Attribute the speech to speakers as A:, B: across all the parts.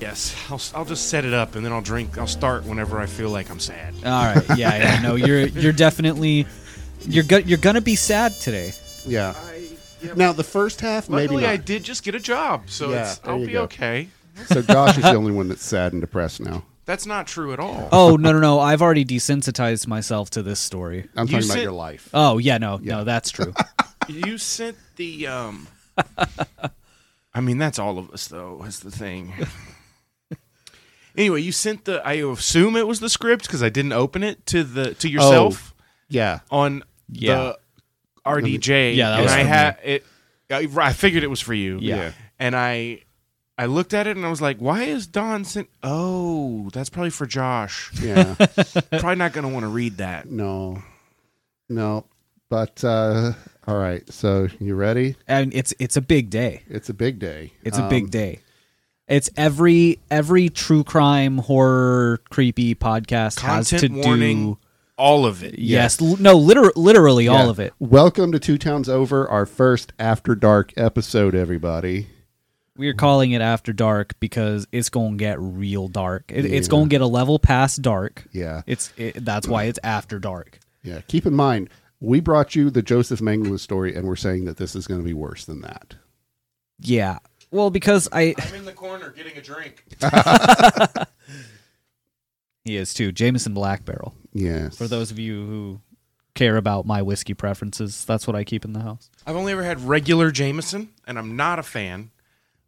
A: Yes, I'll, I'll just set it up and then I'll drink. I'll start whenever I feel like I'm sad.
B: All right. Yeah. Yeah. No, you're you're definitely you're go- you're gonna be sad today.
C: Yeah.
A: I, yeah,
C: Now the first half, maybe
A: luckily
C: not.
A: I did just get a job, so
C: Yeah,
A: it's,
C: there
A: I'll
C: you
A: be
C: go.
A: okay.
C: So Josh is the only one that's sad and depressed now.
A: That's not true at all.
B: Oh no no no! I've already desensitized myself to this story.
C: I'm
A: You
C: talking about
A: sit-
C: your life.
B: Oh yeah. No no, that's true.
A: You sent the. um I mean, that's all of us, though. Is the thing. anyway, you sent the. I assume it was the script because I didn't open it to the
C: Oh.
A: to yourself
C: Yeah.
A: on
B: Yeah.
A: the RDJ.
B: Yeah, that
A: and
B: was
A: I
B: for
A: had it. I I figured it was for you.
B: Yeah.
A: and I. I looked at it and I was like, "Why is Don sent? Oh, that's probably for Josh.
C: Yeah.
A: Probably not going to want to read that."
C: no. No. But uh all right. So you ready?
B: and it's it's a big day.
C: It's a big day.
B: It's a
C: Um,
B: big day. It's every every true crime horror creepy podcast has
A: Content
B: to
A: warning,
B: do.
A: all of it.
B: Yes, l- no, liter- literally all
C: Yeah.
B: of it.
C: Welcome to Two Towns Over, our first After Dark episode, everybody.
B: We're calling it after dark because it's gonna get real dark. It, It's gonna get a level past dark.
C: Yeah.
B: It's it, that's why it's after dark.
C: Yeah. Keep in mind, we brought you the Joseph Mengele story, and we're saying that this is going to be worse than that.
B: Yeah. Well, because I
A: I'm in the corner getting a drink.
B: he is too. Jameson Black Barrel.
C: Yes.
B: For those of you who care about my whiskey preferences, that's what I keep in the house.
A: I've only ever had regular Jameson, and I'm not a fan,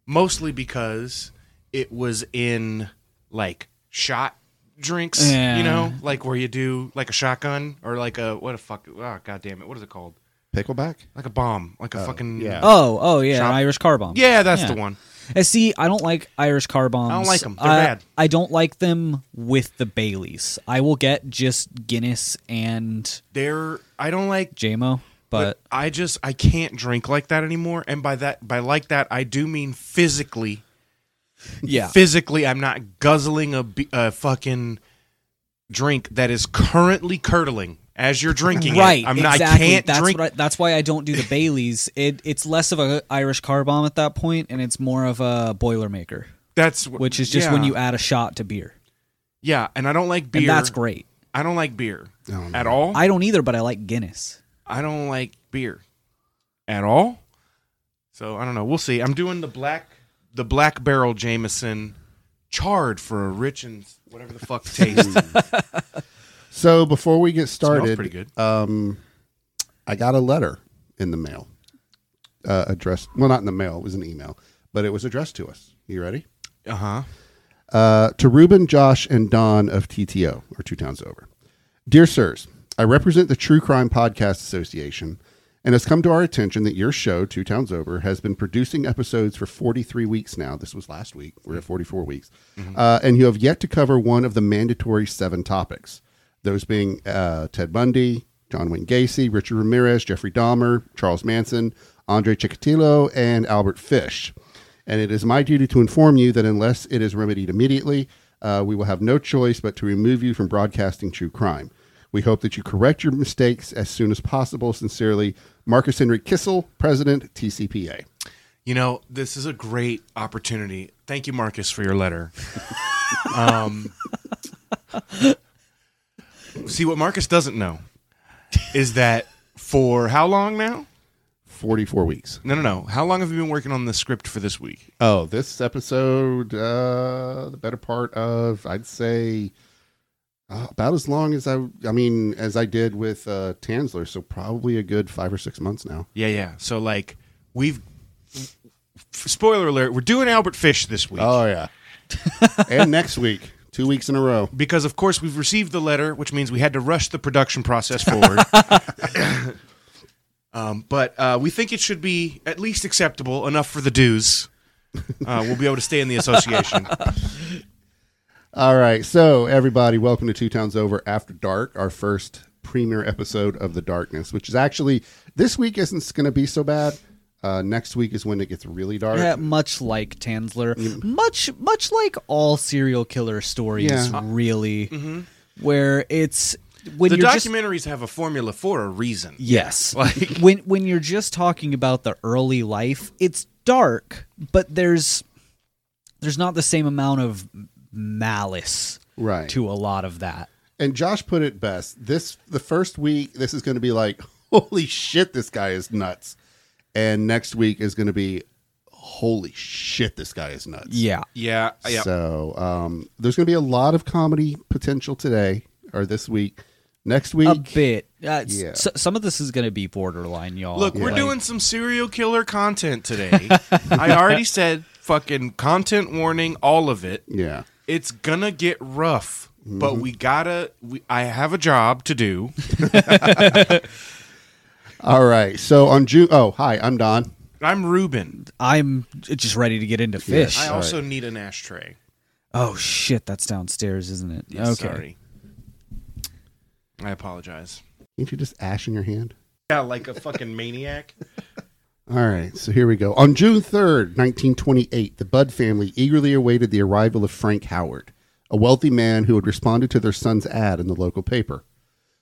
A: mostly because it was in like shot drinks,
B: Yeah.
A: you know, like where you do like a shotgun or like a what a fuck, oh, god damn it, what is it called?
C: Pickleback?
A: Like a bomb, like a fucking
C: yeah.
B: Oh, oh yeah,
A: Shop-
B: an Irish car bomb.
A: yeah, that's
B: Yeah.
A: the one.
B: And see, I don't like Irish car bombs.
A: I don't like 'em. They're
B: I,
A: bad.
B: I don't like them with the Baileys. I will get just Guinness and
A: There, I don't like,
B: JMO, but
A: I just I can't drink like that anymore. And by that, by like that, I do mean physically.
B: yeah,
A: physically I'm not guzzling a, be- a fucking drink that is currently curdling as you're drinking it.
B: right.
A: I'm not
B: exactly.
A: I can't
B: that's
A: drink
B: What I, that's why I don't do the Baileys. It it's less of a Irish car bomb at that point, and it's more of a Boilermaker,
A: that's what-
B: which is just when
A: yeah.
B: you add a shot to beer,
A: Yeah, and I don't like beer.
B: and that's great.
A: I don't like beer
C: Oh, no.
A: at all. I,
B: I don't either, but I like Guinness.
A: don't like beer at all. So I don't know. We'll see. I'm doing the black the black barrel Jameson charred for a rich and whatever the fuck taste.
C: Mm. So before we get started,
A: pretty good.
C: Um, I got a letter in the mail uh, addressed. Well, not in the mail. It was an email, but it was addressed to us. You ready?
A: uh-huh.
C: Uh, to Ruben, Josh, and Don of TTO, or Two Towns Over. Dear sirs, I represent the True Crime Podcast Association, and it's come to our attention that your show, Two Towns Over, has been producing episodes for 43 weeks now. This was last week. We're at 44 weeks. Uh, and you have yet to cover one of the mandatory seven topics, those being uh, Ted Bundy, John Wayne Gacy, Richard Ramirez, Jeffrey Dahmer, Charles Manson, Andre Chikatilo, and Albert Fish and it is my duty to inform you that unless it is remedied immediately, uh, we will have no choice but to remove you from broadcasting true crime. We hope that you correct your mistakes as soon as possible. Sincerely, Marcus Henry Kissel, President, TCPA.
A: You know, this is a great opportunity. Thank you, Marcus, for your letter. um, see, what Marcus doesn't know is that for how long now?
C: 44 weeks.
A: No, no, no. How long have you been working on the script for this week?
C: Oh, this episode, uh, the better part of, I'd say, uh, about as long as I, I mean, as I did with uh, Tansler. So probably a good five or six months now.
A: Yeah, yeah. So, like, we've. f- Spoiler alert, we're doing Albert Fish this week.
C: Oh, yeah. and next week, two weeks in a row.
A: because of course we've received the letter, which means we had to rush the production process forward. um, but uh, we think it should be at least acceptable enough for the dues. Uh, we'll be able to stay in the association.
C: All right. So, everybody, welcome to Two Towns Over After Dark, our first premiere episode of The Darkness, which is actually this week isn't going to be so bad. Uh, next week is when it gets really dark.
B: Yeah, much like Tansler, much much like all serial killer stories,
C: Yeah.
B: really, where it's when
A: mm-hmm. the
B: you're just
A: documentaries have a formula for a reason.
B: yes,
A: Like-
B: when when you're just talking about the early life, it's dark, but there's there's not the same amount of malice
C: Right.
B: to a lot of that.
C: And Josh put it best. This the first week, this is going to be like, holy shit, this guy is nuts. And next week is going to be, holy shit, this guy is nuts.
B: Yeah.
A: Yeah, yeah.
C: So um, there's going to be a lot of comedy potential today or this week. Next week,
B: A bit. Uh, s-
C: Yeah.
B: s- some of this is going to be borderline, y'all.
A: Look, we're
B: Like,
A: doing some serial killer content today. I already said fucking content warning, all of it.
C: yeah,
A: It's gonna get rough, but
B: Mm-hmm.
A: we gotta. We, I have a job to do.
C: All right. So on June. Oh, hi. I'm Don.
A: I'm Ruben.
B: I'm j- just ready to get into fish.
A: I
C: All
A: also need an ashtray.
B: oh shit, that's downstairs, isn't it? okay.
A: Sorry. I apologize.
C: Ain't you just ash in your hand?
A: Yeah, like a fucking maniac.
C: All right. So here we go. On June 3rd, 1928, the Budd family eagerly awaited the arrival of Frank Howard, a wealthy man who had responded to their son's ad in the local paper.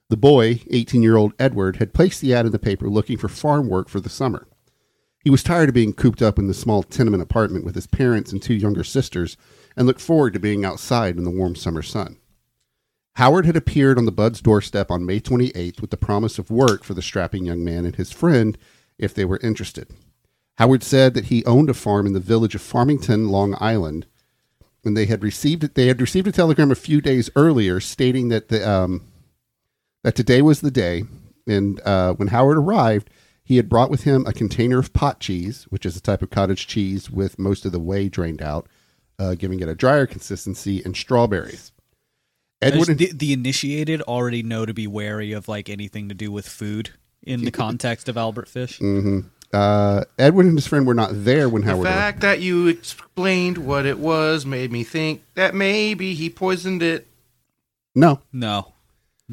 C: The boy, 18 year old Edward, had placed the ad in the paper looking for farm work for the summer. He was tired of being cooped up in the small tenement apartment with his parents and two younger sisters and looked forward to being outside in the warm summer sun. Howard had appeared on the Bud's doorstep on May 28th with the promise of work for the strapping young man and his friend if they were interested. Howard said that he owned a farm in the village of Farmington, Long Island, and they had received they had received a telegram a few days earlier stating that the um, that today was the day. And uh, when Howard arrived, he had brought with him a container of pot cheese, which is a type of cottage cheese with most of the whey drained out, uh, giving it a drier consistency, and strawberries. Edward and-
B: the, the initiated already know to be wary of like anything to do with food in the context of Albert Fish.
C: Mm. Uh, Edward and his friend were not there when
A: The
C: Howard. arrived.
A: fact that you explained what it was made me think that maybe he poisoned it.
C: No,
B: No. Oh,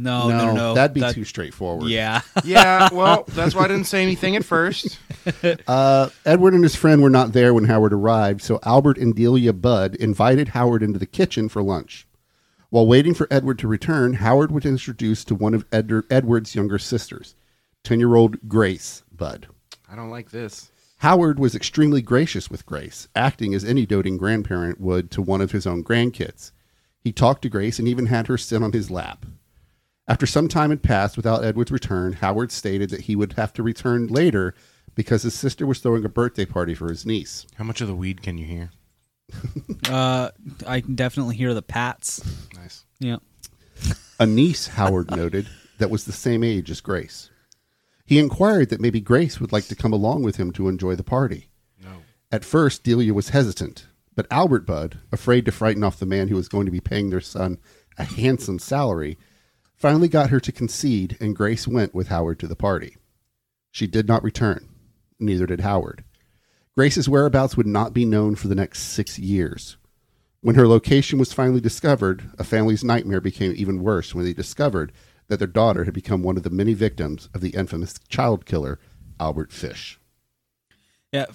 B: No, no, no, no.
C: that'd be
B: That-
C: too straightforward.
B: Yeah.
A: Yeah, well, that's why I didn't say anything at first.
C: Uh, Edward and his friend were not there when Howard arrived, so Albert and Delia Budd invited Howard into the kitchen for lunch. While waiting for Edward to return, Howard was introduced to one of Ed- Edward's younger sisters, ten-year-old Grace Budd.
A: I don't like this.
C: Howard was extremely gracious with Grace, acting as any doting grandparent would to one of his own grandkids. He talked to Grace and even had her sit on his lap. After some time had passed without Edward's return, Howard stated that he would have to return later because his sister was throwing a birthday party for his niece.
A: How much of the weed can you hear?
B: Uh, I can definitely hear the pats.
A: Nice.
B: Yeah.
C: A niece, Howard noted, that was the same age as Grace. He inquired that maybe Grace would like to come along with him to enjoy the party.
A: No.
C: At first, Delia was hesitant, but Albert Budd, afraid to frighten off the man who was going to be paying their son a handsome salary, finally got her to concede, and Grace went with Howard to the party. She did not return, neither did Howard. Grace's whereabouts would not be known for the next six years. When her location was finally discovered, a family's nightmare became even worse when they discovered that their daughter had become one of the many victims of the infamous child killer, Albert Fish.
B: Yeah.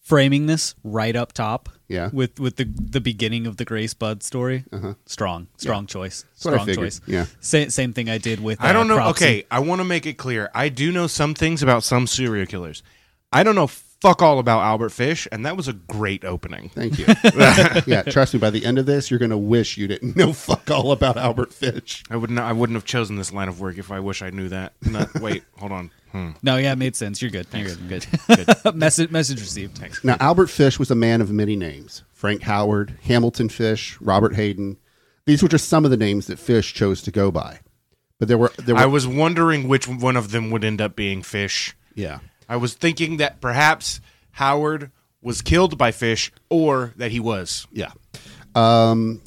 B: Framing this right up top.
C: Yeah.
B: With with the the beginning of the Grace Bud story.
C: Uh-huh.
B: Strong. Strong choice.
C: what I
B: Strong
C: figured.
B: choice.
C: Yeah.
B: Sa- same thing I did with uh,
A: I don't know.
B: Cropsy.
A: Okay, I want to make it clear. I do know some things about some serial killers. I don't know fuck all about Albert Fish, and that was a great opening.
C: Thank you. yeah, trust me. By the end of this, you're gonna wish you didn't know fuck all about Albert Fish.
A: I wouldn't. I wouldn't have chosen this line of work if I wish I knew that. No, wait, hold on. Hmm.
B: No, yeah, it made sense. You're good. You're good.
A: Good.
B: good. message message received.
C: Now, Albert Fish was a man of many names: Frank Howard, Hamilton Fish, Robert Hayden. These were just some of the names that Fish chose to go by. But there were there were
A: I was wondering which one of them would end up being Fish.
C: yeah
A: I was thinking that perhaps Howard was killed by Fish, or that he was.
C: yeah. Um,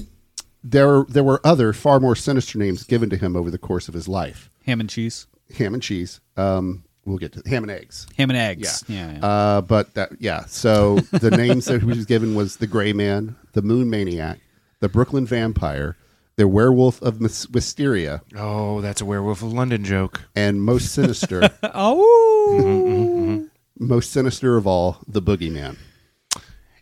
C: there there were other far more sinister names given to him over the course of his life:
B: Ham and cheese.
C: ham and cheese. Um, we'll get to ham and eggs.
B: Ham and eggs. Yeah. yeah,
C: Uh, but that, yeah. So the names that he was given was the Gray Man, the Moon Maniac, the Brooklyn Vampire, the Werewolf of Mys- Wisteria,
A: Oh, that's a werewolf of London joke.
C: and most sinister,
A: Uh, mm-hmm.
B: Oh.
C: most sinister of all, the Boogeyman.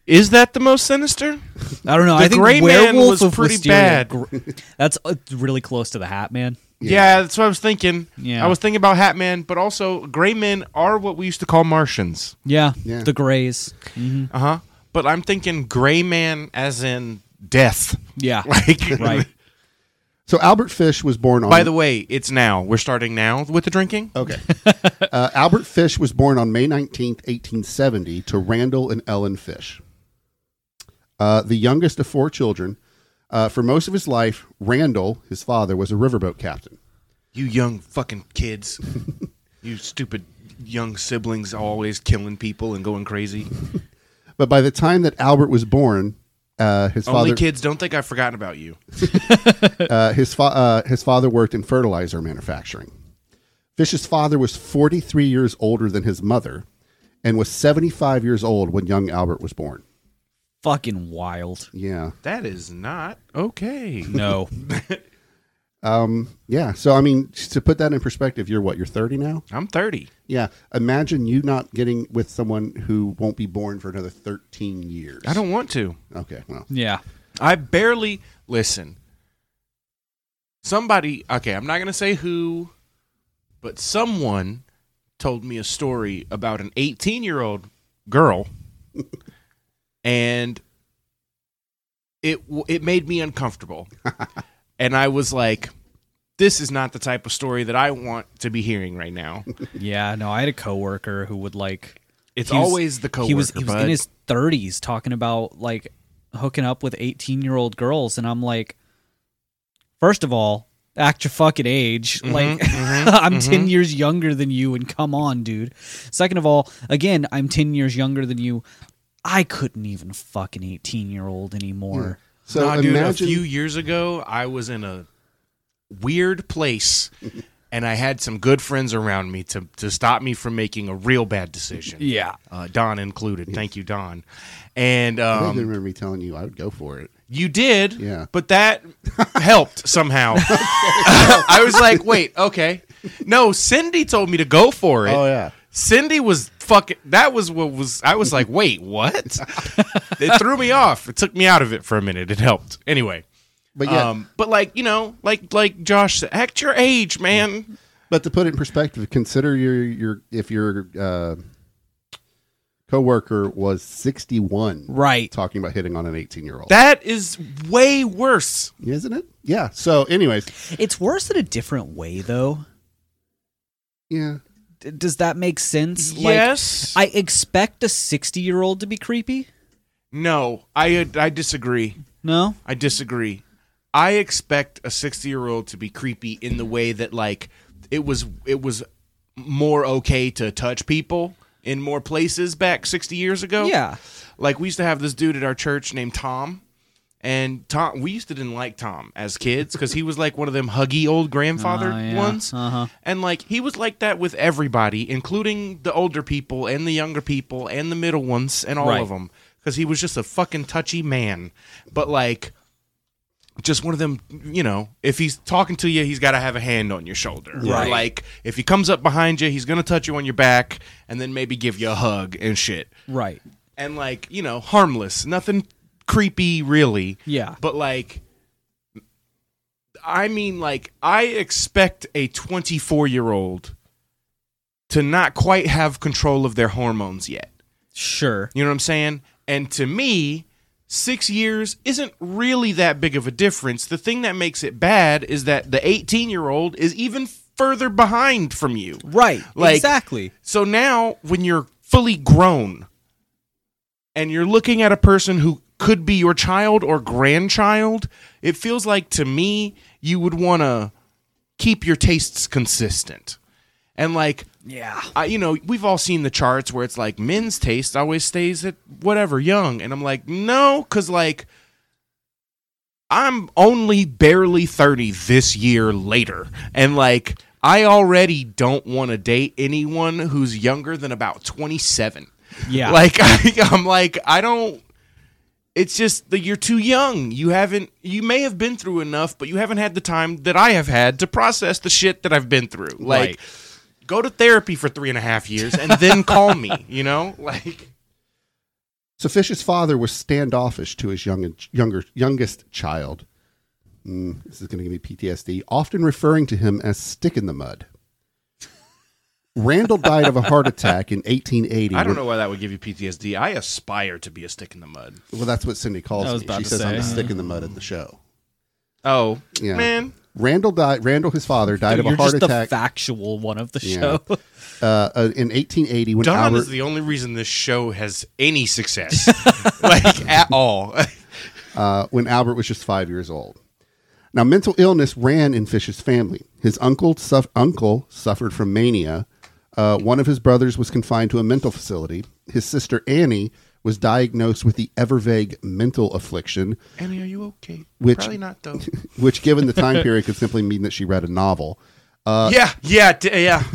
A: Is that the most sinister?
B: I don't know.
A: The
B: I think
A: Gray Man
B: werewolf
A: was
B: of
A: pretty
B: Wisteria-
A: bad.
B: gr- That's uh, really close to the Hat Man.
A: Yeah. that's what I was thinking.
B: Yeah.
A: I was thinking about Hat Man, but also gray men are what we used to call Martians.
B: Yeah,
C: Yeah.
B: the Grays.
A: Uh huh. but I'm thinking gray man as in death.
B: Yeah.
A: Like
B: Right.
C: So Albert Fish was born on.
A: By the way, it's now. We're starting now with the drinking.
C: Um, okay, uh, Albert Fish was born on May nineteenth, eighteen seventy, to Randall and Ellen Fish. Uh, the youngest of four children, uh, for most of his life, Randall, his father, was a riverboat captain.
A: You young fucking kids. you stupid young siblings always killing people and going crazy.
C: But by the time that Albert was born, uh, his
A: Only
C: father
A: kids, don't think I've forgotten about you.
C: uh, his fa- uh, his father worked in fertilizer manufacturing. Fish's father was 43 years older than his mother, and was 75 years old when young Albert was born.
B: Fucking wild.
C: Yeah,
A: That is not okay.
B: No.
C: yeah. So I mean, just to put that in perspective, you're what? You're 30 now.
A: I'm 30.
C: Yeah. Imagine you not getting with someone who won't be born for another 13 years.
A: I don't want to.
C: Okay. Well.
B: yeah.
A: I barely listen. Somebody, okay, I'm not going to say who, but someone told me a story about an 18 year old girl, and it w- it made me uncomfortable, and I was like, "This is not the type of story that I want to be hearing right now."
B: Yeah. No, I had a coworker who would like.
A: It's
B: he was-
A: always the coworker.
B: He was, he was in
A: bud.
B: his 30s talking about like hooking up with 18 year old girls. And I'm like, first of all, act your fucking age.
A: Mm-hmm,
B: like, I'm 10 years younger than you. And come on, dude. Second of all, again, I'm 10 years younger than you. I couldn't even fuck an 18 year old anymore.
C: So
A: Nah, dude,
C: imagine.
A: a few years ago, I was in a weird place, and I had some good friends around me to to stop me from making a real bad decision.
B: Yeah.
A: uh, Don included. Thank you, Don. And
C: I think
A: um,
C: you remember me telling you I would go for it.
A: you did,
C: Yeah.
A: But that helped somehow. I was like, wait, okay. No, Cindy told me to go for it.
C: Oh, yeah.
A: Cindy was fucking. That was what was. I was like, wait, what? it threw me off. It took me out of it for a minute. It helped anyway.
C: But yeah.
A: Um, but like you know, like like Josh said, act your age, man.
C: But to put it in perspective, consider your your if your uh, coworker was sixty one,
B: Right.
C: Talking about hitting on an eighteen year old,
A: That is way worse.
C: isn't it? Yeah. So, anyways,
B: It's worse in a different way, though.
C: yeah,
B: D- does that make sense?
A: Yes.
B: Like, I expect a 60 year old to be creepy.
A: No, I I disagree.
B: No?
A: I disagree. I expect a 60 year old to be creepy in the way that like it was it was more okay to touch people in more places back 60 years ago.
B: Yeah.
A: Like we used to have this dude at our church named Tom. And Tom, we used to didn't like Tom as kids because he was like one of them huggy old grandfather
B: Oh, yeah.
A: ones,
B: Uh-huh.
A: and like he was like that with everybody, including the older people and the younger people and the middle ones and all
B: Right.
A: of them, because he was just a fucking touchy man. But like, just one of them, you know, if he's talking to you, he's got to have a hand on your shoulder. Or
B: Right.
A: like, if he comes up behind you, he's going to touch you on your back and then maybe give you a hug and shit.
B: Right.
A: And like, you know, harmless, nothing creepy really.
B: Yeah.
A: But like, I mean, like, I expect a 24 year old to not quite have control of their hormones yet.
B: Sure.
A: You know what I'm saying? And to me, six years isn't really that big of a difference. The thing that makes it bad is that the 18 year old is even further behind from you.
B: Right.
A: Like-
B: exactly.
A: So now, when you're fully grown and you're looking at a person who could be your child or grandchild, it feels like to me you would want to keep your tastes consistent. And like,
B: Yeah.
A: I, you know, we've all seen the charts where it's like men's taste always stays at whatever young, and I'm like, no, because like I'm only barely thirty this year later, and like I already don't want to date anyone who's younger than about twenty seven.
B: Yeah.
A: Like I, I'm like I don't. It's just that you're too young. You haven't. You may have been through enough, but you haven't had the time that I have had to process the shit that I've been through. Like,
B: Right.
A: go to therapy for three and a half years and then call me. You know, like
C: So Fish's father was standoffish to his young, younger, youngest child. Mm, this is going to give me PTSD. Often referring to him as "stick in the mud." Randall died of a heart attack in 1880.
A: I don't know why that would give you PTSD. I aspire to be a stick in the mud.
C: Well, that's what Cindy
B: I
C: calls
B: was
C: me.
B: about
C: She
B: to
C: says I'm a
B: say.
C: stick in the mud at the show.
A: Oh,
C: Yeah.
A: man.
C: Randall died. Randall, his father, died of
B: You're
C: a heart
B: just
C: attack
B: the factual one of the
C: Yeah.
B: show.
C: uh, uh, in 1880 when
A: Don
C: Albert.
A: is the only reason this show has any success, like at all.
C: uh, when Albert was just five years old. Now, mental illness ran in Fish's family. His uncle suff- uncle suffered from mania. Uh, one of his brothers was confined to a mental facility. His sister Annie was diagnosed with the ever vague mental affliction,
A: Annie, are you okay?
C: Which-
A: Probably not, though.
C: which, given the time period, could simply mean that she read a novel. uh,
A: yeah, yeah, d- yeah.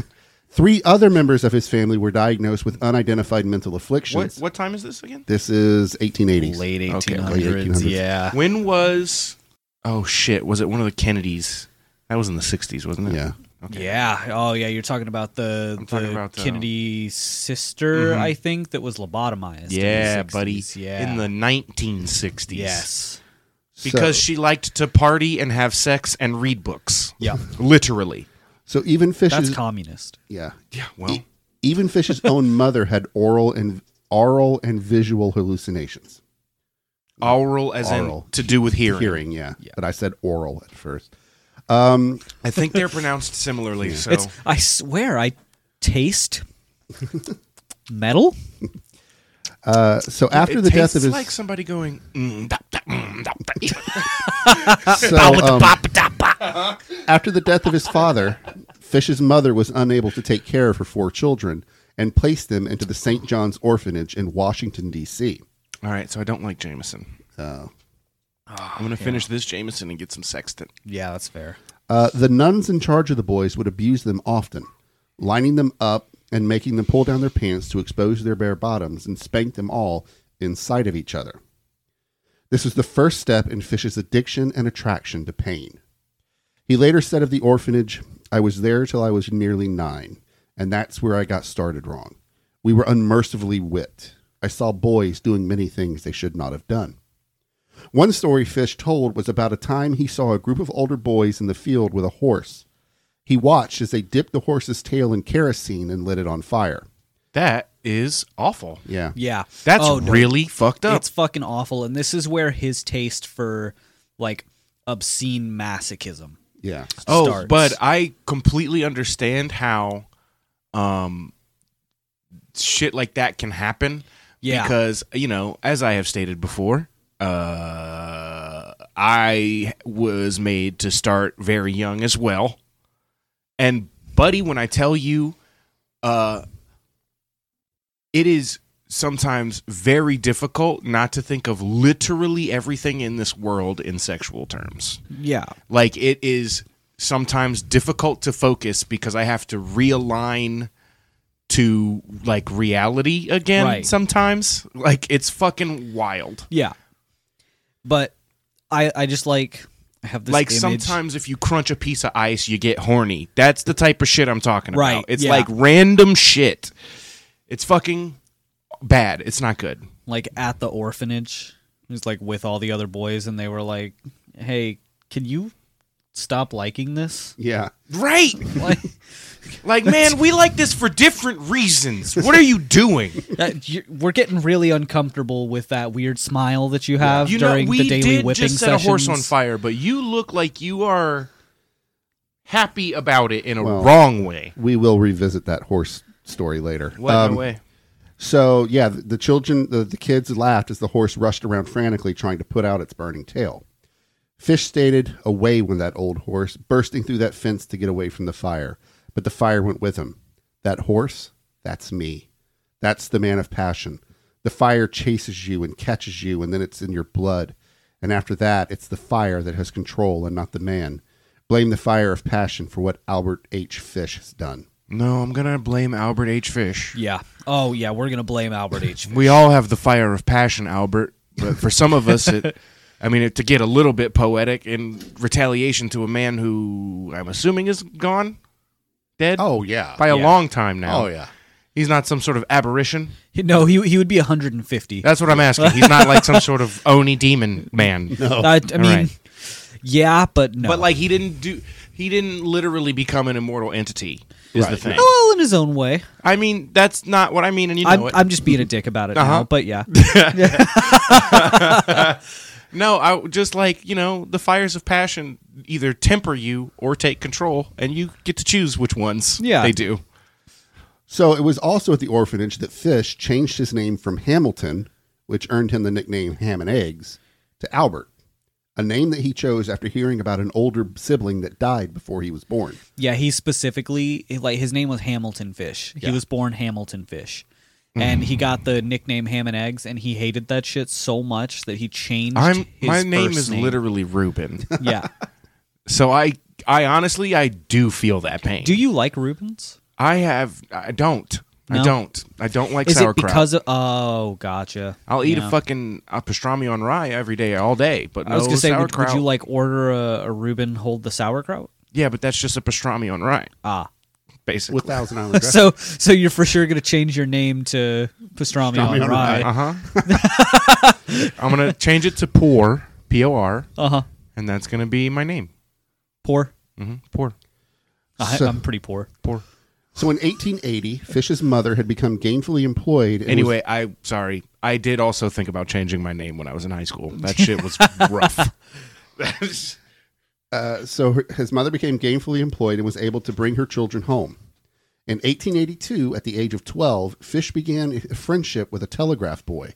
C: Three other members of his family were diagnosed with unidentified mental
A: What
C: afflictions.
A: what time is this again?
C: This is 1880s.
B: Late
A: Okay,
B: 1800s.
C: late 1800s.
B: Yeah.
A: When was? Oh shit! Was it one of the Kennedys? That was in the '60s, wasn't it?
C: Yeah.
A: Okay.
B: Yeah. Oh, yeah. You're talking about the, the
A: talking about uh, the-
B: Kennedy sister,
A: Mhm.
C: Mm-hmm.
B: I think, that was lobotomized. in the
A: Yeah, buddy.
B: 60s. Yeah.
A: In the 1960s.
B: Yes.
A: Because
C: So-
A: she liked to party and have sex and read books.
B: Yeah.
A: Literally. E,
C: So even
B: That's
C: Fish's
B: communist.
C: yeah
A: Yeah, well.
C: E, Even Fish's own mother had oral and oral and visual hallucinations.
A: Aural as
C: Aural.
A: in to do with hearing.
C: Hearing, yeah.
B: Yeah.
C: But I said oral at first. Um,
A: I think they're pronounced similarly. So
B: It's. I swear, I taste metal.
C: uh, so after
A: It
C: the death of
A: tastes
C: his,
A: like somebody going. "Mm, da, da, mm, da, da."
C: so, um, after the death of his father, Fish's mother was unable to take care of her four children and placed them into the St. John's Orphanage in Washington D.C.
A: All right, so I don't like Jameson.
C: Uh,
A: I'm gonna finish this Jameson and get some sextant.
B: Yeah, that's fair.
C: Uh, the nuns in charge of the boys would abuse them often, lining them up and making them pull down their pants to expose their bare bottoms and spank them all in sight of each other. This was the first step in Fish's addiction and attraction to pain. He later said of the orphanage, I was there till I was nearly nine, and that's where I got started wrong. We were unmercifully whipped. I saw boys doing many things they should not have done. One story Fish told was about a time he saw a group of older boys in the field with a horse. He watched as they dipped the horse's tail in kerosene and lit it on fire.
A: That is awful.
C: Yeah.
B: Yeah.
A: That's
B: Oh, no,
A: really fucked up.
B: It's fucking awful. And this is where his taste for like obscene masochism.
C: Yeah.
A: Oh,
B: starts.
A: but I completely understand how um shit like that can happen.
B: Yeah.
A: Because, you know, as I have stated before, uh I was made to start very young as well. And buddy, when I tell you uh it is sometimes very difficult not to think of literally everything in this world in sexual terms
B: Yeah.
A: like it is sometimes difficult to focus because I have to realign to like reality again
B: Right.
A: sometimes. Like it's fucking wild.
B: Yeah. But I I just like I have this
A: like
B: image-
A: sometimes if you crunch a piece of ice, you get horny. That's the type of shit I'm talking
B: Right,
A: about. It's
B: yeah.
A: like random shit. It's fucking bad. It's not good.
B: like at the orphanage. It was like with all the other boys and they were like, "Hey, can you stop liking this?"
C: Yeah.
A: Right.
B: Like
A: Like, man, we like this for different reasons. What are you doing?
B: that, you uh, we're getting really uncomfortable with that weird smile that you have during the daily whipping
A: just set a horse on
B: sessions.
A: fire, but you look like you are happy about it in a
C: Well,
A: wrong way.
C: We will revisit that horse story later.
A: What
C: Um,
A: no way?
C: So, yeah, the, the children, the, the kids laughed as the horse rushed around frantically trying to put out its burning tail. Fish stated, Away went that old horse, bursting through that fence to get away from the fire. But the fire went with him. That horse, that's me. That's the man of passion. The fire chases you and catches you, and then it's in your blood. And after that, it's the fire that has control and not the man. Blame the fire of passion for what Albert H. Fish has done.
A: No, I'm gonna blame Albert H. Fish.
B: Yeah. Oh yeah, we're gonna blame Albert H.
A: We all have the fire of passion, Albert, but for some of us, it, I mean, it, to get a little bit poetic in retaliation to a man who I'm assuming is gone, dead
C: Oh, yeah. Oh,
A: by a
B: yeah.
A: long time now.
C: yeah.
A: He's not some sort of aberration.
B: No, he he would be 150.
A: Oh, That's what I'm asking. He's not like some sort of oni demon man.
B: Uh, I, I mean,
A: All right.
B: Yeah, but no.
A: But like he didn't do he didn't literally become an immortal entity is the
C: Right.
A: thing.
B: well, in his own way.
A: I mean, that's not what Uh-huh. I mean and you know
B: I'm,
A: it.
B: I'm just being a dick about it now, but yeah.
A: no, I just like, you know, the fires of passion either temper you or take control and you get to choose which ones
B: Yeah.
A: they do.
C: So it was also at the orphanage that Fish changed his name from Hamilton, which earned him the nickname Ham and Eggs, to Albert, a name that he chose after hearing about an older sibling that died before he was born.
B: Yeah, he specifically like his name was Hamilton Fish. He was born Hamilton Fish.
A: Hmm.
B: And he got the nickname Ham and Eggs, and he hated that shit so much that he changed.
A: I'm
B: his
A: my name
B: first
A: is literally Ruben.
B: yeah.
A: so I I honestly I do feel that pain.
B: Do you like Rubens?
A: I have I don't. I
B: No?
A: don't. I don't like
B: Is it
A: sauerkraut.
B: because of? Oh, gotcha.
A: I'll eat
B: Yeah.
A: a fucking a pastrami on rye every day, all day. But no
B: I was gonna say, would,
A: sauerkraut.
B: would you like order a, a Reuben hold the sauerkraut?
A: Yeah, but that's just a pastrami on rye,
B: Ah,
A: basically.
C: With Thousand Island Dress.
B: so so you're for sure gonna change your name to pastrami,
C: Pastrami
B: on
C: on
B: rye.
C: rye.
A: uh huh. I'm gonna change it to pour, P O R,
B: Uh huh.
A: and that's gonna be my name.
B: Poor.
A: hmm Pour,
B: I,
C: So-
B: I'm pretty poor.
A: pour.
C: So in 1880, Fish's mother had become gainfully employed. and was-
A: Anyway, I sorry. I did also think about changing my name when I was in high school. That shit was rough. That's-
C: uh, so her, his mother became gainfully employed and was able to bring her children home. In 1882, at the age of 12, Fish began a friendship with a telegraph boy.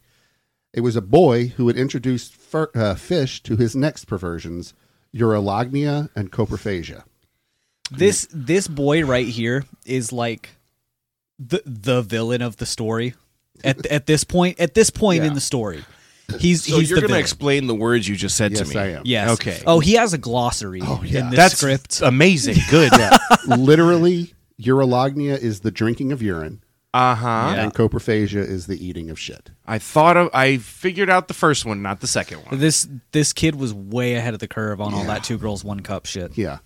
C: It was a boy who had introduced Fir- uh, Fish to his next perversions, urolognia and coprophagia.
B: This this boy right here is like the the villain of the story. At at this point, at this point in the story, he's
A: so
B: he's
A: you're
B: the
A: gonna
B: villain.
A: explain the words you just said to
C: Yes,
A: me.
C: I am.
B: yes.
A: Okay. Oh,
B: Oh, he has a glossary in this
A: that's
B: script.
A: amazing. Good.
C: Yeah, literally, urolognia is the drinking of urine,
A: Uh huh.
B: Yeah.
C: and coprophagia is the eating of shit.
A: I thought of. I figured out the first one, not the second one.
B: This this kid was way ahead of the curve on all that two girls one cup shit.
C: Yeah,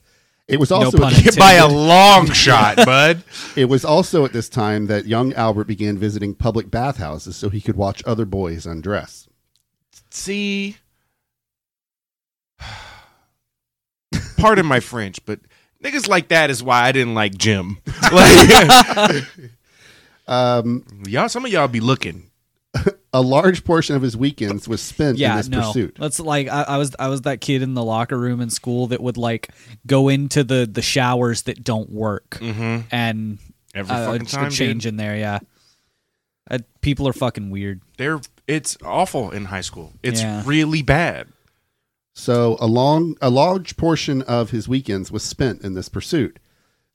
C: it was
B: No
C: also
B: pun
C: a-
B: intended.
A: By a long shot, bud.
C: It was also at this time that young Albert began visiting public bathhouses so he could watch other boys undress.
A: See, pardon my French, but niggas like that is why I didn't like Jim. Like,
C: Um,
A: y'all, some of y'all be looking.
C: a large portion of his weekends was spent in
B: Yeah,
C: this
B: no.
C: pursuit.
B: That's like I, I was I was that kid in the locker room in school that would like go into the the showers that don't work
A: Mm-hmm.
B: and
A: Every
B: uh,
A: fucking
B: a
A: time,
B: change
A: dude.
B: in there. Yeah, Uh, people are fucking weird.
A: They're, it's awful in high school. It's
B: Yeah.
A: really bad.
C: So a long, a large portion of his weekends was spent in this pursuit.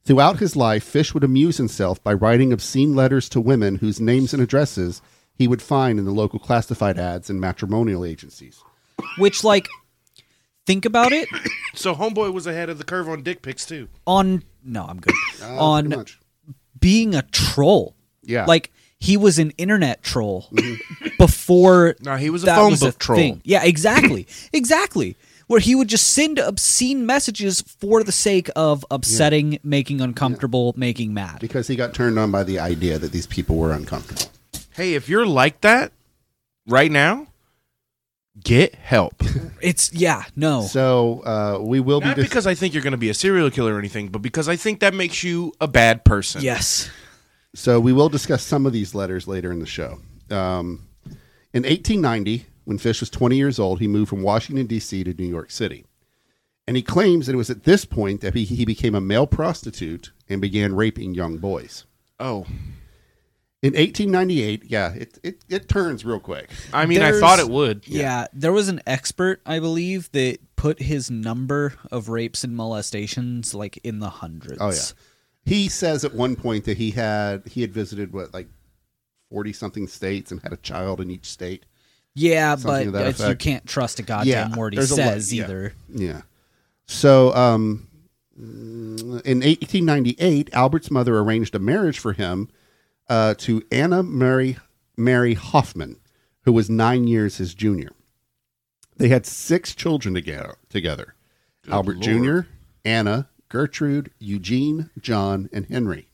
C: Throughout his life, Fish would amuse himself by writing obscene letters to women whose names and addresses he would find in the local classified ads and matrimonial agencies.
B: Which like think about it
A: So homeboy was ahead of the curve on dick pics too.
B: on no I'm good
A: Oh,
C: Uh,
B: on
C: pretty much.
B: being a troll.
C: Yeah.
B: like he was an internet troll before
A: No, he was a
B: that
A: phone
B: was
A: book troll.
B: thing. Yeah, exactly. exactly. Where he would just send obscene messages for the sake of upsetting, making uncomfortable, making mad.
C: because he got turned on by the idea that these people were uncomfortable.
A: Hey, if you're like that right now, get help.
B: It's yeah, no.
C: So uh, we will be
A: Not
C: dis-
A: because I think you're going to be a serial killer or anything, but because I think that makes you a bad person.
B: yes.
C: So we will discuss some of these letters later in the show. Um, in 1890, when Fish was 20 years old, he moved from Washington, D.C. to New York City. And he claims that it was at this point that he, he became a male prostitute and began raping young boys.
A: Oh,
C: In 1898, yeah, it, it, it turns real quick.
A: I mean, I
B: There's-
A: thought it would.
B: Yeah. there was an expert, I believe, that put his number of rapes and molestations like in the hundreds.
C: Oh, yeah. He says at one point that he had he had visited what like 40 something states and had a child in each state.
B: Yeah,
C: Something to
B: but
C: that
B: it's- you
C: effect.
B: can't trust a
C: Yeah,
B: goddamn word he
C: there's a lot-
B: says
C: yeah.
B: either.
C: Yeah. So, um, in 1898, Albert's mother arranged a marriage for him uh, to Anna Mary Mary Hoffman, who was nine years his junior. They had six children together. Together, Albert Jr., Anna, Gertrude, Eugene, John, and Henry.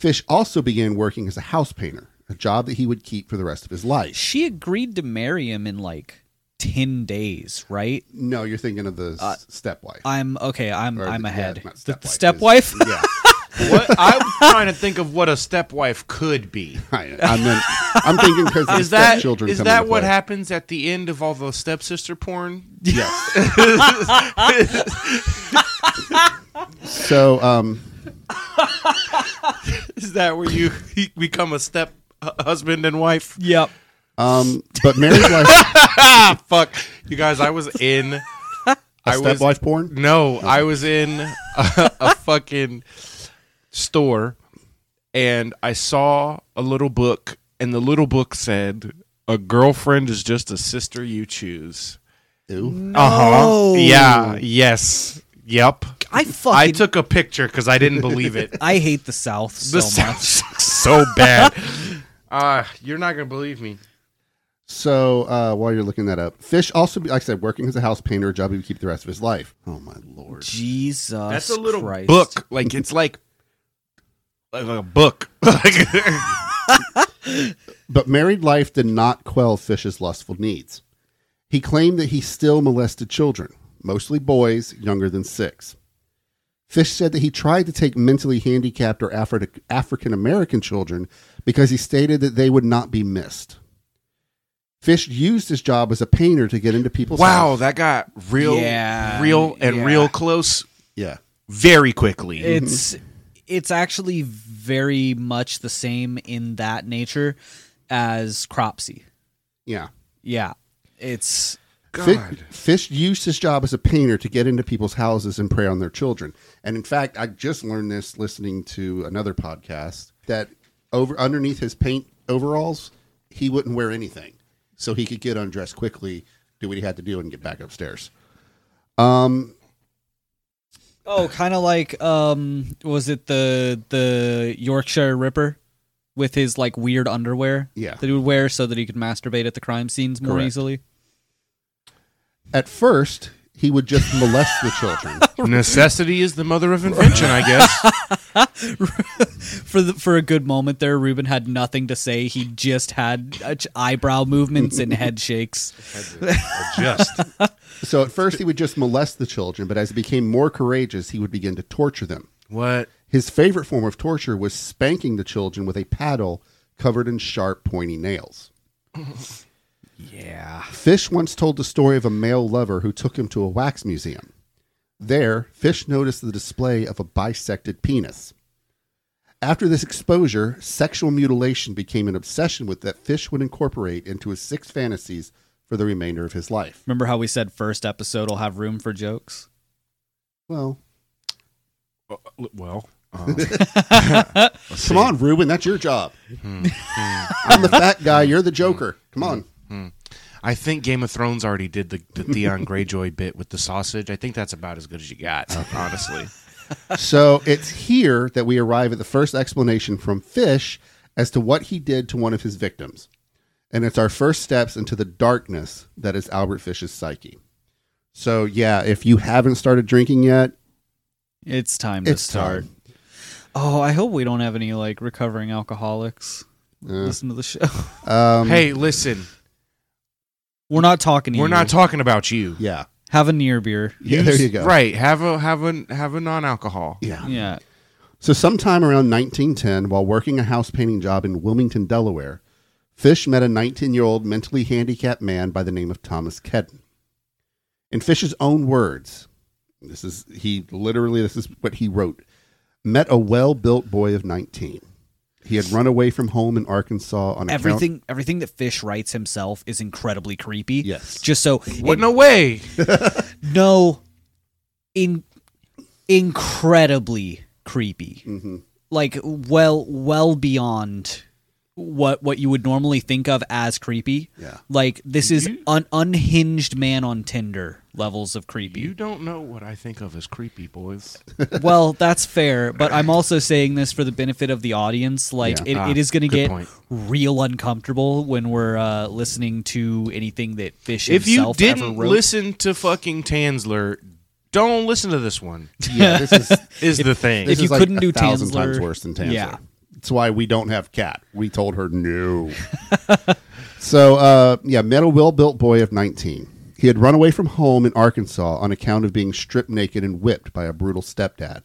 C: Fish also began working as a house painter, a job that he would keep for the rest of his life.
B: She agreed to marry him in like 10 days, right?
C: No, you're thinking of the
B: Uh,
C: s stepwife.
B: I'm okay. I'm
C: Or
B: I'm
C: the- yeah,
B: ahead.
C: not
B: the
C: stepwife,
B: stepwife.
C: yeah,
A: What I'm trying to think of what a stepwife could be.
C: I, I meant, I'm thinking because
A: Is that
C: children.
A: is that what happens at the end of all the stepsister porn?
C: Yes. so, um,
A: Is that where you become a step hu- husband and wife?
B: yep.
C: um, but married life,
A: Ah, fuck you guys! I was in. I was
C: stepwife porn.
A: No, I was in a, a fucking store and I saw a little book, and the little book said, A girlfriend is just a sister you choose.
C: Ew.
A: Uh huh. Yeah. Yes. Yep.
B: I fucking
A: I
B: I,
A: took a picture because I didn't believe it.
B: hate the South so
A: this
B: much.
A: sounds so bad. Uh, you're not going to believe me.
C: So, uh, while you're looking that up, Fish also, be- like I said, working as a house painter, a job he would keep the rest of his life. Oh my lord!
B: Jesus.
A: That's a little
B: Christ.
A: book. Like, it's like. Like a book.
C: But married life did not quell Fish's lustful needs. He claimed that he still molested children, mostly boys younger than six. Fish said that he tried to take mentally handicapped or Afri- African American children because he stated that they would not be missed. Fish used his job as a painter to get into people's
A: wow,
C: house-
A: that got real,
B: Yeah,
A: real, and
B: yeah.
A: real close
C: Yeah.
A: very quickly.
B: It's it's actually very much the same in that nature as Cropsy.
C: Yeah.
B: Yeah. It's
C: Fi- Fish used his job as a painter to get into people's houses and prey on their children. And in fact, I just learned this listening to another podcast that over underneath his paint overalls, he wouldn't wear anything, so he could get undressed quickly, do what he had to do, and get back upstairs. Um,
B: oh, kind of like um was it the the Yorkshire Ripper with his like weird underwear
C: Yeah.
B: that he would wear so that he could masturbate at the crime scenes more
C: Correct.
B: easily?
C: at first, he would just molest the children.
A: Necessity is the mother of invention, I guess.
B: for the, for a good moment there, Ruben had nothing to say. He just had uh, ch- eyebrow movements and head shakes.
A: Just
C: So at first, he would just molest the children, but as he became more courageous, he would begin to torture them.
A: what?
C: His favorite form of torture was spanking the children with a paddle covered in sharp, pointy nails.
B: Yeah.
C: Fish once told the story of a male lover who took him to a wax museum. There, Fish noticed the display of a bisected penis. After this exposure, sexual mutilation became an obsession with that Fish would incorporate into his six fantasies for the remainder of his life.
B: Remember how we said first episode will have room for jokes?
C: Well,
A: Well, um,
C: come on, Ruben, that's your job. I'm the fat guy, you're the joker. Come on.
A: I think Game of Thrones already did the, the Theon Greyjoy bit with the sausage. I think that's about as good as you got, honestly.
C: So it's here that we arrive at the first explanation from Fish as to what he did to one of his victims. And it's our first steps into the darkness that is Albert Fish's psyche. So, yeah, if you haven't started drinking yet,
B: It's time to
C: it's
B: start.
C: time.
B: Oh, I hope we don't have any like recovering alcoholics.
C: Uh.
B: Listen to the show.
C: Um,
A: hey, listen,
B: We're not talking. To
A: we're
B: you.
A: not talking about you.
C: Yeah.
B: have a near beer.
C: Yeah, there you go.
A: Right? Have a have a have a non-alcohol.
C: Yeah.
B: Yeah.
C: So, sometime around 1910, while working a house painting job in Wilmington, Delaware, Fish met a 19 year old mentally handicapped man by the name of Thomas Kedden. In Fish's own words, this is, he literally, this is what he wrote met a well built boy of 19. He had run away from home in Arkansas on account-
B: Everything everything that Fish writes himself is incredibly creepy.
C: Yes.
B: Just so
A: What? No way.
B: no in incredibly creepy
C: Mm-hmm.
B: like well well beyond what what you would normally think of as creepy
C: Yeah.
B: like this is an unhinged man on tinder levels of creepy
A: You don't know what I think of as creepy, boys.
B: well that's fair but i'm also saying this for the benefit of the audience like
C: Yeah.
B: it,
A: Ah,
B: it is going to
A: good
B: get
A: point.
B: real uncomfortable when we're uh, listening to anything that fish
A: if you
B: himself
A: didn't
B: ever wrote.
A: listen to fucking Tansler, don't listen to this one.
C: Yeah, this is, this
A: Is the thing.
B: If you
C: is like
B: couldn't
C: a
B: do
C: thousand
B: Tansler-
C: times worse than Tansler.
B: Yeah.
C: That's why we don't have Cat. We told her no. so, uh, yeah, metal well built boy of 19. He had run away from home in Arkansas on account of being stripped naked and whipped by a brutal stepdad.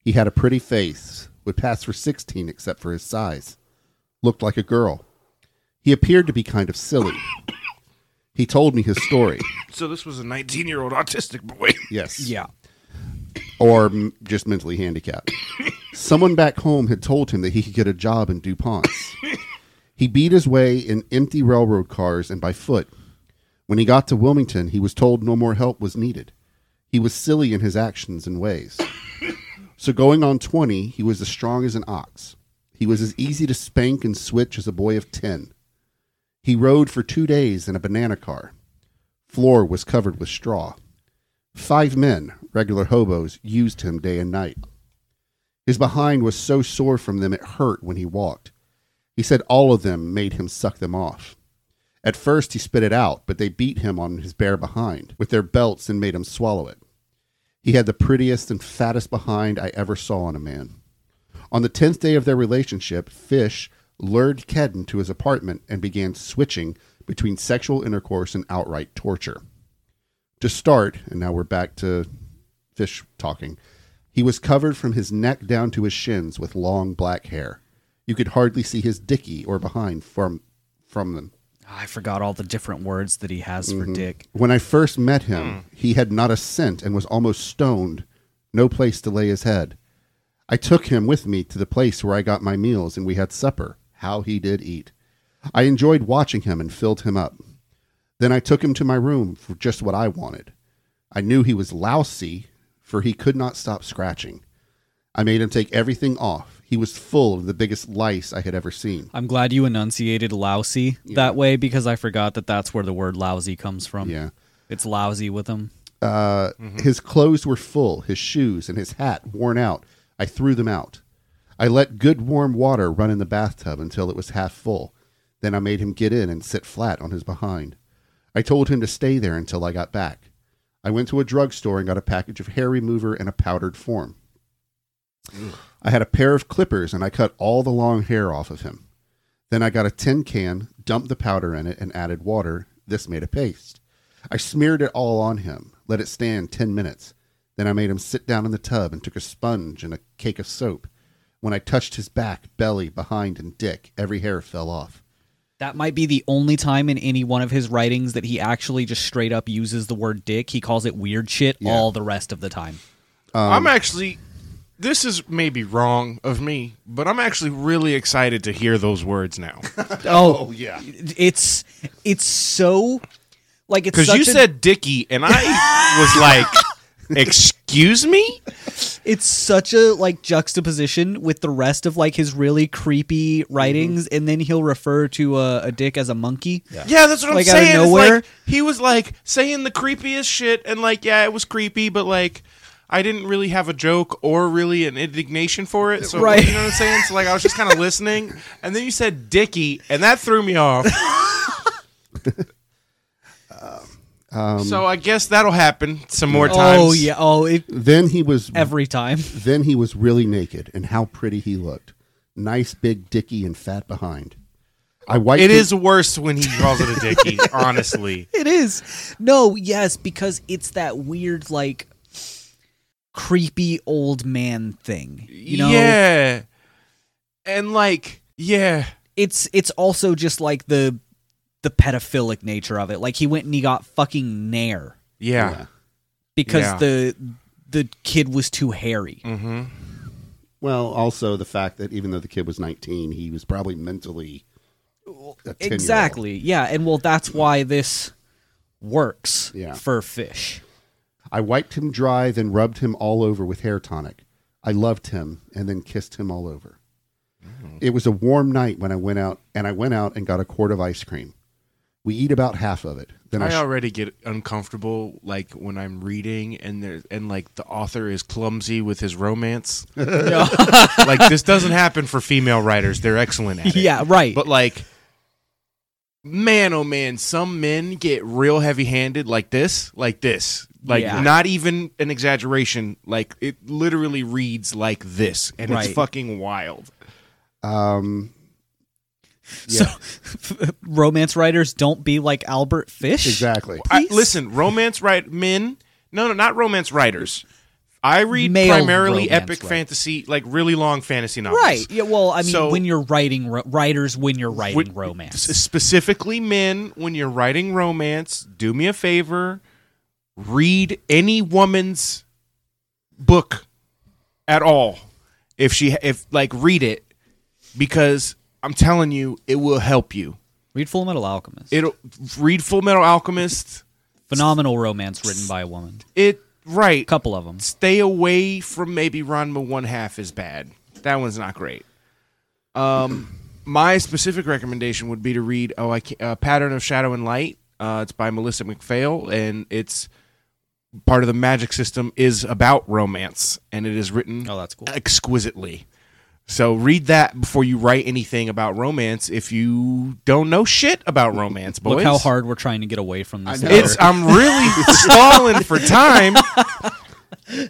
C: He had a pretty face, would pass for 16 except for his size, looked like a girl. He appeared to be kind of silly. He told me his story.
A: So this was a 19 year old autistic boy.
C: Yes.
B: Yeah.
C: or m- just mentally handicapped. Someone back home had told him that he could get a job in DuPont's. he beat his way in empty railroad cars and by foot. When he got to Wilmington, he was told no more help was needed. He was silly in his actions and ways. so going on 20, he was as strong as an ox. He was as easy to spank and switch as a boy of 10. He rode for two days in a banana car. Floor was covered with straw. Five men, regular hobos, used him day and night. His behind was so sore from them it hurt when he walked. He said all of them made him suck them off. At first he spit it out, but they beat him on his bare behind with their belts and made him swallow it. He had the prettiest and fattest behind I ever saw on a man. On the tenth day of their relationship, Fish lured Kedden to his apartment and began switching between sexual intercourse and outright torture to start, and now we're back to fish talking. He was covered from his neck down to his shins with long black hair. You could hardly see his dicky or behind from from them.
B: Ah, I forgot all the different words that he has
A: Mm-hmm.
B: for dick.
C: When I first met him, he had not a cent and was almost stoned, no place to lay his head. I took him with me to the place where I got my meals and we had supper. How he did eat. I enjoyed watching him and filled him up. Then I took him to my room for just what I wanted. I knew he was lousy, for he could not stop scratching. I made him take everything off. He was full of the biggest lice I had ever seen.
B: I'm glad you enunciated lousy that way because I forgot that that's where the word lousy comes from.
C: Yeah.
B: It's lousy with him.
C: Uh, His clothes were full, his shoes and his hat worn out. I threw them out. I let good warm water run in the bathtub until it was half full. Then I made him get in and sit flat on his behind. I told him to stay there until I got back. I went to a drugstore and got a package of hair remover and a powdered form. I had a pair of clippers and I cut all the long hair off of him. Then I got a tin can, dumped the powder in it, and added water. This made a paste. I smeared it all on him, let it stand 10 minutes. Then I made him sit down in the tub and took a sponge and a cake of soap. When I touched his back, belly, behind, and dick, every hair fell off.
B: That might be the only time in any one of his writings that he actually just straight up uses the word dick. He calls it weird shit
C: Yeah.
B: all the rest of the time.
C: Um,
A: I'm actually. This is maybe wrong of me, but I'm actually really excited to hear those words now.
B: Oh,
C: yeah.
B: it's it's so like it's
A: Because
B: such
A: you
B: a-
A: said Dicky, and I was like, "Excuse me."
B: it's such a like juxtaposition with the rest of like his really creepy writings, and then he'll refer to a, a dick as a monkey. Yeah.
A: Mm-hmm. Yeah, that's what
B: Like,
A: I'm
B: out of
A: saying. It's
B: nowhere?
A: like, he was like saying the creepiest shit, and like, yeah, it was creepy, but like, I didn't really have a joke or really an indignation for it. So
B: Right.
A: you know what I'm saying? So like, I was just kind of listening, and then you said Dicky, and that threw me off. so I guess that'll happen some more times.
B: Oh Um, yeah. Oh, it,
C: Then he was
B: every time.
C: Then he was really naked, and how pretty he looked. Nice big dicky and fat behind. I wiped
A: It
C: his-
A: is worse when he calls it a dicky, honestly.
B: It is. No, yes, because it's that weird like creepy old man thing. You know?
A: yeah. And like, yeah.
B: It's it's also just like the the pedophilic nature of it. Like he went and he got fucking nair
A: Yeah.
B: because
A: Yeah.
B: the the kid was too hairy.
A: Mm-hmm.
C: Well, also the fact that even though the kid was 19, he was probably mentally a 10-year-old.
B: Exactly. Yeah, and well that's why this works
C: Yeah.
B: for fish.
C: I wiped him dry, then rubbed him all over with hair tonic. I loved him and then kissed him all over. It was a warm night when I went out, and I went out and got a quart of ice cream. We eat about half of it. Then I,
A: I
C: sh-
A: already get uncomfortable like when I'm reading and there and like the author is clumsy with his romance. like this doesn't happen for female writers. They're excellent at it.
B: Yeah, right.
A: But like man oh man, some men get real heavy-handed like this, like this. Like
B: Yeah.
A: not even an exaggeration. Like it literally reads like this and
B: Right.
A: it's fucking wild.
C: um,
B: So, romance writers don't be like Albert Fish.
C: Exactly.
A: I,
B: Please?
A: listen, romance write men. No, no, not romance writers. I read
B: Male
A: primarily
B: romance
A: epic
B: writers.
A: fantasy, like really long fantasy novels.
B: Right. Yeah. Well, I mean,
A: So-
B: when you're writing ro- writers, when you're writing
A: When- S-
B: romance,
A: specifically men when you're writing romance do me a favor read any woman's book at all if she if like read it because i'm telling you it will help you
B: read Full Metal Alchemist.
A: it'll read full metal alchemist
B: Phenomenal romance written by a woman.
A: it right
B: couple of them.
A: stay away from maybe Ranma one half is bad. That one's not great. Um, my specific recommendation would be to read oh I can't, uh, Pattern of Shadow and Light. Uh, it's by Melissa McPhail, and it's part of the magic system is about romance, and it is written
B: Oh, that's cool.
A: exquisitely. So read that before you write anything about romance if you don't know shit about romance, boys.
B: Look how hard we're trying to get away from this.
C: I know.
A: it's. I'm really stalling for time.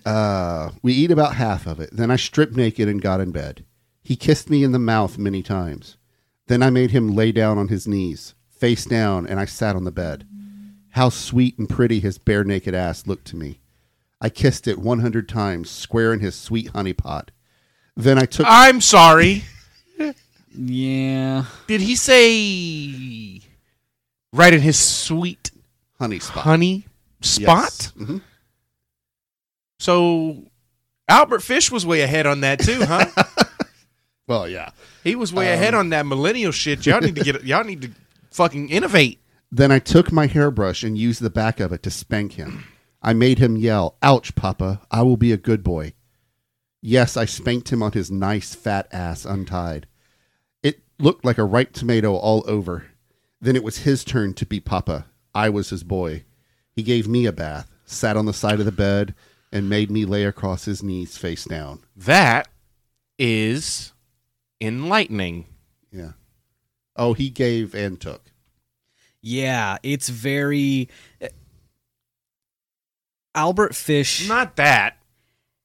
C: Uh, we eat about half of it. Then I stripped naked and got in bed. He kissed me in the mouth many times. Then I made him lay down on his knees, face down, and I sat on the bed. How sweet and pretty his bare naked ass looked to me. I kissed it 100 times, square in his sweet honey pot. Then I took.
A: I'm sorry.
B: yeah.
A: Did he say right in his sweet
C: honey spot.
A: honey spot?
C: hmm
A: So Albert Fish was way ahead on that too, huh?
C: Well, yeah.
A: he was way ahead on that millennial shit. Y'all need to get y'all need to fucking innovate.
C: Then I took my hairbrush and used the back of it to spank him. I made him yell, Ouch, Papa, I will be a good boy. Yes, I spanked him on his nice fat ass untied. It looked like a ripe tomato all over. Then it was his turn to be Papa. I was his boy. He gave me a bath, sat on the side of the bed, and made me lay across his knees face down.
A: That is enlightening.
C: Yeah. Oh, he gave and took.
B: Yeah. It's very. Albert Fish.
A: Not that.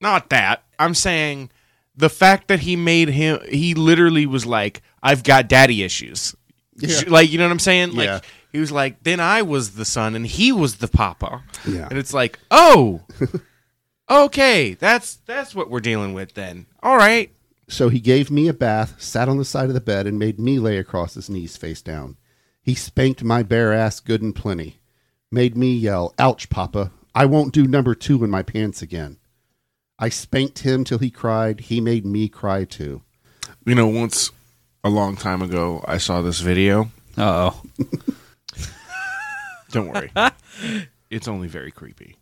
A: Not that. I'm saying the fact that he made him he literally was like, I've got daddy issues.
C: Yeah.
A: Like, you know what I'm saying? Like
C: Yeah.
A: he was like, then I was the son and he was the papa.
C: Yeah.
A: And it's like, oh okay, that's that's what we're dealing with then. All right.
C: So he gave me a bath, sat on the side of the bed, and made me lay across his knees face down. He spanked my bare ass good and plenty, made me yell, Ouch, Papa, I won't do number two in my pants again. I spanked him till he cried. He made me cry too.
A: You know, once a long time ago I saw this video.
B: Uh oh.
A: Don't worry. it's only very creepy.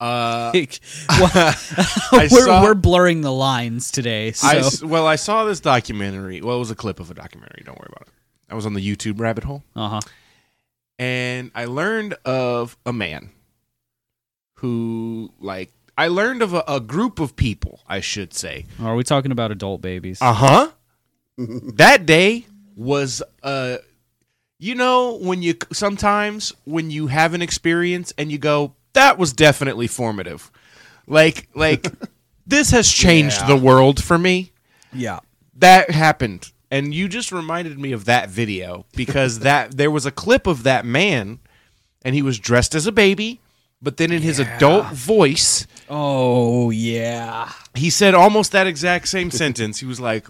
A: Uh
B: we're,
A: saw-
B: we're blurring the lines today. So.
A: I s well, I saw this documentary. Well, it was a clip of a documentary. Don't worry about it. I was on the YouTube rabbit hole,
B: uh huh.
A: and I learned of a man who, like, I learned of a, a group of people, I should say.
B: Are we talking about adult babies?
A: Uh huh. that day was uh, you know, when you sometimes when you have an experience and you go, that was definitely formative. Like, like this has changed the world for me.
B: yeah.
A: that happened and you just reminded me of that video because that there was a clip of that man and he was dressed as a baby but then in his adult voice
B: Oh yeah.
A: he said almost that exact same sentence he was like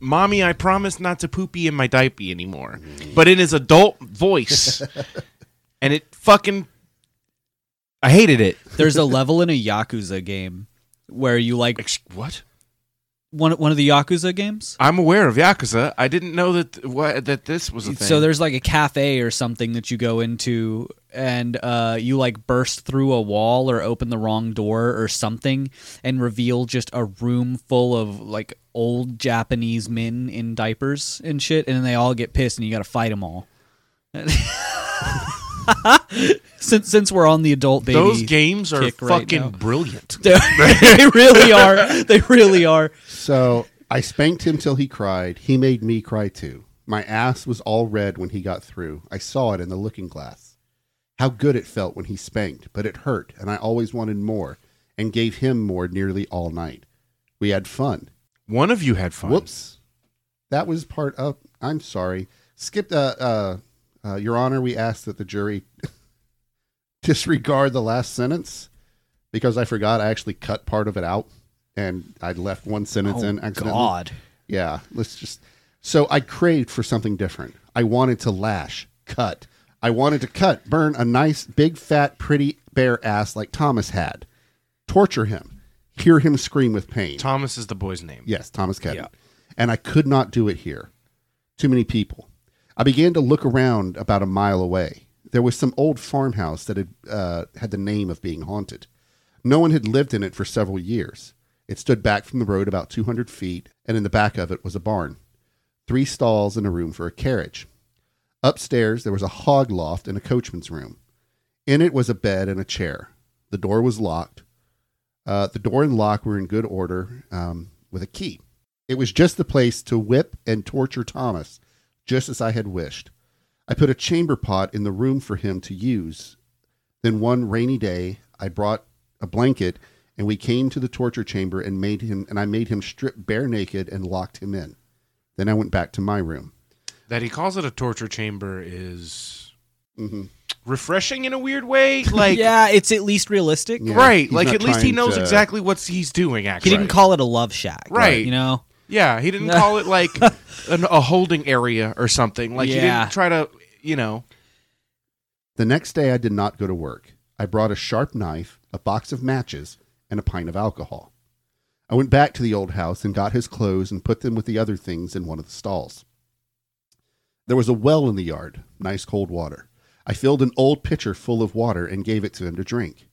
A: mommy i promise not to poopy in my diaper anymore but in his adult voice and it fucking i hated it
B: There's a level in a Yakuza game where you like
A: Ex- what
B: one one of the Yakuza games.
A: i'm aware of yakuza i didn't know that what that this was a thing
B: So there's like a cafe or something that you go into and uh, you like burst through a wall or open the wrong door or something and reveal just a room full of like old Japanese men in diapers and shit and then they all get pissed and you got to fight them all. since since we're on the adult baby
A: those games are
B: kick right
A: fucking
B: now.
A: brilliant
B: they really are. They really are.
C: So I spanked him till he cried. He made me cry too. My ass was all red when he got through. I saw it in the looking glass. How good it felt when he spanked, but it hurt, and I always wanted more and gave him more nearly all night. We had fun.
A: One of you had fun.
C: Whoops. That was part of I'm sorry. Skip. Uh, uh, uh, Your Honor, we ask that the jury disregard the last sentence because I forgot I actually cut part of it out and I left one
B: Oh,
C: sentence in accidentally.
B: God.
C: Yeah, let's just. So I craved for something different. I wanted to lash, cut. I wanted to cut, burn a nice, big, fat, pretty bare ass like Thomas had, torture him, hear him scream with pain.
A: Thomas is the boy's name.
C: Yes, Thomas Kedden.
B: Yeah.
C: And I could not do it here. Too many people. I began to look around about a mile away. There was some old farmhouse that had uh, had the name of being haunted. No one had lived in it for several years. It stood back from the road about 200 feet, and in the back of it was a barn, three stalls, and a room for a carriage. Upstairs, there was a hog loft and a coachman's room. In it was a bed and a chair. The door was locked. Uh, the door and lock were in good order um, with a key. It was just the place to whip and torture Thomas, just as I had wished. I put a chamber pot in the room for him to use. Then one rainy day, I brought a blanket, and we came to the torture chamber and made him and I made him strip bare naked and locked him in. Then I went back to my room.
A: That he calls it a torture chamber is
C: hmm
A: refreshing in a weird way. Like,
B: yeah, it's at least realistic.
C: Yeah,
A: right.
C: he's
A: Like,
C: not
A: at least
C: trying
A: he knows
C: to-
A: exactly what he's doing, actually.
B: He didn't call it a love shack.
A: Right.
B: You know?
A: Yeah, he didn't call it like an, a holding area or something. Like he
B: Yeah.
A: didn't try to, you know.
C: The next day, I did not go to work. I brought a sharp knife, a box of matches, and a pint of alcohol. I went back to the old house and got his clothes and put them with the other things in one of the stalls. There was a well in the yard, nice cold water. I filled an old pitcher full of water and gave it to him to drink.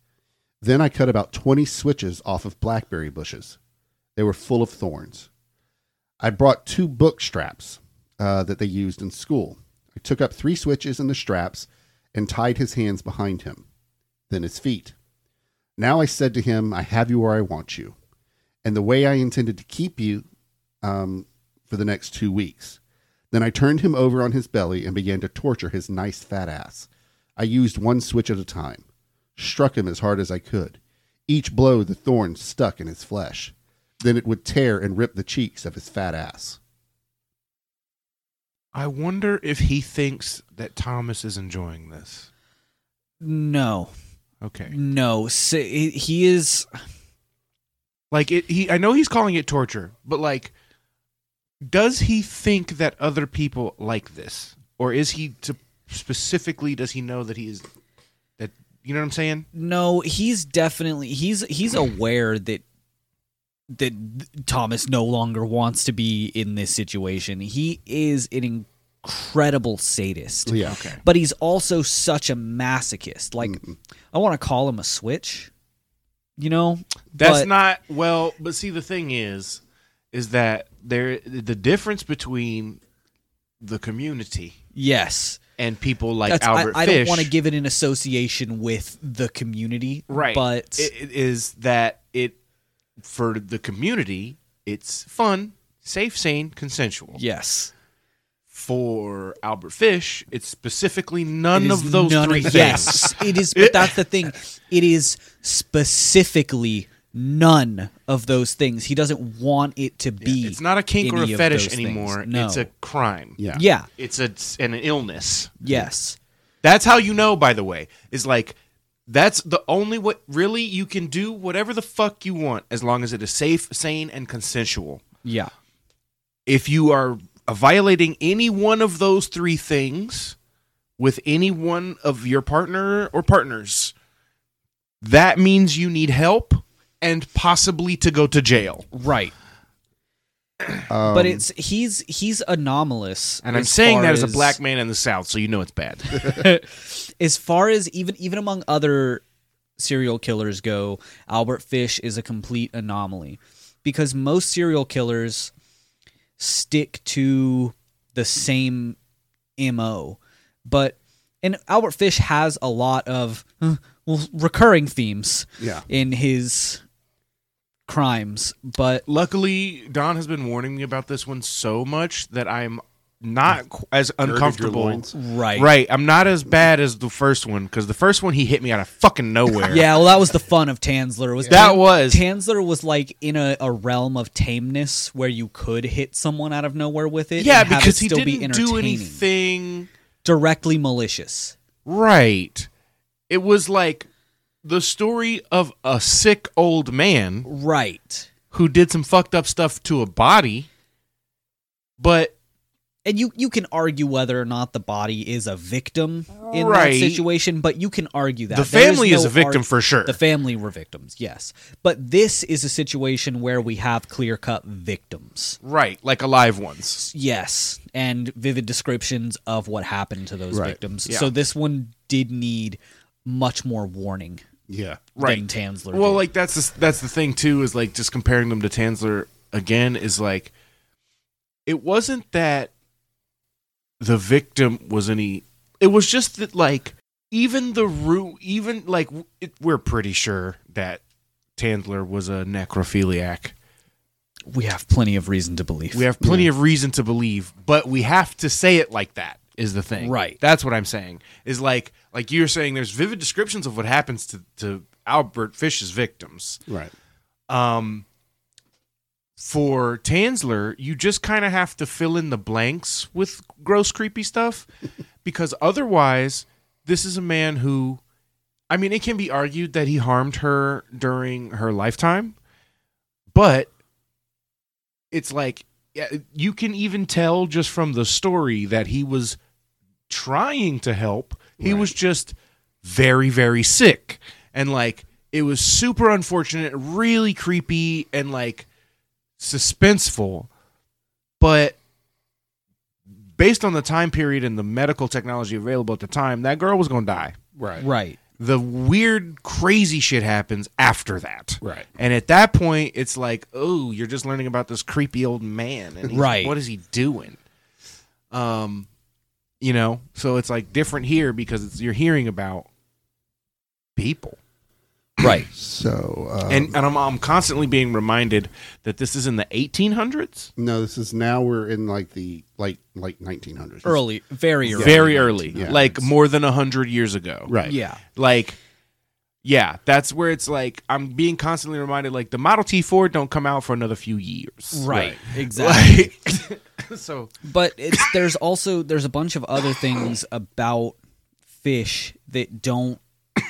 C: Then I cut about 20 switches off of blackberry bushes. They were full of thorns. I brought two book straps uh, that they used in school. I took up three switches and the straps and tied his hands behind him, then his feet. Now I said to him, I have you where I want you, and the way I intended to keep you um, for the next two weeks. Then I turned him over on his belly and began to torture his nice fat ass. I used one switch at a time, struck him as hard as I could. Each blow, the thorn stuck in his flesh. Then it would tear and rip the cheeks of his fat ass.
A: I wonder if he thinks that Thomas is enjoying this.
B: No.
A: Okay.
B: No. So, he he is.
A: Like it, he I know he's calling it torture, but like does he think that other people like this? Or is he to, specifically does he know that he is that you know what I'm saying?
B: No, he's definitely. He's he's aware that that Thomas no longer wants to be in this situation. He is an incredible sadist.
C: Oh, Yeah.
A: Okay.
B: but he's also such a masochist. Like, I want to call him a switch, you know?
A: That's
B: But-
A: not well, but see the thing is is that there the difference between the community
B: Yes.
A: and people like
B: That's, I,
A: Albert
B: I
A: Fish
B: don't want to give it an association with the community.
A: right
B: But
A: it, it is that it for the community it's fun safe sane consensual
B: yes.
A: for albert fish it's specifically none
B: It is
A: of those
B: none
A: three
B: of-
A: things
B: Yes. It is, but that's the thing. It is specifically none of those things. He doesn't want it to be.
A: it's not a kink or a
B: any of
A: fetish
B: those things.
A: anymore
B: No.
A: it's a crime
C: Yeah.
B: Yeah.
A: it's a it's an illness
B: Yes.
A: that's how you know by the way is like that's the only what really you can do whatever the fuck you want as long as it is safe sane and consensual
B: Yeah.
A: if you are violating any one of those three things with any one of your partner or partners, that means you need help and possibly to go to jail.
B: Right.
C: Um,
B: but it's he's he's anomalous.
A: And I'm
B: as
A: saying
B: far
A: that as, a
B: as-
A: black man in the South, so you know it's bad.
B: as far as even even among other serial killers go, Albert Fish is a complete anomaly because most serial killers stick to the same MO. But and Albert Fish has a lot of uh, well recurring themes
C: yeah.
B: in his crimes, but
A: Luckily, Don has been warning me about this one so much that I'm not qu- as
C: your
A: uncomfortable.
C: loins.
B: Right.
A: Right, I'm not as bad as the first one because the first one he hit me out of fucking nowhere.
B: Yeah, well, that was the fun of Tansler. Was
A: That was.
B: Tansler was like in a, a realm of tameness where you could hit someone out of nowhere with it.
A: yeah,
B: and have
A: because
B: it
A: he
B: still be
A: didn't do
B: entertaining.
A: anything.
B: directly malicious.
A: Right, it was like the story of a sick old man
B: Right.
A: who did some fucked up stuff to a body, but
B: And you you can argue whether or not the body is a victim in
A: Right.
B: that situation, but you can argue that
A: the
B: There
A: family is,
B: no
A: a victim
B: arg-
A: for sure.
B: The family were victims, yes. But this is a situation where we have clear cut victims.
A: right, like alive ones.
B: Yes, and vivid descriptions of what happened to those
C: Right.
B: victims.
A: Yeah.
B: So this one did need much more warning
C: Yeah.
A: Right.
B: than Tansler.
A: Well,
B: did.
A: like that's the, that's the thing too is like just comparing them to Tansler again is like it wasn't that the victim was any. It was just that like even the root even like w- it, we're pretty sure that Tansler was a necrophiliac.
B: we have plenty of reason to believe.
A: We have plenty of reason to believe, but we have to say it like that is the thing.
B: Right.
A: That's what I'm saying. Is like like you're saying there's vivid descriptions of what happens to to Albert Fish's victims.
C: Right.
A: Um for Tansler, you just kind of have to fill in the blanks with gross creepy stuff because otherwise this is a man who I mean it can be argued that he harmed her during her lifetime, but it's like yeah, you can even tell just from the story that he was trying to help. He was just very very sick and like it was super unfortunate, really creepy and like suspenseful. But based on the time period and the medical technology available at the time, that girl was going to die.
C: Right.
B: right.
A: The weird crazy shit happens after that.
C: Right.
A: And at that point, it's like, oh, you're just learning about this creepy old man, and he's-
B: Right.
A: What is he doing? Um, you know, so it's like different here because it's, you're hearing about people,
B: Right.
C: So um,
A: and and I'm, I'm constantly being reminded that this is in the 1800s,
C: no, this is now we're in like the late late 1900s.
B: Early, very early.
A: very early,
C: Yeah.
A: like more than hundred years ago,
C: Right.
B: Yeah.
A: Like, yeah, that's where it's like I'm being constantly reminded, like the Model T Ford don't come out for another few years,
B: Right. Exactly.
A: Like, so
B: but it's there's also there's a bunch of other things about fish that don't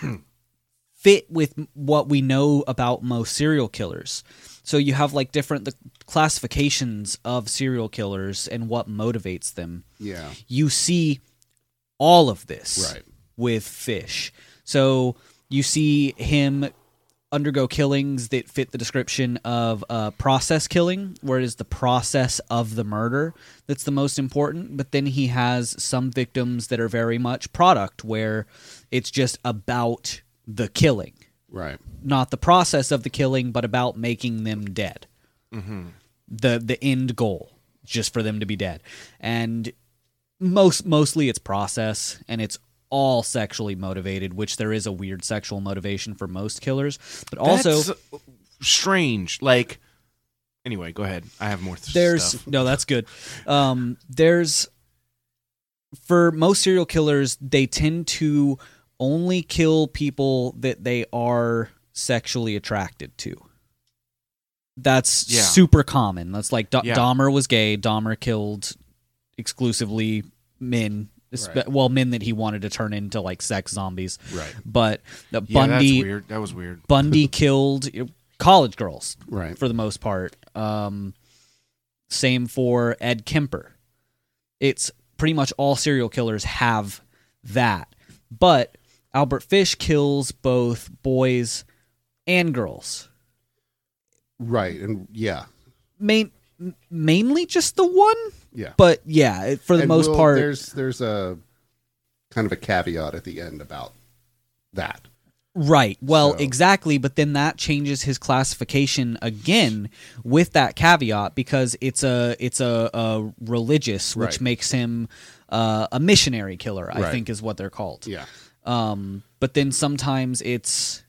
B: fit with what we know about most serial killers so you have like different the classifications of serial killers and what motivates them
C: Yeah.
B: you see all of this
C: Right.
B: with fish so you see him undergo killings that fit the description of uh, process killing where it is the process of the murder that's the most important but then he has some victims that are very much product where it's just about the killing
C: Right.
B: not the process of the killing but about making them dead the the end goal just for them to be dead and most mostly it's process and it's all sexually motivated which there is a weird sexual motivation for most killers but also
A: That's strange. Like, anyway, go ahead. I have more. th-
B: there's
A: stuff.
B: no that's good um there's for most serial killers they tend to only kill people that they are sexually attracted to that's
A: Yeah.
B: super common that's like Do-
A: Yeah.
B: dahmer was gay dahmer killed exclusively men espe-
C: Right.
B: well men that he wanted to turn into like sex zombies
C: Right.
B: but the
A: yeah,
B: bundy
A: That's weird. That was weird.
B: bundy killed uh, college girls
C: Right.
B: for the most part. Um, same for Ed Kemper. It's pretty much all serial killers have that. But Albert Fish kills both boys and girls.
C: Right. And yeah.
B: Main, m- mainly just the one,
C: Yeah.
B: but yeah, it- for the
C: And
B: most
C: we'll-
B: part,
C: there's there's a kind of a caveat at the end about that.
B: Right. Well,
C: So-
B: exactly. But then that changes his classification again with that caveat because it's a it's a, a religious, which
C: Right.
B: makes him uh, a missionary killer. I
C: Right.
B: think is what they're called.
C: Yeah.
B: Um, but then sometimes it's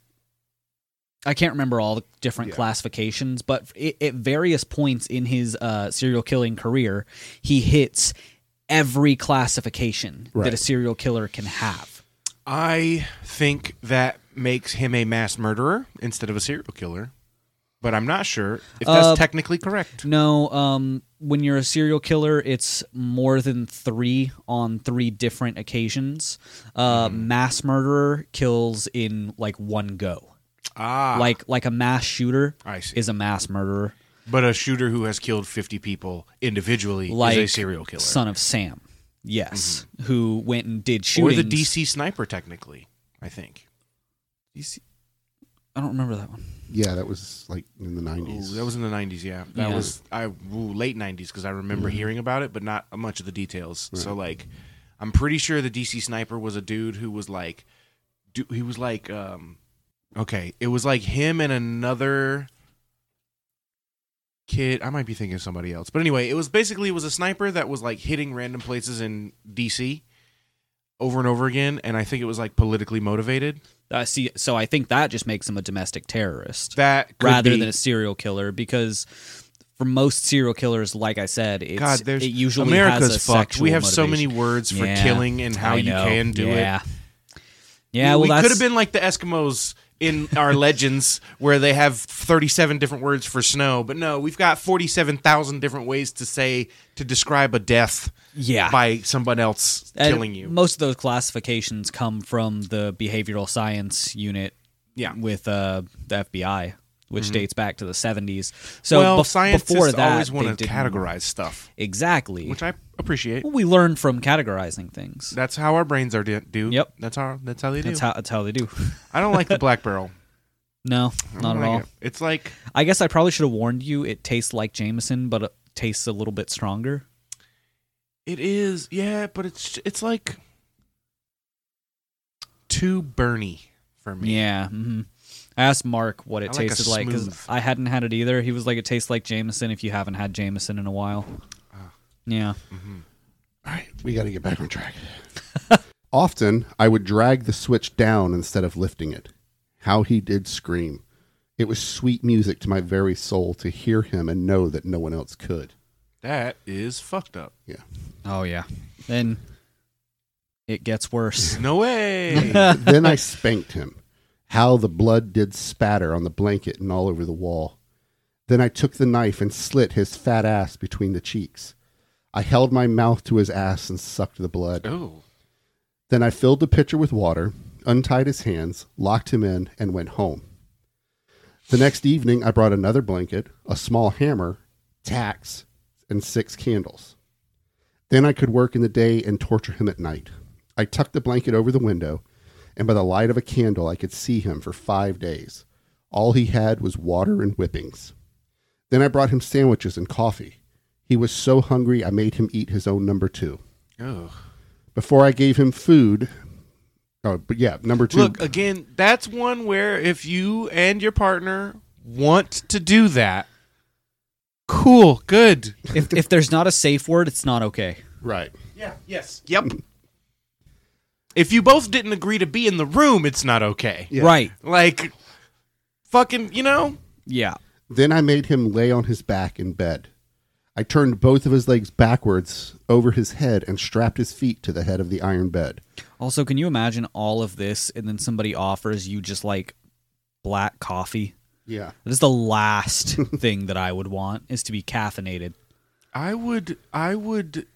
B: I can't remember all the different
C: Yeah.
B: classifications, but it, at various points in his uh, serial killing career, he hits every classification
C: Right.
B: that a serial killer can have.
A: I think that makes him a mass murderer instead of a serial killer, but I'm not sure if that's
B: Uh,
A: technically correct.
B: No, um, when you're a serial killer, it's more than three on three different occasions. Uh,
A: Mm-hmm.
B: Mass murderer kills in like one go.
A: Ah,
B: Like like a mass shooter
A: I see.
B: is a mass murderer.
A: but a shooter who has killed 50 people individually
B: Like
A: is a serial killer, Mm-hmm.
B: Son of Sam, yes, who went and did
A: or
B: shootings.
A: the DC sniper, technically. I think
B: DC I don't remember that one.
C: Yeah, that was like in the nineties.
A: Ooh, that was in the 90s. Yeah, that
B: Yeah.
A: was I ooh, late 90s because I remember hearing about it, but not much of the details. So like, I'm pretty sure the DC sniper was a dude who was like, do, he was like, um, okay, it was like him and another kid. I might be thinking of somebody else, but anyway, it was basically it was a sniper that was like hitting random places in DC over and over again, and I think it was like politically motivated.
B: I Uh, see. So I think that just makes him a domestic terrorist.
A: That could
B: rather
A: be-
B: than a serial killer because for most serial killers like i said it's,
A: God, there's
B: it usually
A: America's
B: has a
A: fucked. We have
B: sexual
A: so many
B: motivation.
A: words for
B: Yeah,
A: killing and how
B: I
A: you
B: know.
A: can do
B: yeah.
A: it.
B: yeah
A: we
B: well that's
A: could have been like the Eskimos in our legends, where they have thirty-seven different words for snow, but no, we've got forty-seven thousand different ways to say to describe a death
B: yeah
A: by someone else
B: And
A: killing you.
B: most of those classifications come from the behavioral science unit
A: Yeah. Mm-hmm.
B: with uh, the fbi which dates back to the 70s so
A: well,
B: bef-
A: scientists
B: before that
A: always
B: they
A: want to
B: didn't-
A: categorize stuff,
B: exactly
A: which I appreciate.
B: we learn from categorizing things
A: That's how our brains are do. do.
B: Yep.
A: That's how that's how they do.
B: that's how, that's how they do
A: I don't like the black barrel.
B: no
A: I
B: not
A: don't
B: at
A: like
B: all
A: it. It's like
B: I guess I probably should have warned you. It tastes like Jameson, but it tastes a little bit stronger.
A: It is, yeah, but it's it's like too Bernie for me.
B: Yeah. hmm I asked Mark what it
A: I like a
B: tasted like because
A: smooth.
B: I hadn't had it either. He was like, "It tastes like Jameson if you haven't had Jameson in a while."
A: Ah.
B: Yeah.
C: All right, we got to get back on track. Often, I would drag the switch down instead of lifting it. How he did scream! It was sweet music to my very soul to hear him and know that no one else could.
A: That is fucked up.
C: Yeah.
B: Oh yeah. Then it gets worse.
A: No way.
C: then I spanked him. How the blood did spatter on the blanket and all over the wall. Then I took the knife and slit his fat ass between the cheeks. I held my mouth to his ass and sucked the blood.
A: oh.
C: Then I filled the pitcher with water, untied his hands, locked him in, and went home. The next evening, I brought another blanket, a small hammer, tacks, and six candles. Then I could work in the day and torture him at night. I tucked the blanket over the window, and by the light of a candle, I could see him for five days. All he had was water and whippings. Then I brought him sandwiches and coffee. He was so hungry, I made him eat his own number two
A: Oh.
C: before I gave him food. Oh, but yeah, number two.
A: Look, uh, again, that's one where if you and your partner want to do that, cool, good.
B: if if there's not a safe word, it's not okay.
C: right.
A: Yeah, yes. Yep. if you both didn't agree to be in the room, it's not okay.
C: Yeah.
B: Right.
A: Like fucking, you know?
B: Yeah.
C: Then I made him lay on his back in bed. I turned both of his legs backwards over his head and strapped his feet to the head of the iron bed.
B: Also, can you imagine all of this and then somebody offers you just like black coffee?
C: Yeah.
B: That is the last thing that I would want is to be caffeinated.
A: I would I would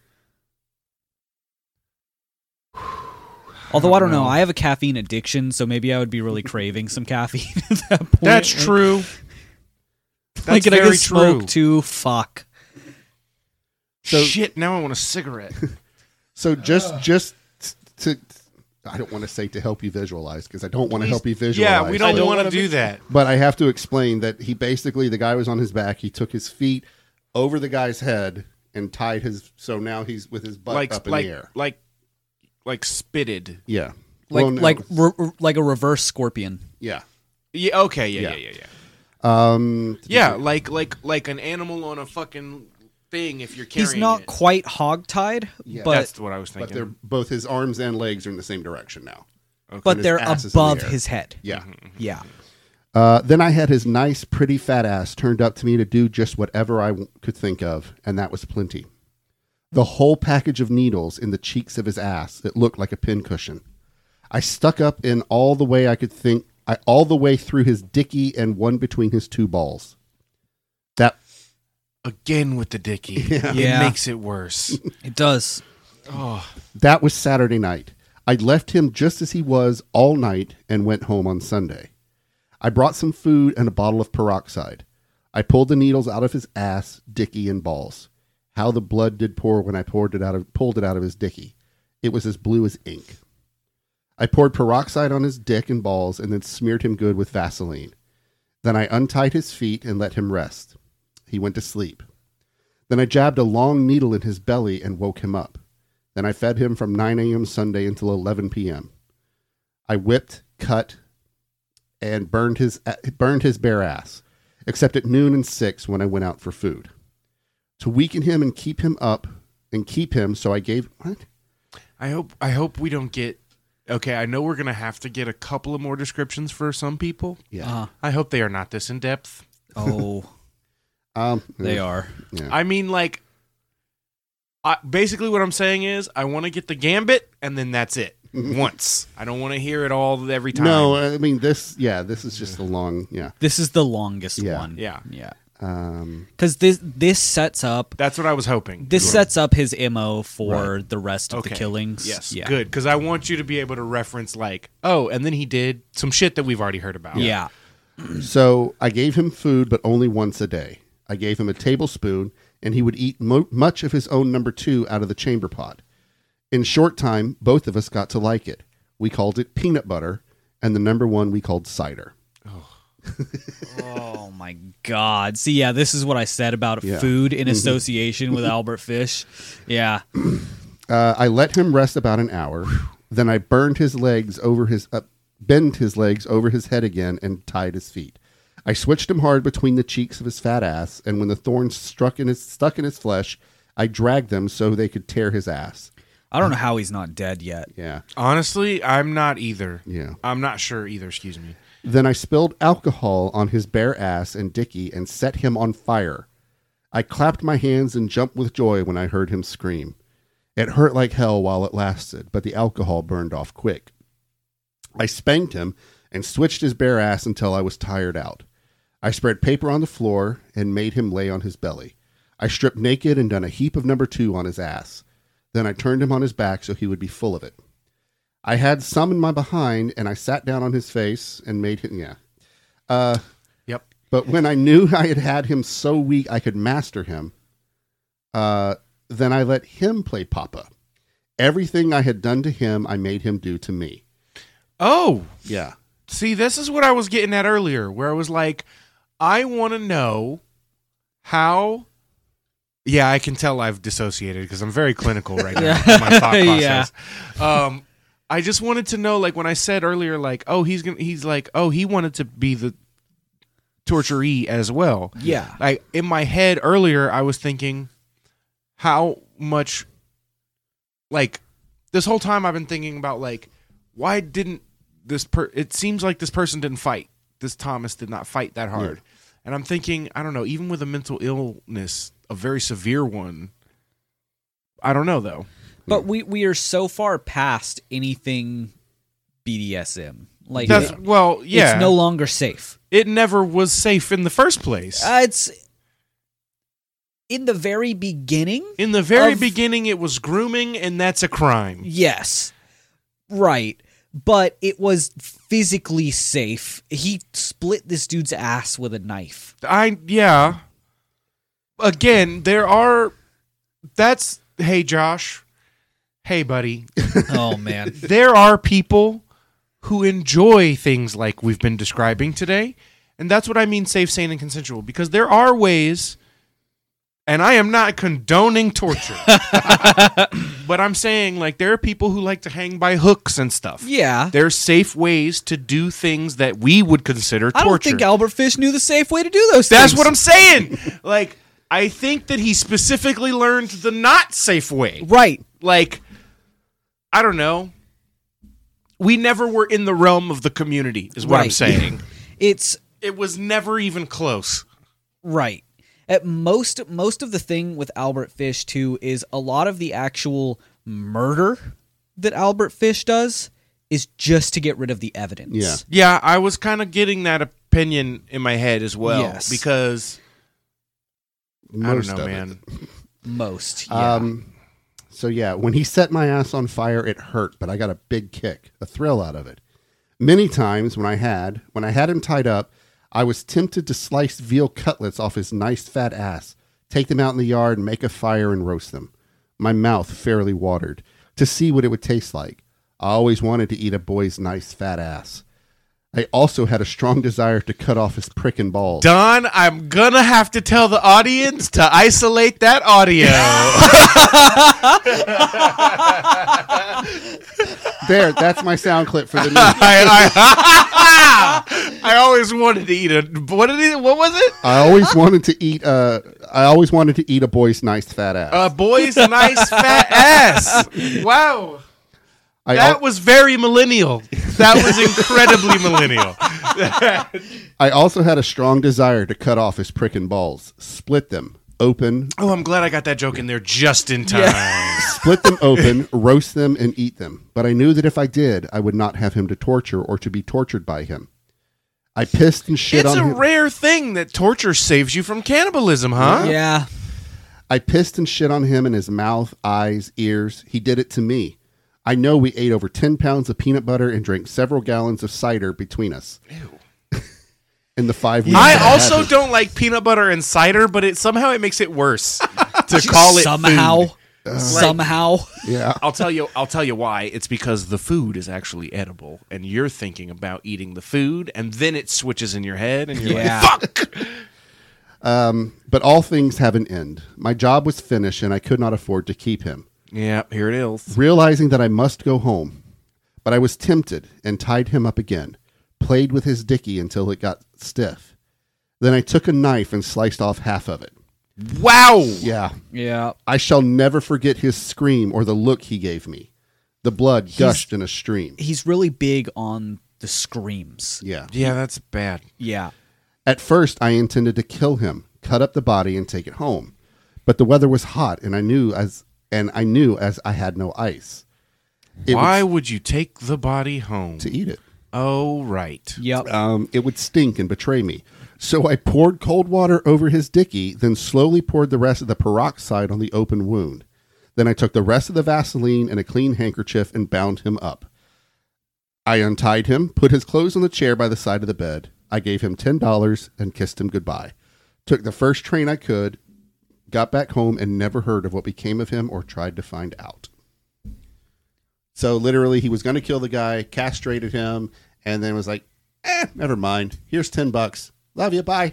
B: Although I don't, know.
A: know.
B: I have a caffeine addiction, so maybe I would be really craving some caffeine at that point.
A: That's
B: Like-
A: true. That's
B: Like, and I
A: very
B: could smoke too. Fuck.
C: So-
A: Shit, now I want a cigarette.
C: So just just t- to I don't want to say to help you visualize because I don't want to help you visualize.
A: yeah, we
C: I
A: don't,
C: don't-
A: want to do that.
C: But I have to explain that he basically the guy was on his back. He took his feet over the guy's head and tied his. So now he's with his butt up
A: Like
C: in
A: like,
C: the air.
A: like like spitted.
C: Yeah.
B: Like
C: Well, no.
B: like re- re- like a reverse scorpion.
C: yeah.
A: Yeah, okay, yeah, yeah,
C: Yeah.
A: yeah, yeah.
C: Um,
A: Yeah, like like like an animal on a fucking thing if you're carrying
B: He's not
A: it.
B: quite hogtied,
C: Yeah.
B: but
A: That's what I was
C: but they're
A: thinking.
C: both his arms and legs are in the same direction now.
B: but
C: his
B: they're
C: ass is in the
B: above
C: air.
B: his head.
C: Yeah.
A: Mm-hmm.
B: Yeah.
C: Uh, then I had his nice, pretty fat ass turned up to me to do just whatever I w- could think of, and that was plenty. the whole package of needles in the cheeks of his ass. It looked like a pincushion. I stuck up in all the way I could think, I all the way through his dicky and one between his two balls. That
A: Again with the dicky.
B: Yeah.
A: It makes it worse.
B: It does.
A: oh,
C: That was Saturday night. I left him just as he was all night and went home on Sunday. I brought some food and a bottle of peroxide. I pulled the needles out of his ass, dicky, and balls. How the blood did pour when I poured it out of pulled it out of his dicky. It was as blue as ink. I poured peroxide on his dick and balls and then smeared him good with Vaseline. Then I untied his feet and let him rest. He went to sleep. Then I jabbed a long needle in his belly and woke him up. Then I fed him from 9 a.m. Sunday until 11 p.m. I whipped, cut, and burned his uh, burned his bare ass, except at noon and six when I went out for food. To weaken him and keep him up and keep him, so I gave what?
A: I hope I hope we don't get Okay, I know we're going to have to get a couple of more descriptions for some people.
C: Yeah.
B: Uh,
A: I hope they are not this in depth.
B: oh,
C: um,
B: they are.
C: yeah.
A: I mean like I, basically what I'm saying is I want to get the gambit and then that's it. Once. I don't want to hear it all every time.
C: No, I mean this. Yeah, this is just a long. Yeah.
B: This is the longest
C: Yeah.
B: one.
A: Yeah.
B: Yeah.
C: Um,
B: Because this this sets up
A: That's what I was hoping.
B: this sets up his mo for the rest of the
A: Okay.
B: killings.
A: Yes,
B: Yeah.
A: good. Because I want you to be able to reference like, oh, and then he did some shit that we've already heard about.
B: Yeah.
C: So I gave him food, but only once a day. I gave him a tablespoon, and he would eat mo- much of his own number two out of the chamber pot. In short time, both of us got to like it. We called it peanut butter, and the number one we called cider.
B: Oh my God! See, yeah, this is what I said about
C: Yeah.
B: food in association with Albert Fish. Yeah.
C: Uh, I let him rest about an hour. Then I burned his legs over his uh, bent his legs over his head again and tied his feet. I switched him hard between the cheeks of his fat ass, and when the thorns struck in his stuck in his flesh, I dragged them so they could tear his ass.
B: I don't know how he's not dead yet.
C: Yeah,
A: Honestly, I'm not either.
C: yeah.
A: I'm not sure either. Excuse me.
C: Then I spilled alcohol on his bare ass and Dicky and set him on fire. I clapped my hands and jumped with joy when I heard him scream. It hurt like hell while it lasted, but the alcohol burned off quick. I spanked him and switched his bare ass until I was tired out. I spread paper on the floor and made him lay on his belly. I stripped naked and done a heap of number two on his ass. Then I turned him on his back so he would be full of it. I had some in my behind, and I sat down on his face and made him. Yeah. Uh,
A: Yep.
C: but when I knew I had had him so weak I could master him, uh, then I let him play Papa. Everything I had done to him, I made him do to me.
A: Oh,
C: Yeah.
A: see, this is what I was getting at earlier, where I was like, I want to know how. Yeah, I can tell I've dissociated because I'm very clinical right now.
B: Yeah.
A: with My thought
B: Yeah.
A: process. Um, I just wanted to know, like, when I said earlier, like, oh, he's gonna, he's like, oh, he wanted to be the torturee as well.
B: Yeah.
A: like in my head earlier i was thinking how much like this whole time i've been thinking about like why didn't this per it seems like this person didn't fight this thomas did not fight that hard and i'm thinking i don't know even with a mental illness a very severe one i don't know though
B: But we we are so far past anything BDSM. Like
A: that's
B: it-
A: well yeah
B: it's no longer safe.
A: it never was safe in the first place
B: Uh, it's in the very beginning.
A: in the very
B: of-
A: beginning it was grooming and that's a crime
B: Yes. Right. But it was physically safe. He split this dude's ass with a knife.
A: I yeah. Again, there are that's hey Josh. Hey buddy.
B: Oh man.
A: there are people who enjoy things like we've been describing today, and that's what I mean safe, sane and consensual because there are ways and I am not condoning torture. but I'm saying like there are people who like to hang by hooks and stuff.
B: yeah.
A: There's safe ways to do things that we would consider
B: I
A: torture.
B: don't think Albert Fish knew the safe way to do those
A: That's
B: things.
A: what I'm saying. Like, I think that he specifically learned the not safe way.
B: Right.
A: Like, I don't know. We never were in the realm of the community, is what I'm
B: Right.
A: saying.
B: It's
A: it was never even close.
B: right. at most most of the thing with Albert Fish too is a lot of the actual murder that Albert Fish does is just to get rid of the evidence.
C: Yeah.
A: Yeah, I was kind of getting that opinion in my head as well
B: Yes.
A: because
C: Most
A: I don't
C: of
A: know,
C: it.
A: man.
B: Most. Yeah.
C: Um, so yeah, when he set my ass on fire, it hurt, but I got a big kick, a thrill out of it. Many times when I had when I had him tied up, I was tempted to slice veal cutlets off his nice fat ass, take them out in the yard, and make a fire and roast them. My mouth fairly watered to see what it would taste like. I always wanted to eat a boy's nice fat ass. I also had a strong desire to cut off his prick and balls.
A: Don, I'm gonna have to tell the audience to isolate that audio.
C: There, that's my sound clip for the new.
A: I, I, I always wanted to eat a what did it, what was it?
C: I always wanted to eat. Uh, I always wanted to eat a boy's nice fat ass.
A: A boy's nice fat ass. Wow.
C: I, al-
A: That was very millennial. That was incredibly millennial.
C: I also had a strong desire to cut off his prick and balls, split them open,
A: Oh, I'm glad I got that joke in there just in time.
C: split them open, roast them, and eat them. But I knew that if I did, I would not have him to torture or to be tortured by him. I pissed and shit
A: It's
C: on
A: a
C: him.
A: rare thing that torture saves you from cannibalism, huh?
B: yeah.
C: I pissed and shit on him in his mouth, eyes, ears. He did it to me. I know we ate over 10 pounds of peanut butter and drank several gallons of cider between us. in the five weeks.
A: I
C: that
A: also
C: happened.
A: don't like peanut butter and cider, but it somehow it makes it worse to call it
B: somehow.
A: food.
C: Uh,
B: somehow.
C: Yeah.
A: I'll tell you I'll tell you why. It's because the food is actually edible and you're thinking about eating the food and then it switches in your head and you're
B: Yeah.
A: like, fuck.
C: But all things have an end. My job was finished and I could not afford to keep him.
A: Yeah, here it is.
C: Realizing that I must go home, but I was tempted and tied him up again, played with his dicky until it got stiff. Then I took a knife and sliced off half of it.
A: Wow.
C: Yeah.
B: Yeah.
C: I shall never forget his scream or the look he gave me. The blood gushed in a stream.
B: He's really big on the screams.
C: Yeah.
A: Yeah, that's bad.
B: Yeah.
C: At first, I intended to kill him, cut up the body, and take it home. But the weather was hot, and I knew as and I knew as I had no ice. It
A: why
C: would,
A: would you take the body home?
C: to eat it?
A: Oh, right.
B: Yep.
C: Um, it would stink and betray me. So I poured cold water over his dicky, then slowly poured the rest of the peroxide on the open wound. Then I took the rest of the Vaseline and a clean handkerchief and bound him up. I untied him, put his clothes on the chair by the side of the bed. I gave him $10 and kissed him goodbye. Took the first train I could, got back home, and never heard of what became of him or tried to find out. So literally, he was going to kill the guy, castrated him, and then was like, eh, never mind. Here's 10 bucks. Love you. Bye.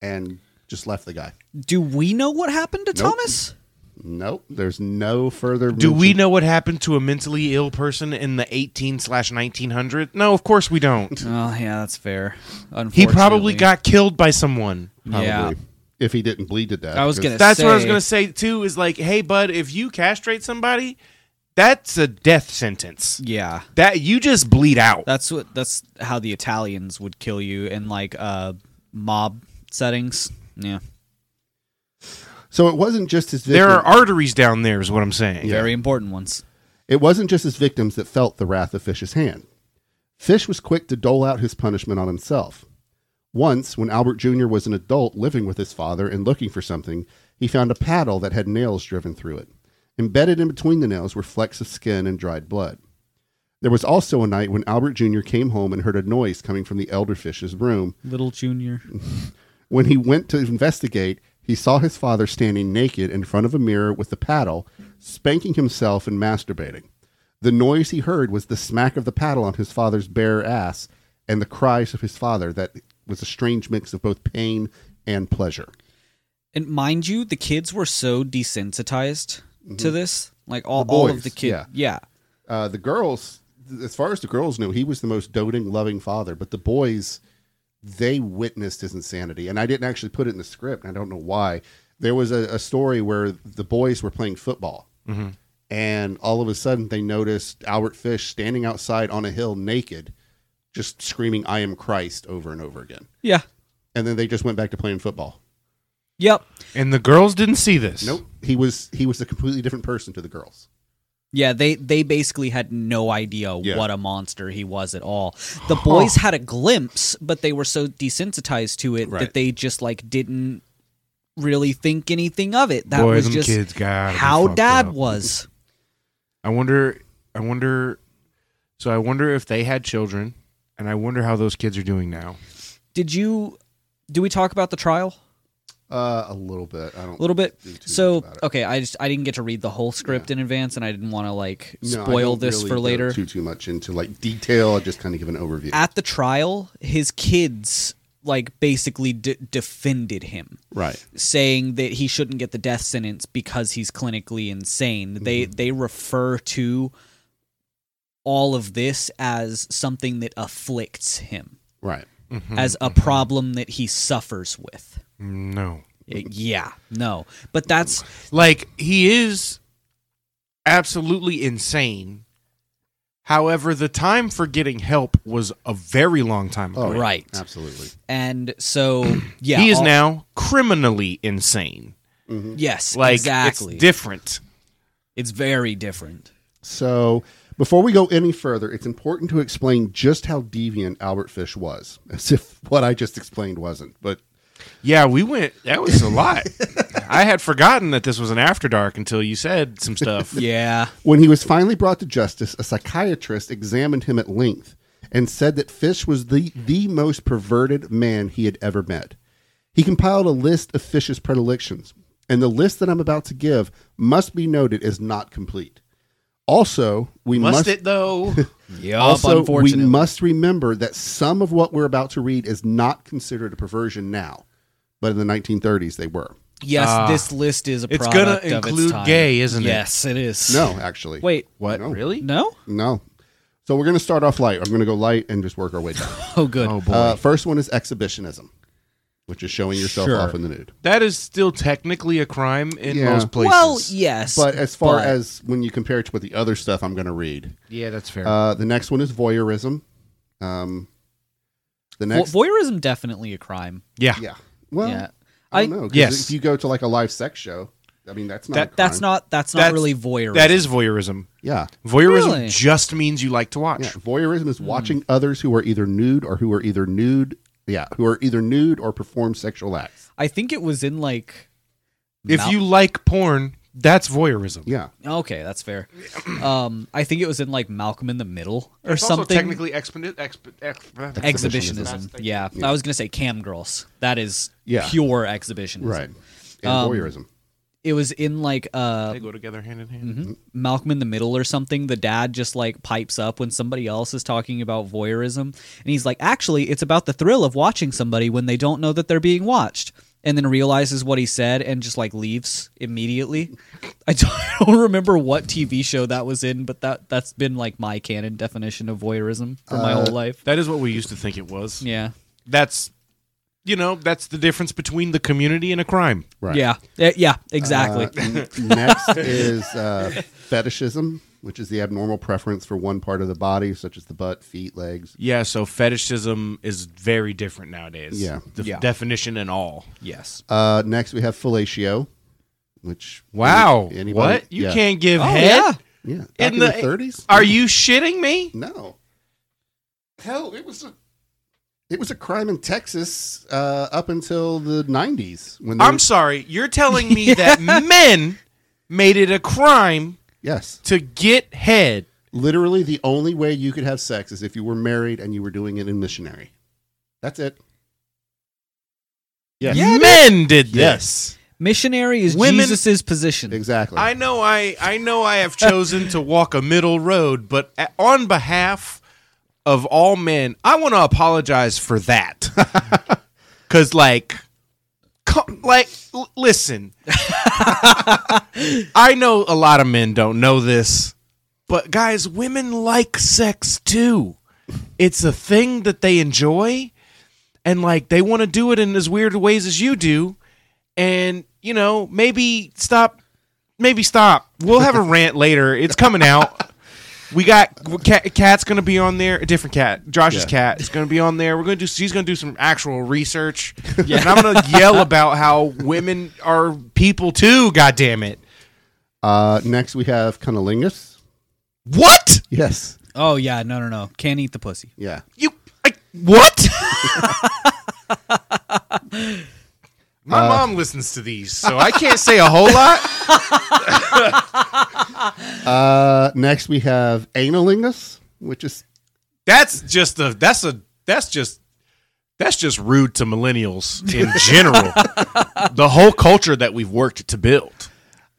C: And just left the guy.
B: Do we know what happened to
C: Nope.
B: Thomas?
C: Nope. There's no further.
A: Do we
C: mention.
A: know what happened to a mentally ill person in the 18 slash 1900? No, of course we don't.
B: Oh, yeah, that's fair.
A: He probably
B: Unfortunately.
A: got killed by someone.
B: Yeah.
C: If he didn't bleed to death.
B: I was
C: 'cause-
B: gonna-
A: That's what I was
B: say-
A: going to say, too, is like, hey, bud, if you castrate somebody, that's a death sentence.
B: Yeah.
A: That you just bleed out.
B: That's what that's how the Italians would kill you in like uh mob settings. Yeah.
C: So it wasn't just his victim.
A: There are arteries down there, is what I'm saying.
B: Very important ones.
C: It wasn't just his victims that felt the wrath of Fish's hand. Fish was quick to dole out his punishment on himself. Once, when Albert Jr. was an adult living with his father and looking for something, he found a paddle that had nails driven through it. Embedded in between the nails were flecks of skin and dried blood. There was also a night when Albert Jr. came home and heard a noise coming from the elderfish's room.
B: Little Junior.
C: When he went to investigate, he saw his father standing naked in front of a mirror with a paddle, spanking himself and masturbating. The noise he heard was the smack of the paddle on his father's bare ass and the cries of his father that was a strange mix of both pain and pleasure.
B: And mind you, the kids were so desensitized to this. Like all, all of
C: boys,
B: the kids. Yeah.
C: yeah. Uh, the girls, th- as far as the girls knew, he was the most doting, loving father, but the boys, they witnessed his insanity. And I didn't actually put it in the script, and I don't know why. There was a, a story where the boys were playing football. and all of a sudden they noticed Albert Fish standing outside on a hill naked, just screaming "I am Christ" over and over again.
B: Yeah.
C: And then they just went back to playing football.
B: Yep.
A: And the girls didn't see this.
C: Nope. He was he was a completely different person to the girls.
B: Yeah, they they basically had no idea
C: Yeah.
B: what a monster he was at all. The boys had a glimpse, but they were so desensitized to it
C: Right.
B: that they just like didn't really think anything of it. That
A: Boy,
B: was
A: them
B: just
A: kids got
B: how dad was.
A: I wonder. I wonder. So I wonder if they had children, and I wonder how those kids are doing now.
B: Did you do we talk about the trial?
C: Uh, a little bit. I don't.
B: a little bit.
C: do too much
B: So
C: about it.
B: okay, I just I didn't get to read the whole script in advance, and I didn't want to like
C: No, I
B: spoil
C: don't
B: this
C: really
B: for
C: go
B: later.
C: Too too much into like detail. I just kind of give an overview.
B: At the trial, his kids like basically d- defended him,
C: right.
B: saying that he shouldn't get the death sentence because he's clinically insane. They
C: Mm-hmm.
B: they refer to all of this as something that afflicts him,
C: Right.
B: as a
C: Mm-hmm.
B: problem that he suffers with.
A: No,
B: Y- Uh, Yeah, no, but that's
A: like he is absolutely insane. However, the time for getting help was a very long time ago.
C: Oh, yeah.
B: right.
C: Absolutely.
B: And so, yeah,
A: he is
B: all-
A: now criminally insane.
B: Yes,
A: Like
B: exactly.
A: it's different.
B: It's very different.
C: So, before we go any further, it's important to explain just how deviant Albert Fish was, as if what I just explained wasn't. But
A: Yeah, we went. That was a lot. I had forgotten that this was an after dark until you said some stuff.
B: Yeah.
C: when he was finally brought to justice, a psychiatrist examined him at length and said that Fish was the, the most perverted man he had ever met. He compiled a list of Fish's predilections, and the list that I'm about to give must be noted as not complete. Also, we
A: Must,
C: must
A: it though?
B: Yup,
C: also, we
B: unfortunately.
C: must remember that some of what we're about to read is not considered a perversion now, but in the 1930s they were.
B: yes,
A: Ah.
B: this list is a
A: It's
B: product
A: gonna
B: of its
A: include
B: time.
A: gay, isn't it?
B: Yes, it is.
C: No, actually.
B: Wait,
A: what? Really?
B: no?
C: No. So we're going to start off light. I'm going to go light and just work our way down.
B: Oh, good.
A: Oh boy,
C: uh, first one is exhibitionism, which is showing yourself
B: Sure.
C: off in the nude.
A: that is still technically a crime in
C: Yeah.
A: most places.
B: well, yes.
C: But as far
B: but-
C: as when you compare it to what the other stuff I'm going to read,
A: yeah, that's fair.
C: uh, the next one is voyeurism. Um, the
B: Vo-
C: next,
B: voyeurism definitely a crime.
A: yeah,
C: yeah, well,
B: yeah.
C: I don't
B: I-
C: know. 'cause
A: Yes.
C: if you go to like a live sex show, I mean that's not a
A: That-
C: crime.
B: That's not that's not
A: That's-
B: really voyeurism.
A: that is voyeurism.
C: yeah.
A: Voyeurism
B: Really?
A: just means you like to watch.
C: Yeah, voyeurism
B: Hmm.
C: is watching others who are either nude or who are either nude, yeah, who are either nude or perform sexual acts.
B: I think it was in like
A: If
B: Mount-
A: you like porn, that's voyeurism.
C: Yeah,
B: Okay, that's fair. Um I think it was in like Malcolm in the Middle or
A: It's also
B: something.
A: technically expo- expo- ex-
B: exhibitionism. Yeah. I was going to say cam girls. That is
C: Yeah.
B: pure exhibitionism.
C: right. And
B: Um,
C: voyeurism.
B: It was in like uh
A: They go together hand in hand.
C: Mm-hmm.
B: Malcolm in the Middle or something, the dad just like pipes up when somebody else is talking about voyeurism. And he's like, actually, it's about the thrill of watching somebody when they don't know that they're being watched. And then realizes what he said and just like leaves immediately. I don't, I don't remember what TV show that was in, but that that's been like my canon definition of voyeurism for my whole life.
A: That is what we used to think it was.
B: Yeah,
A: That's, you know, that's the difference between the community and a crime.
C: Right. Uh,
B: yeah, Eh, yeah, exactly.
C: N- Next is uh, fetishism, which is the abnormal preference for one part of the body, such as the butt, feet, legs.
A: Yeah, so fetishism is very different nowadays.
C: Yeah.
A: The
B: Yeah.
A: definition and all.
B: yes.
C: Uh, next, we have fellatio, which
A: Wow.
C: any- anybody-
A: what? You
C: yeah.
A: can't give
B: Oh
A: head?
B: yeah.
C: Yeah, back
A: In
C: in, the
A: the-
C: thirties.
A: Are you shitting me?
C: No. Hell, it was a it was a crime in Texas uh, up until the nineties when they
A: I'm sorry. You're telling me that men made it a crime
C: yes,
A: to get head.
C: literally the only way you could have sex is if you were married and you were doing it in missionary. That's it. Yes,
B: Yeah, dude.
A: men did
C: Yes.
A: this.
B: Missionary is
A: Women-
B: Jesus's position.
C: exactly.
A: I know I I know I have chosen to walk a middle road, but a- on behalf of all men, I want to apologize for that. Cuz like co- like l- listen. I know a lot of men don't know this, but guys, women like sex too. It's a thing that they enjoy and like they want to do it in as weird ways as you do and you know maybe stop maybe stop we'll have a rant later it's coming out We got cat, cat's gonna be on there. A different cat, Josh's
C: Yeah.
A: cat, is gonna be on there. We're gonna do. She's gonna do some actual research, and I'm gonna yell about how women are people too. God damn it!
C: Uh, next, we have cunnilingus.
A: What
C: Yes.
B: Oh yeah, no, no, no. Can't eat the pussy.
C: Yeah.
A: you? I, what? My mom listens to these, so I can't say a whole lot.
C: Uh, next, we have analingus, which is
A: That's just a. That's a. That's just. That's just rude to millennials in general. the whole culture that we've worked to build.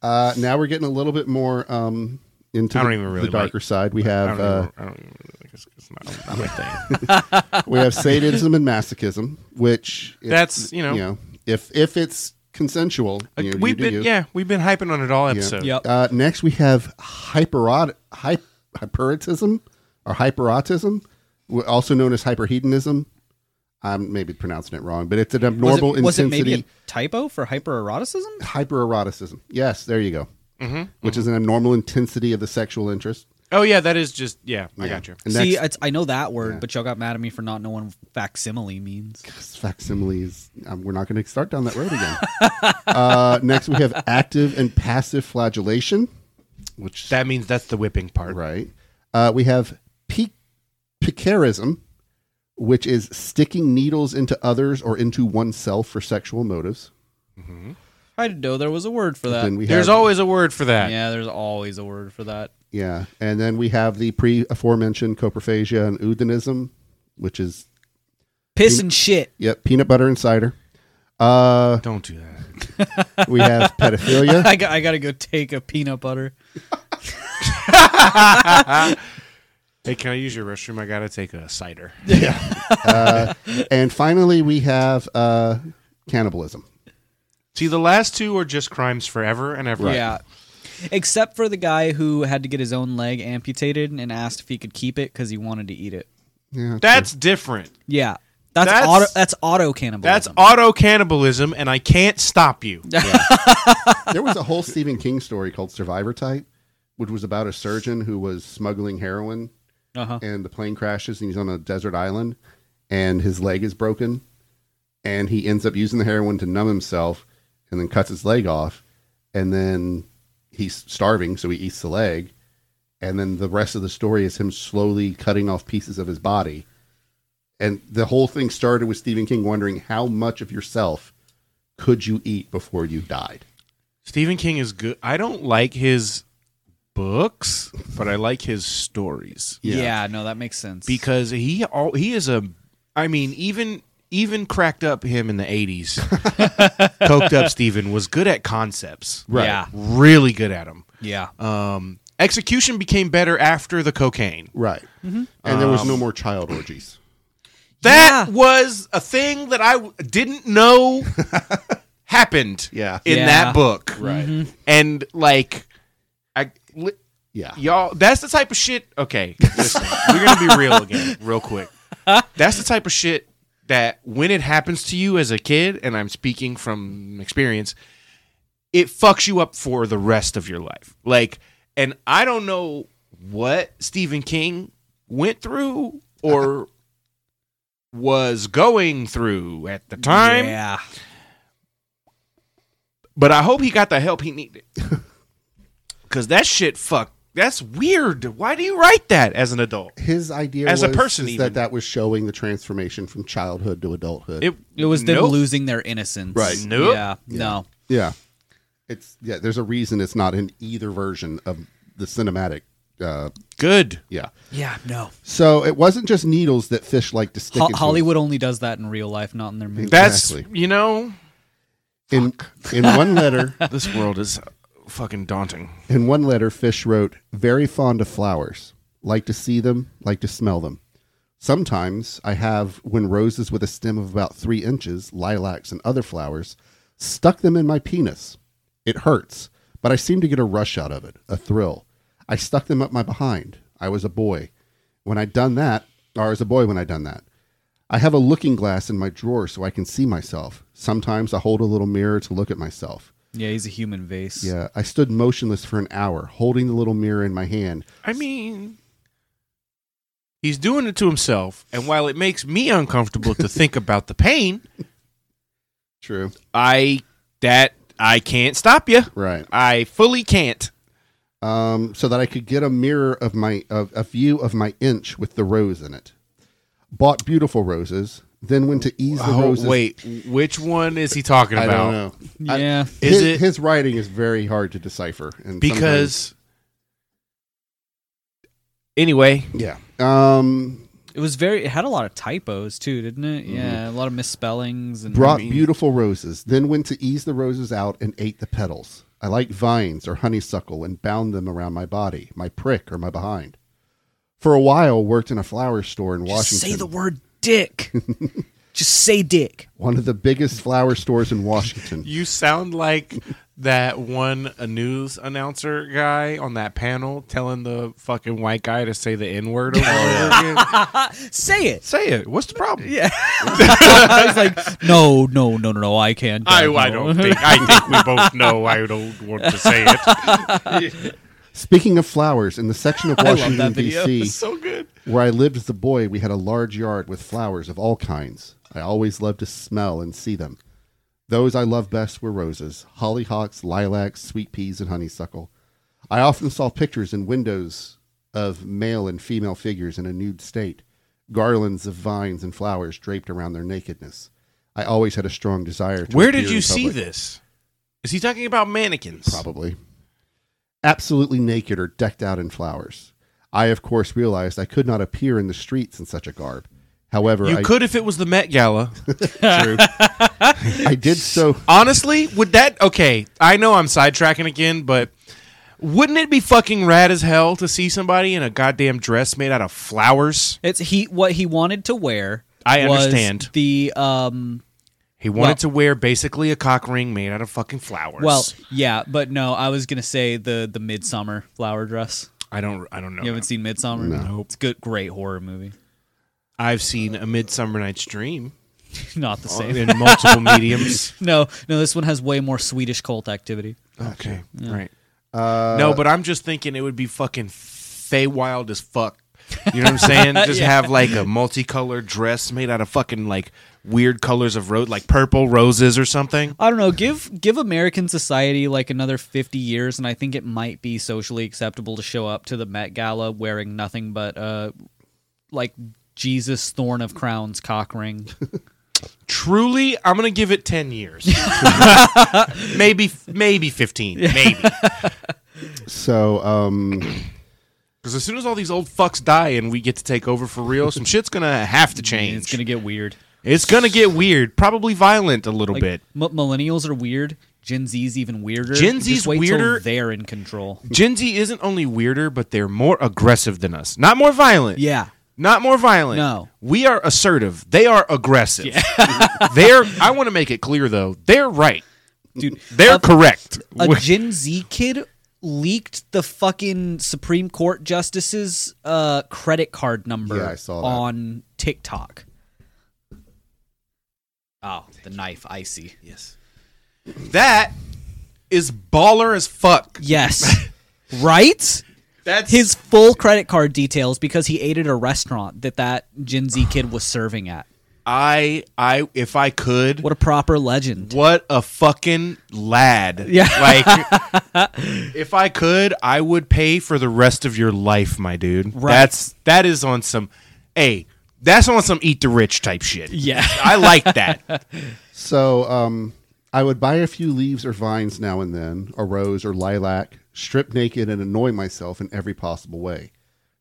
C: uh, now we're getting a little bit more um, into
A: I don't
C: the,
A: even
C: the
A: really
C: darker side. We have uh,
A: I don't even like it's, it's not, not my thing.
C: we have sadism and masochism, which if-
A: That's, you know.
C: if if it's consensual, you know, you
A: we've
C: do
A: been
C: you.
A: yeah, we've been hyping on it all episode.
B: Yep.
C: Uh, next, we have hyperod hy- hyperotism or hyperautism, w- also known as hyperhedonism. I'm maybe pronouncing it wrong, but it's an
B: Was
C: abnormal
B: it, was it
C: intensity
B: maybe a typo for hypereroticism?
C: hypereroticism. Yes, there you go.
B: Mm-hmm,
C: Which is an abnormal intensity of the sexual interest.
A: Oh yeah, that is just yeah, I
C: Yeah.
A: got you.
C: And
B: See, uh,
C: next,
B: it's, I know that word, but y'all got mad at me for not knowing facsimile means.
C: facsimiles. Um, we're not going to start down that road again. uh, next, we have active and passive flagellation, which
A: That means that's the whipping part.
C: right. Uh, we have pe- picarism, which is sticking needles into others or into oneself for sexual motives.
B: I didn't know there was a word for
C: Then
B: that.
C: we
A: There's
C: have,
A: always a word for that.
B: yeah, there's always a word for that.
C: yeah, and then we have the pre aforementioned coprophagia and eudenism, which is
B: Piss and shit.
C: Yep, peanut butter and cider. Uh,
A: Don't do that.
C: we have pedophilia.
B: I got, I got to go take a peanut butter.
A: Hey, can I use your restroom? I gotta take a cider.
C: and finally, we have uh, cannibalism.
A: See, the last two are just crimes forever and ever.
B: Yeah. Except for the guy who had to get his own leg amputated and asked if he could keep it because he wanted to eat it.
C: Yeah,
A: That's different.
B: Yeah. That's,
A: That's-
B: auto that's auto cannibalism.
A: That's auto cannibalism, and I can't stop you.
C: there was a whole Stephen King story called Survivor Type, which was about a surgeon who was smuggling heroin,
B: Uh-huh.
C: and the plane crashes, and he's on a desert island, and his leg is broken, and he ends up using the heroin to numb himself, and then cuts his leg off, and then he's starving, so he eats the leg, and then the rest of the story is him slowly cutting off pieces of his body. And the whole thing started with Stephen King wondering how much of yourself could you eat before you died.
A: Stephen King is good. I don't like his books, but I like his stories
B: yeah. no, that makes sense.
A: because he all he is a. I mean, even even cracked up him in the eighties, coked up Stephen was good at concepts.
C: Right.
B: Yeah.
A: Really good at them.
B: Yeah. Uh,
A: Um, execution became better after the cocaine.
C: Right. Mm-hmm. And there was no more child orgies.
A: That
B: Yeah.
A: was a thing that I w- didn't know happened.
C: Yeah.
A: in
B: Yeah.
A: that book,
C: Right.
A: and like, I. Li-
C: Yeah.
A: y'all that's the type of shit okay listen, we're gonna be real again real quick that's the type of shit that when it happens to you as a kid and i'm speaking from experience it fucks you up for the rest of your life like and i don't know what stephen king went through or was going through at the time
B: Yeah.
A: but I hope he got the help he needed. Cause that shit, fuck, that's weird. Why do you write that as an adult?
C: His idea
A: As a
C: was-
A: person,
C: is
A: even.
C: that that was showing the transformation from childhood to adulthood.
B: It was them
A: nope.
B: losing their innocence.
C: Right.
A: Nope.
B: Yeah. No.
C: yeah. It's yeah. There's a reason it's not in either version of the cinematic. Uh,
A: good.
C: yeah.
B: Yeah. No.
C: So it wasn't just needles that fish like to stick.
B: Ho-
C: into
B: Hollywood only does that in real life, not in their movies.
A: That's
C: Exactly.
A: you know,
C: In in one letter,
A: this world is fucking daunting.
C: in one letter, Fish wrote, "Very fond of flowers. Like to see them. Like to smell them. Sometimes I have, when roses with a stem of about three inches, lilacs, and other flowers, stuck them in my penis. It hurts, but I seem to get a rush out of it, a thrill. I stuck them up my behind. I was a boy. When I done that, or as a boy when I done that, I have a looking glass in my drawer so I can see myself. Sometimes I hold a little mirror to look at myself.
B: Yeah, he's a human vase.
C: Yeah, I stood motionless for an hour, holding the little mirror in my hand.
A: I mean, He's doing it to himself, and while it makes me uncomfortable to think about the pain,
C: True.
A: I that I can't stop you.
C: Right.
A: I fully can't.
C: um, so that I could get a mirror of my of a view of my inch with the rose in it. Bought beautiful roses, then went to ease the
A: Oh
C: roses.
A: wait, which one is he talking
C: I
A: about?
C: don't know. I-
B: Yeah.
A: Is
C: his,
A: it-
C: his writing is very hard to decipher and
A: Because anyway,
C: sometimes- yeah, um,
B: It was very. It had a lot of typos too, didn't it? Yeah, a lot of misspellings and
C: brought
A: mean-
C: beautiful roses, then went to ease the roses out and ate the petals. I liked vines or honeysuckle and bound them around my body, my prick or my behind. For a while, worked in a flower store in
B: Just
C: Washington.
B: say the word dick. Just say dick.
C: one of the biggest flower stores in Washington.
A: you sound like that one a news announcer guy on that panel telling the fucking white guy to say the n word over and over again.
B: Say it.
A: Say it. What's the problem?
B: Yeah. I was like, no, no, no, no, no. I can't.
A: I,
B: God,
A: I
B: no."
A: don't think I think we both know I don't want to say it.
C: Speaking of flowers, in the section of
B: love that
C: Washington
B: video.
A: It's
C: D.C.
A: so good.
C: where I lived as a boy, we had a large yard with flowers of all kinds. I always loved to smell and see them. Those I loved best were roses, hollyhocks, lilacs, sweet peas, and honeysuckle. I often saw pictures in windows of male and female figures in a nude state, garlands of vines and flowers draped around their nakedness. I always had a strong desire to.
A: Where did
C: appear
A: you
C: in
A: see
C: public.
A: this? Is he talking about mannequins?
C: Probably. Absolutely naked or decked out in flowers. I, of course, realized I could not appear in the streets in such a garb. However,
A: You
C: I,
A: could if it was the Met Gala.
C: I did so.
A: Honestly, would that okay? I know I'm sidetracking again, but wouldn't it be fucking rad as hell to see somebody in a goddamn dress made out of flowers?
B: It's he. What he wanted to wear.
A: I
B: was
A: understand.
B: the um.
A: He wanted
B: Well-
A: to wear basically a cock ring made out of fucking flowers.
B: Well, yeah, but no. I was gonna say the the midsummer flower dress.
A: I don't, I don't know.
B: You haven't seen Midsummer? No. It's a good, great horror movie.
A: I've seen a Midsummer Night's Dream
B: Not the same.
A: in multiple mediums.
B: No, no, this one has way more Swedish cult activity.
A: Okay, right.
C: Uh,
A: no, but I'm just thinking it would be fucking fey wild as fuck. You know what I'm saying? Just have like a multicolored dress made out of fucking like weird colors of rose, like purple roses or something.
B: I don't know. Give give American society like another fifty years, and I think it might be socially acceptable to show up to the Met Gala wearing nothing but uh, like Jesus Thorn of Crowns cock ring.
A: Truly, I'm gonna give it ten years, maybe maybe fifteen, maybe.
C: so, um,
A: Because as soon as all these old fucks die and we get to take over for real, some shit's gonna have to change.
B: it's gonna get weird.
A: get weird, probably violent a little
B: Like,
A: bit.
B: m- millennials are weird. Gen Z's even weirder.
A: Gen
B: Just
A: Z's
B: wait till
A: weirder-
B: They're in control.
A: Gen Z isn't only weirder, but they're more aggressive than us. Not more violent.
B: Yeah.
A: Not more violent.
B: No.
A: We are assertive. They are aggressive. they're I want to make it clear though. They're right.
B: Dude,
A: They're
B: a-
A: correct.
B: a Gen Z kid leaked the fucking Supreme Court justice's uh, credit card number
C: Yeah, I saw that.
B: on TikTok. Oh, the knife, icy.
A: yes. That is baller as fuck.
B: Yes. right?
A: That's
B: His full credit card details because he ate at a restaurant that that Gen Z kid was serving at.
A: I I if I could
B: What a proper legend.
A: What a fucking lad.
B: Yeah.
A: Like, if I could, I would pay for the rest of your life, my dude.
B: Right.
A: That's, that is on some, hey, that's on some eat the rich type shit.
B: Yeah.
A: I like that.
C: so um, I would buy a few leaves or vines now and then, a rose or lilac, strip naked and annoy myself in every possible way.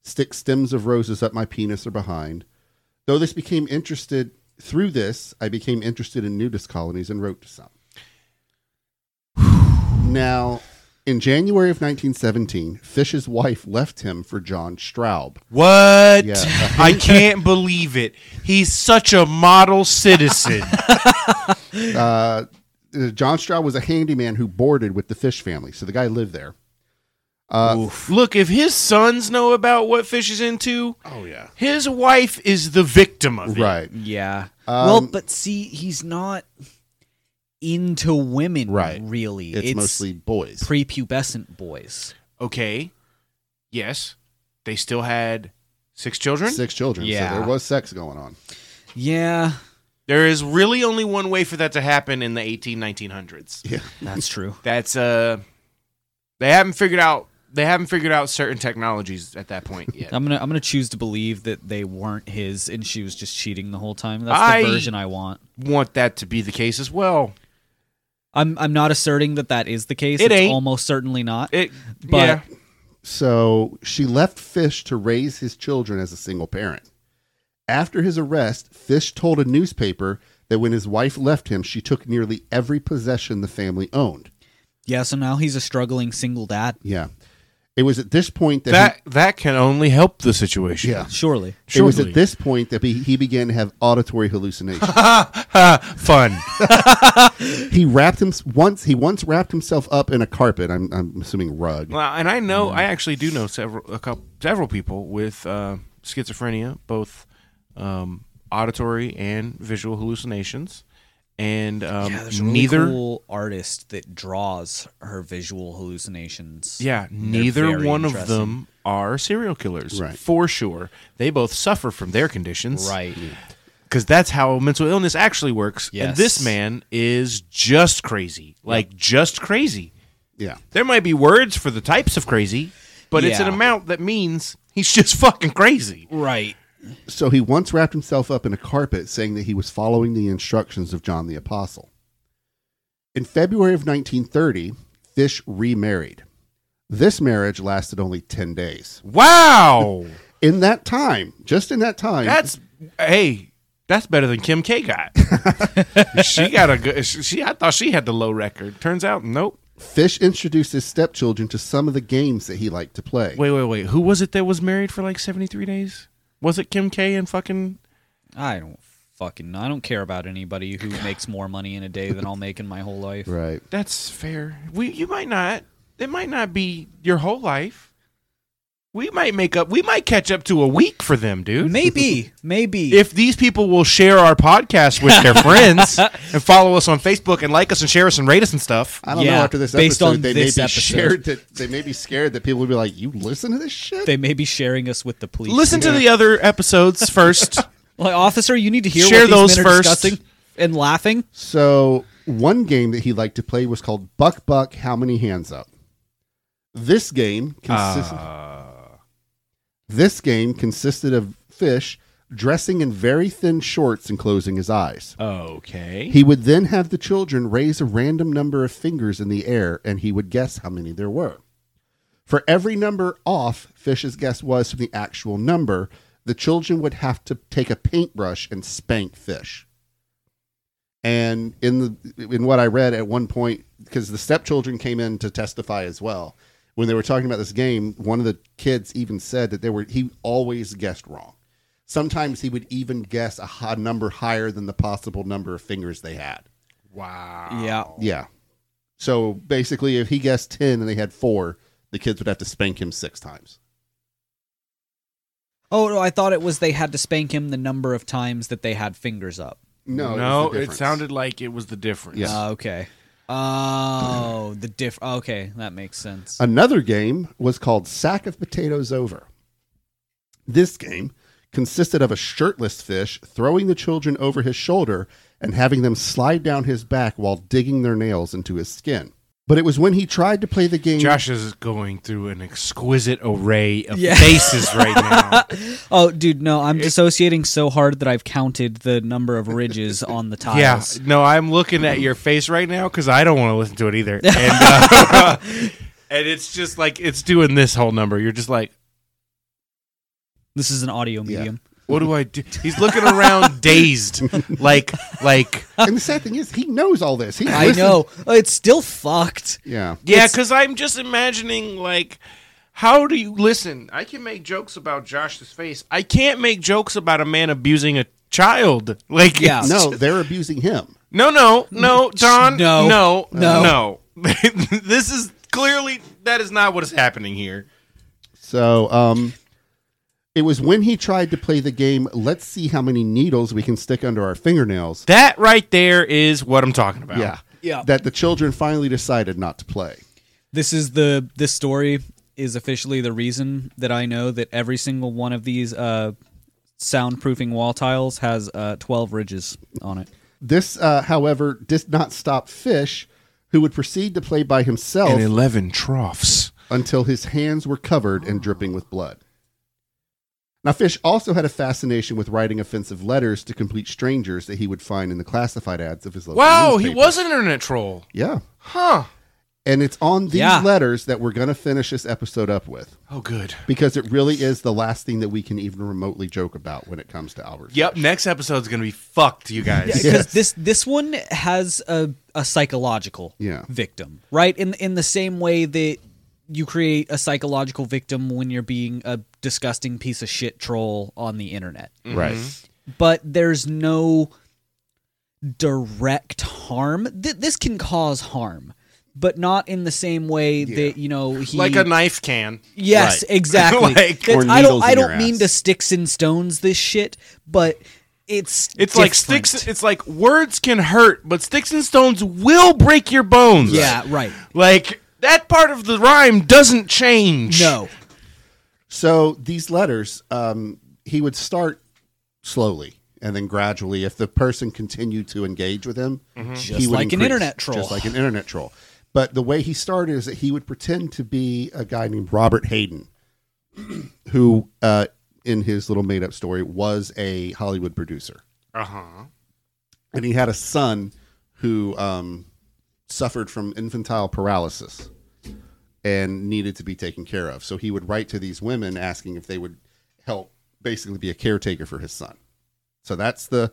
C: Stick stems of roses up my penis or behind. Though this became interested through this, I became interested in nudist colonies and wrote to some. Now, in January of 1917, Fish's wife left him for John Straub.
A: What?
C: Yeah.
A: I can't believe it. He's such a model citizen.
C: uh, John Straub was a handyman who boarded with the Fish family, so the guy lived there. Uh,
A: Look, if his sons know about what Fish is into,
C: Oh yeah,
A: his wife is the victim of it.
C: right.
B: Yeah.
C: Um,
B: well, but see, he's not into women,
C: Right.
B: really.
C: It's, mostly boys.
B: prepubescent boys.
A: okay, yes, they still had Six children?
C: Six children.
B: Yeah.
C: So there was sex going on.
B: Yeah,
A: There is really only one way for that to happen in the 18, 1900s.
C: Yeah.
B: that's true.
A: That's uh they haven't figured out they haven't figured out certain technologies at that point yet.
B: I'm gonna I'm gonna choose to believe that they weren't his and she was just cheating the whole time. That's the
A: I-
B: version I want.
A: Want that to be the case as well.
B: I'm I'm not asserting that that is the case.
A: It
B: it's
A: ain't.
B: almost certainly not.
A: It
B: But-
A: yeah.
C: So she left Fish to raise his children as a single parent. After his arrest, Fish told a newspaper that when his wife left him, she took nearly every possession the family owned.
B: yeah, so now he's a struggling single dad.
C: Yeah. It was at this point that,
A: That that can only help the situation.
C: he, yeah.
B: Surely.
C: It was
A: Surely.
C: at this point that he, he began to have auditory hallucinations.
A: Fun.
C: he wrapped him once he once wrapped himself up in a carpet, I'm I'm assuming rug.
A: well, and I know I actually do know several a couple several people with uh, schizophrenia, both um, auditory and visual hallucinations. And um,
B: yeah, there's a really
A: neither
B: cool artist that draws her visual hallucinations.
A: Yeah,
B: They're
A: neither
B: very
A: one of
B: interesting.
A: them are serial killers,
C: Right.
A: for sure. They both suffer from their conditions,
B: Right.
A: Because that's how mental illness actually works. And this
B: Yes.
A: man is just crazy, like just crazy.
C: Yeah.
A: There might be words for the types of crazy, but it's an
B: Yeah.
A: amount that means he's just fucking crazy.
B: Right.
C: So he once wrapped himself up in a carpet, saying that he was following the instructions of John the Apostle. In February of 1930, Fish remarried. This marriage lasted only 10 days.
A: Wow,
C: In that time, just in that time,
A: that's hey, that's better than Kim K got. she got a good. She I thought she had the low record. Turns out, nope.
C: Fish introduced his stepchildren to some of the games that he liked to play.
A: Wait, wait, wait. Who was it that was married for like 73 days? Was it Kim K and fucking
B: I don't fucking I don't care about anybody who makes more money in a day than I'll make in my whole life.
C: Right.
A: That's fair. We you might not it might not be your whole life. We might make up we might catch up to a week for them, dude.
B: Maybe. Maybe.
A: If these people will share our podcast with their friends and follow us on Facebook and like us and share us and rate us and stuff.
C: I don't know
B: Yeah,
C: after this episode,
B: based on
C: they
B: this
C: may be
B: episode.
C: scared that they may be scared that people would be like, "You listen to this shit."
B: they may be sharing us with the police.
A: Listen to the other episodes first.
B: Like, officer, you need to hear
A: Share
B: what
A: those
B: these men are
A: first.
B: discussing and laughing.
C: So one game that he liked to play was called Buck Buck. How many hands up? This game consisted. This game consisted of fish dressing in very thin shorts and closing his eyes.
A: okay.
C: He would then have the children raise a random number of fingers in the air, and he would guess how many there were. For every number off Fish's guess was from the actual number, the children would have to take a paintbrush and spank Fish. And in the in what I read at one point, because the stepchildren came in to testify as well, when they were talking about this game, one of the kids even said that they were he always guessed wrong. Sometimes he would even guess a high number higher than the possible number of fingers they had.
A: Wow.
B: Yeah.
C: Yeah. So basically, if he guessed 10 and they had four, the kids would have to spank him six times.
B: Oh no, I thought it was they had to spank him the number of times that they had fingers up.
C: No,
A: no,
C: was the
A: it
C: difference.
A: sounded like it was the difference.
C: Yeah.
B: Uh, okay. Oh, the diff. Okay, that makes sense.
C: Another game was called Sack of Potatoes Over. This game consisted of a shirtless fish throwing the children over his shoulder and having them slide down his back while digging their nails into his skin. But it was when he tried to play the game.
A: Josh is going through an exquisite array of
B: Yeah.
A: faces right now.
B: oh, dude, no, I'm dissociating so hard that I've counted the number of ridges on the
A: Yeah,
B: tiles.
A: no, I'm looking at your face right now because I don't want to listen to it either. And, uh, and it's just like it's doing this whole number. You're just like,
B: This is an audio medium.
A: what do I do? He's looking around dazed, like, like,
C: And the sad thing is, he knows all this. He
B: I
C: listens-
B: know. Oh, It's still fucked.
C: Yeah.
A: yeah. Because I'm just imagining like, how do you listen? I can make jokes about Josh's face. I can't make jokes about a man abusing a child. Like,
B: Yeah.
A: it's-
C: No, they're abusing him.
A: No, no, no, Don.
B: No.
A: no,
B: No.
A: no. this is clearly that is not what is happening here.
C: So um, it was when he tried to play the game. Let's see how many needles we can stick under our fingernails.
A: That right there is what I'm talking about.
C: Yeah,
B: Yeah.
C: That the children finally decided not to play.
B: This is the this story is officially the reason that I know that every single one of these uh, soundproofing wall tiles has uh, 12 ridges on it.
C: This, uh, however, did not stop Fish, who would proceed to play by himself
A: and 11 troughs.
C: until his hands were covered and dripping with blood. Now, Fish also had a fascination with writing offensive letters to complete strangers that he would find in the classified ads of his local
A: Wow, he
C: newspaper.
A: was an internet troll.
C: Yeah.
A: Huh.
C: And it's on these
B: Yeah.
C: letters that we're going to finish this episode up with
A: Oh, good.
C: because it really is the last thing that we can even remotely joke about when it comes to Albert.
A: Yep, next episode's going to be fucked, you guys.
B: because
C: Yeah. Yes.
B: this this one has a, a psychological
C: Yeah.
B: victim right in in the same way that you create a psychological victim when you're being a disgusting piece of shit troll on the internet
C: Right.
B: but there's no direct harm Th- this can cause harm but not in the same way that you know he
A: Like a knife can.
B: Yes,
A: Right.
B: exactly.
A: Like-
B: That's-
C: Or
B: I
C: needles
B: don't. I
C: in your
B: don't mean
C: ass.
B: to sticks and stones this shit, but it's
A: It's like
B: different.
A: sticks. It's like words can hurt, but sticks and stones will break your bones.
B: Yeah, right.
A: Like that part of the rhyme doesn't change.
B: No,
C: So these letters, um, he would start slowly and then gradually, if the person continued to engage with him,
B: Just like an internet troll.
C: just like an internet troll. But the way he started is that he would pretend to be a guy named Robert Hayden, who, uh, in his little made-up story, was a Hollywood producer,
A: Uh huh.
C: and he had a son who um, suffered from infantile paralysis and needed to be taken care of. So he would write to these women asking if they would help basically be a caretaker for his son. So that's the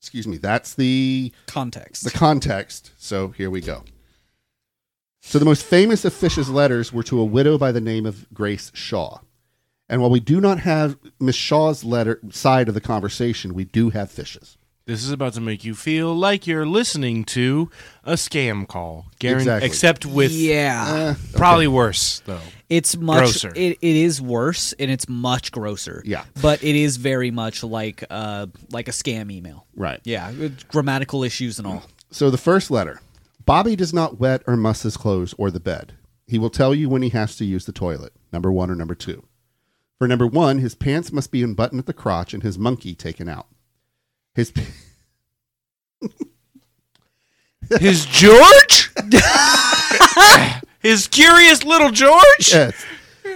C: excuse me, that's the
B: context.
C: the context. So here we go. So the most famous of Fish's letters were to a widow by the name of Grace Shaw. And while we do not have Miss Shaw's letter side of the conversation, we do have Fish's.
A: This is about to make you feel like you're listening to a scam call, Guaran-
C: Exactly.
A: except with
B: yeah,
C: Eh,
A: probably worse though.
B: it's much.
A: grosser.
B: It, it is worse, and it's much grosser.
C: Yeah.
B: but it is very much like uh like a scam email.
C: right.
B: Yeah, with grammatical issues and all.
C: So the first letter Bobby does not wet or muss his clothes or the bed. He will tell you when he has to use the toilet, number one or number two. For number one, his pants must be unbuttoned at the crotch and his monkey taken out. His. p-
A: His George. His curious little George.
C: yes.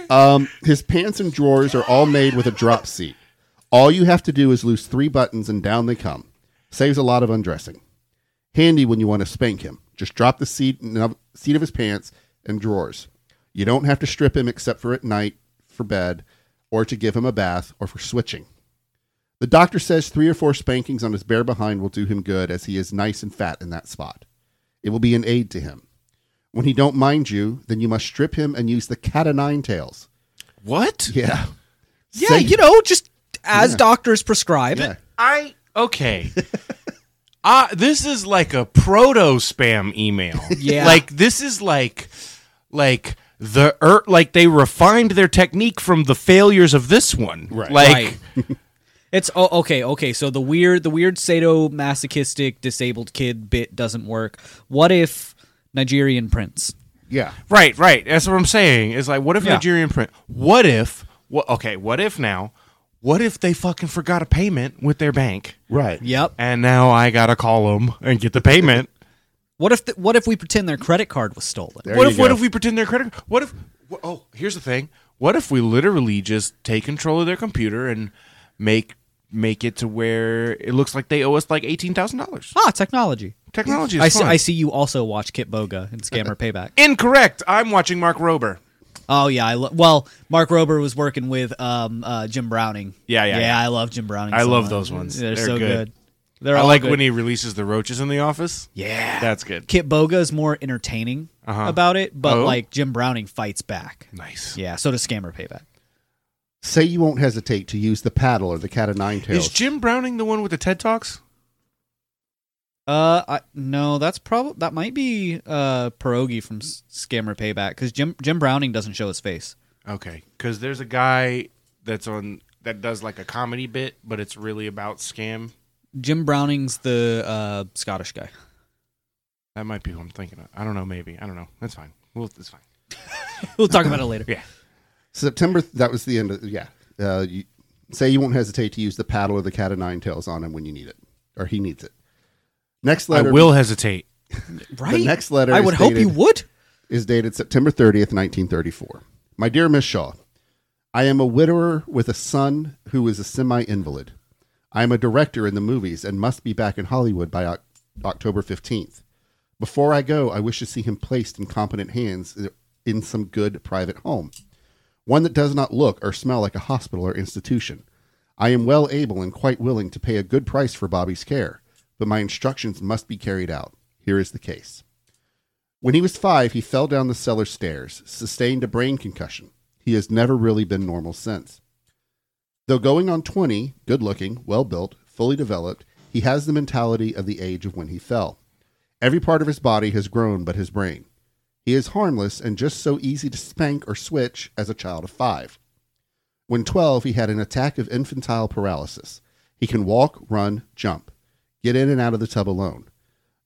C: Um, his pants and drawers are all made with a drop seat. All you have to do is loose three buttons and down they come. Saves a lot of undressing. Handy when you want to spank him. Just drop the seat no- seat of his pants and drawers. You don't have to strip him except for at night for bed or to give him a bath or for switching. The doctor says three or four spankings on his bare behind will do him good as he is nice and fat in that spot. It will be an aid to him. When he don't mind you, then you must strip him and use the cat o' nine tails.
A: What?
C: Yeah.
B: Yeah,
C: Say-
B: you know, just as doctors prescribe.
C: Yeah.
A: I okay. Uh, this is like a proto spam email.
B: Yeah.
A: Like this is like like the er, like they refined their technique from the failures of this one.
C: Right.
A: Like
B: right. it's oh, okay, okay. So the weird, the weird sadomasochistic disabled kid bit doesn't work. What if Nigerian prince?
C: Yeah.
A: right, right. That's what I'm saying. Is like what if
B: Yeah.
A: Nigerian print? What if what okay, what if now? What if they fucking forgot a payment with their bank?
C: Right.
B: Yep.
A: And now I got to call them and get the payment.
B: What if the, what if we pretend their credit card was stolen?
C: There
A: what
C: you
A: if what
C: go.
A: if we pretend they're credit? What if? wh- Oh, here's the thing. What if we literally just take control of their computer and make make it to where it looks like they owe us like eighteen thousand dollars?
B: Ah, technology.
A: Technology is
B: I see,
A: fun.
B: I see you also watch Kit Boga and Scammer Payback.
A: Incorrect. I'm watching Mark Rober.
B: Oh yeah, I lo- well Mark Rober was working with um, uh, Jim Browning.
A: Yeah, yeah,
B: yeah,
A: yeah.
B: I love Jim Browning.
A: I
B: so
A: love
B: much.
A: those ones.
B: They're,
A: They're
B: so
A: good.
B: good. They're
A: I
B: all
A: like
B: good.
A: when he releases the roaches in the office. Yeah, that's good.
B: Kit Boga is more entertaining
C: Uh-huh.
B: about it, but
A: Oh.
B: like Jim Browning fights back.
A: Nice.
B: Yeah, so does Scammer Payback.
C: Say you won't hesitate to use the paddle or the cat o' nine
A: Is
C: tails.
A: Jim Browning the one with the TED Talks?
B: Uh, I, no, that's probably that might be uh pierogi from S- Scammer Payback because Jim Jim Browning doesn't show his face.
A: Okay, because there's a guy that's on that does like a comedy bit, but it's really about scam.
B: Jim Browning's the uh Scottish guy.
A: That might be who I'm thinking of. I don't know. Maybe I don't know. That's fine. Well, it's fine.
B: We'll talk about it later.
A: Yeah.
C: September. That was the end of yeah. Uh, you, say you won't hesitate to use the paddle or the cat o' nine tails on him when you need it, or he needs it. Next
A: I
C: letter
A: will hesitate.
B: Right.
C: next letter
B: I
C: is
B: would hope you
C: dated-
B: would.
C: is dated September 30th, 1934. My dear Miss Shaw, I am a widower with a son who is a semi invalid. I am a director in the movies and must be back in Hollywood by Oc- October 15th. Before I go, I wish to see him placed in competent hands in some good private home, one that does not look or smell like a hospital or institution. I am well able and quite willing to pay a good price for Bobby's care, but my instructions must be carried out. Here is the case. When he was five, he fell down the cellar stairs, sustained a brain concussion. He has never really been normal since. Though going on 20, good looking, well built, fully developed, he has the mentality of the age of when he fell. Every part of his body has grown but his brain. He is harmless and just so easy to spank or switch as a child of five. When 12, he had an attack of infantile paralysis. He can walk, run, jump, get in and out of the tub alone.